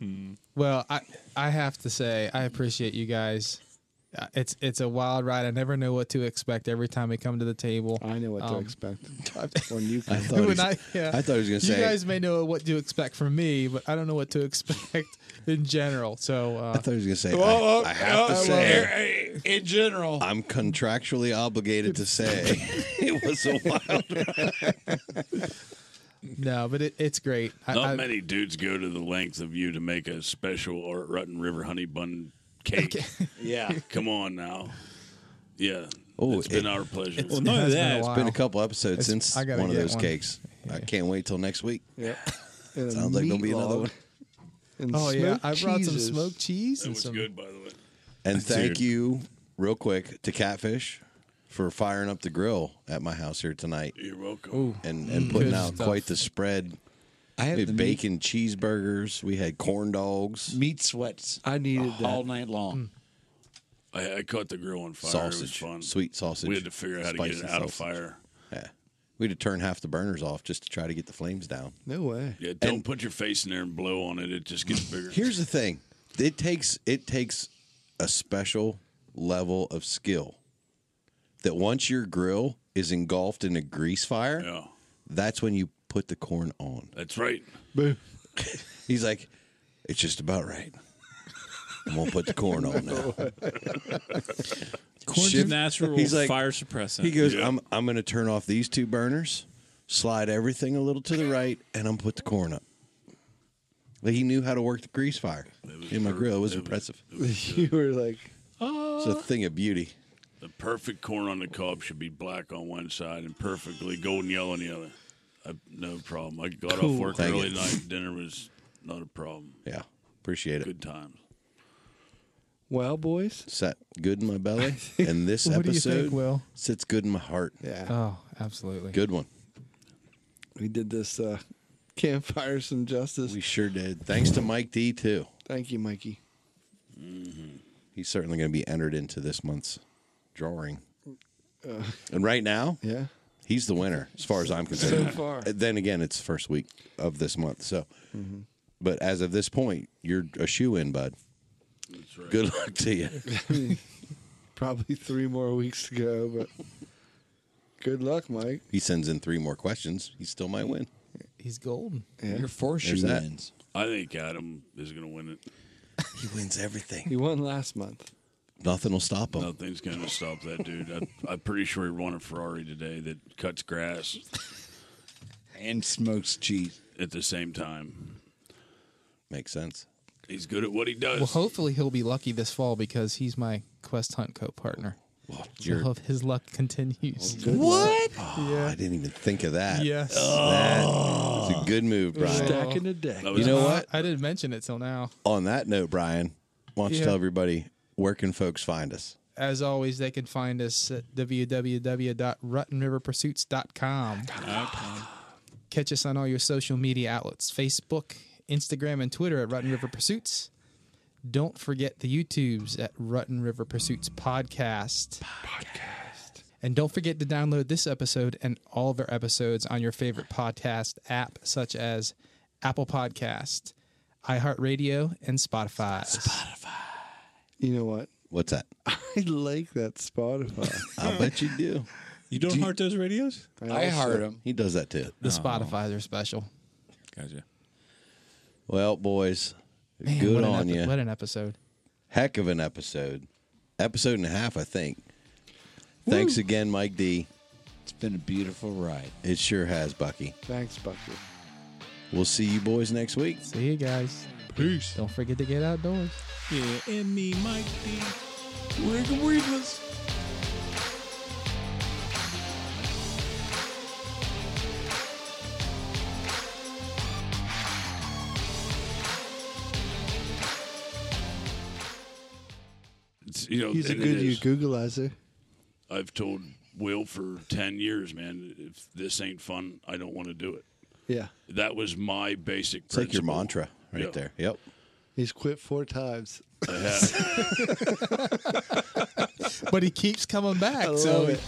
Speaker 9: Well, I I have to say I appreciate you guys. Uh, It's it's a wild ride. I never know what to expect every time we come to the table. I know
Speaker 11: what to expect. when you
Speaker 6: I thought, he was, I, thought he was going to
Speaker 9: you
Speaker 6: say.
Speaker 9: guys may know what to expect from me, but I don't know what to expect in general. So uh, I
Speaker 6: thought he was going to say.
Speaker 9: Whoa,
Speaker 6: I, I have to
Speaker 9: whoa,
Speaker 6: say.
Speaker 9: in general,
Speaker 6: I'm contractually obligated to say it was a wild. ride.
Speaker 9: no, but it, it's great. I,
Speaker 13: Not
Speaker 9: I-
Speaker 13: many dudes go to the length of you to make a special Art Rutten River honey bun cake.
Speaker 10: yeah.
Speaker 13: Come on now. Yeah.
Speaker 6: Oh,
Speaker 13: it's been
Speaker 6: it-
Speaker 13: our pleasure.
Speaker 6: Well, none of that. It's been a couple episodes
Speaker 13: It's-
Speaker 6: since
Speaker 13: I
Speaker 6: one
Speaker 13: gotta
Speaker 6: of
Speaker 13: get
Speaker 6: those
Speaker 13: one.
Speaker 6: cakes. I can't wait till next week.
Speaker 11: Yep.
Speaker 6: Sounds like there'll be another one.
Speaker 9: oh yeah,
Speaker 11: smoked
Speaker 9: I brought some
Speaker 11: cheeses.
Speaker 9: smoked cheese.
Speaker 13: That
Speaker 9: and
Speaker 13: was
Speaker 9: some-
Speaker 13: good, by the way.
Speaker 6: And thank
Speaker 13: Dude.
Speaker 6: you, real quick, to Catfish for firing up the grill at my house here tonight.
Speaker 13: You're welcome.
Speaker 6: And and
Speaker 13: Mm.
Speaker 6: putting
Speaker 13: Good
Speaker 6: out
Speaker 13: stuff.
Speaker 6: quite the spread.
Speaker 10: I had
Speaker 6: We
Speaker 10: the
Speaker 6: had bacon cheeseburgers. We had corn dogs.
Speaker 10: Meat sweats.
Speaker 11: I needed
Speaker 10: all night long.
Speaker 13: I, I caught the grill on fire. It was
Speaker 6: Sausage,
Speaker 13: fun.
Speaker 6: sweet sausage.
Speaker 13: We had to figure out how to get
Speaker 6: Spicy
Speaker 13: it out of
Speaker 6: sausage.
Speaker 13: fire.
Speaker 6: Yeah. We had to turn half the burners off just to try to get the flames down.
Speaker 11: No way.
Speaker 13: Yeah, don't put your face in there and blow on it. It just gets bigger.
Speaker 6: Here's the thing. It takes it takes a special level of skill that once your grill is engulfed in a grease fire, that's when you put the corn on.
Speaker 13: That's right.
Speaker 6: He's like, it's just about right. I won't put the corn on now.
Speaker 17: Corn's a
Speaker 6: Shift-
Speaker 17: natural fire suppressant.
Speaker 6: He goes,
Speaker 17: Yeah.
Speaker 6: I'm I'm gonna turn off these two burners, slide everything a little to the right, and I'm gonna put the corn up. Like he knew how to work the grease fire in my grill. It was impressive.
Speaker 11: you were like,
Speaker 6: It's a thing of beauty.
Speaker 13: The perfect corn on the cob should be black on one side and perfectly golden yellow on the other. I, no problem. I got
Speaker 6: Cool.
Speaker 13: off work
Speaker 6: Thank
Speaker 13: early
Speaker 6: you.
Speaker 13: tonight. Dinner was not a problem.
Speaker 6: Yeah. Appreciate it.
Speaker 13: Good times.
Speaker 11: well, boys.
Speaker 6: Sat good in my belly. And this
Speaker 9: What do you
Speaker 6: episode
Speaker 9: think, Will?
Speaker 6: sits good in my heart.
Speaker 11: Yeah.
Speaker 9: Oh, absolutely.
Speaker 6: Good one.
Speaker 11: We did this uh, campfire some justice.
Speaker 6: We sure did. Thanks to Mike D too.
Speaker 11: Thank you, Mikey.
Speaker 6: He's certainly gonna be entered into this month's drawing.
Speaker 11: Uh,
Speaker 6: And right now,
Speaker 11: yeah,
Speaker 6: he's the winner as far as I'm concerned. Uh,
Speaker 11: So far.
Speaker 6: then again, it's first week of this month, so.
Speaker 11: Mm-hmm.
Speaker 6: But as of this point, you're a shoe in, bud. Good luck to you.
Speaker 11: probably three more weeks to go, but good luck, Mike.
Speaker 6: He sends in three more questions. He still might win.
Speaker 9: He's golden.
Speaker 6: Mm.
Speaker 11: You're
Speaker 10: four
Speaker 6: There's that.
Speaker 10: wins.
Speaker 13: I think Adam is going to win it.
Speaker 6: He wins everything.
Speaker 11: He won last month.
Speaker 6: Nothing will stop him.
Speaker 13: Nothing's going to stop that dude. I, I'm pretty sure he won a Ferrari today that cuts grass
Speaker 10: and smokes cheese
Speaker 13: at the same time.
Speaker 6: Makes sense.
Speaker 13: He's good at what he does.
Speaker 9: Well, hopefully he'll be lucky this fall because he's my Quest Hunt co-partner. So
Speaker 6: you're-
Speaker 9: hope his luck continues.
Speaker 6: good
Speaker 11: What?
Speaker 6: Oh, I didn't even think of that.
Speaker 9: Yes.
Speaker 6: That is a good move, Brian.
Speaker 11: Stacking the deck.
Speaker 6: You know what?
Speaker 9: Uh, I didn't mention it till now.
Speaker 6: On that note, Brian, why don't you
Speaker 9: Yeah.
Speaker 6: tell everybody where can folks find us?
Speaker 9: As always, they can find us at www.ruttenriverpursuits.com. Catch us on all your social media outlets Facebook, Instagram, and Twitter at Rutten River Pursuits. Don't forget the YouTubes at Rutten River Pursuits Podcast. Podcast. And don't forget to download this episode and all of our episodes on your favorite podcast app, such as Apple Podcast, iHeartRadio, and Spotify. Spotify.
Speaker 11: You know what?
Speaker 6: What's that?
Speaker 11: I like that Spotify.
Speaker 6: I'll bet you do.
Speaker 17: You don't heart those radios?
Speaker 6: He does that too.
Speaker 9: The Spotify's are special.
Speaker 17: Gotcha.
Speaker 6: Well, boys,
Speaker 9: Man,
Speaker 6: good
Speaker 9: what an
Speaker 6: on
Speaker 9: epi-
Speaker 6: you.
Speaker 9: What an episode.
Speaker 6: Heck of an episode. Episode and a half, I think. Thanks again, Mike D.
Speaker 10: It's been a beautiful ride.
Speaker 6: It sure has, Bucky.
Speaker 11: Thanks, Bucky.
Speaker 6: We'll see you boys next week.
Speaker 9: See you guys. Peace. Don't forget to get outdoors.
Speaker 17: Yeah, and me, Mike D. Rick
Speaker 13: It's, you know,
Speaker 11: He's a
Speaker 13: and it
Speaker 11: good
Speaker 13: is.
Speaker 11: Googleizer.
Speaker 13: I've told Will for 10 years, man, if this ain't fun, I don't want to do it.
Speaker 11: Yeah.
Speaker 13: That was my basic
Speaker 6: It's like your
Speaker 13: principle.
Speaker 6: mantra right
Speaker 13: Yeah.
Speaker 6: there. Yep.
Speaker 11: He's quit four times.
Speaker 9: but he keeps coming back.
Speaker 11: I
Speaker 9: so
Speaker 11: love it.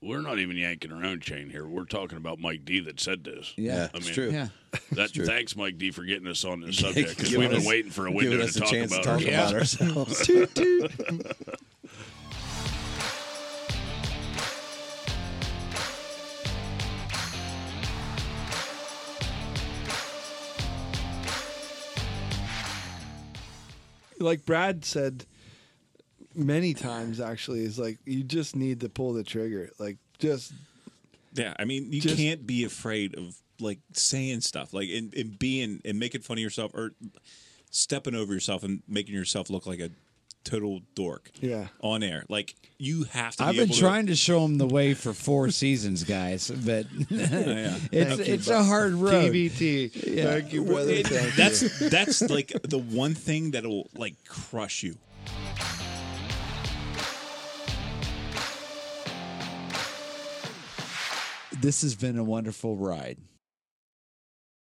Speaker 13: We're not even yanking our own chain here. We're talking about Mike D that said this.
Speaker 6: Yeah, Yeah, it's true. Yeah.
Speaker 13: That,
Speaker 6: It's true.
Speaker 13: Thanks, Mike D, for getting us on this subject because
Speaker 6: Giving
Speaker 13: we've been
Speaker 6: us-
Speaker 13: waiting for a
Speaker 6: giving
Speaker 13: window
Speaker 6: us
Speaker 13: to
Speaker 6: a
Speaker 13: talk
Speaker 6: chance
Speaker 13: about
Speaker 6: to talk about ourselves. Toot, toot.
Speaker 11: like Brad said many times actually is like you just need to pull the trigger like just
Speaker 17: Yeah, I mean, you
Speaker 11: Just-
Speaker 17: can't be afraid of like saying stuff, like and, and being and making fun of yourself or stepping over yourself and making yourself look like a total dork.
Speaker 11: Yeah.
Speaker 17: on air, like you have to.
Speaker 10: I've
Speaker 17: be
Speaker 10: been
Speaker 17: able
Speaker 10: trying to show him the way for four seasons, guys, but it's
Speaker 17: Thank you,
Speaker 10: it's a
Speaker 17: bud.
Speaker 10: hard road.
Speaker 11: TBT.
Speaker 10: Yeah.
Speaker 11: Thank you,
Speaker 17: Well,
Speaker 11: brother.
Speaker 17: it-
Speaker 11: Thank
Speaker 17: that's
Speaker 11: you.
Speaker 17: that's like the one thing that'll like crush you.
Speaker 10: This has been a wonderful ride.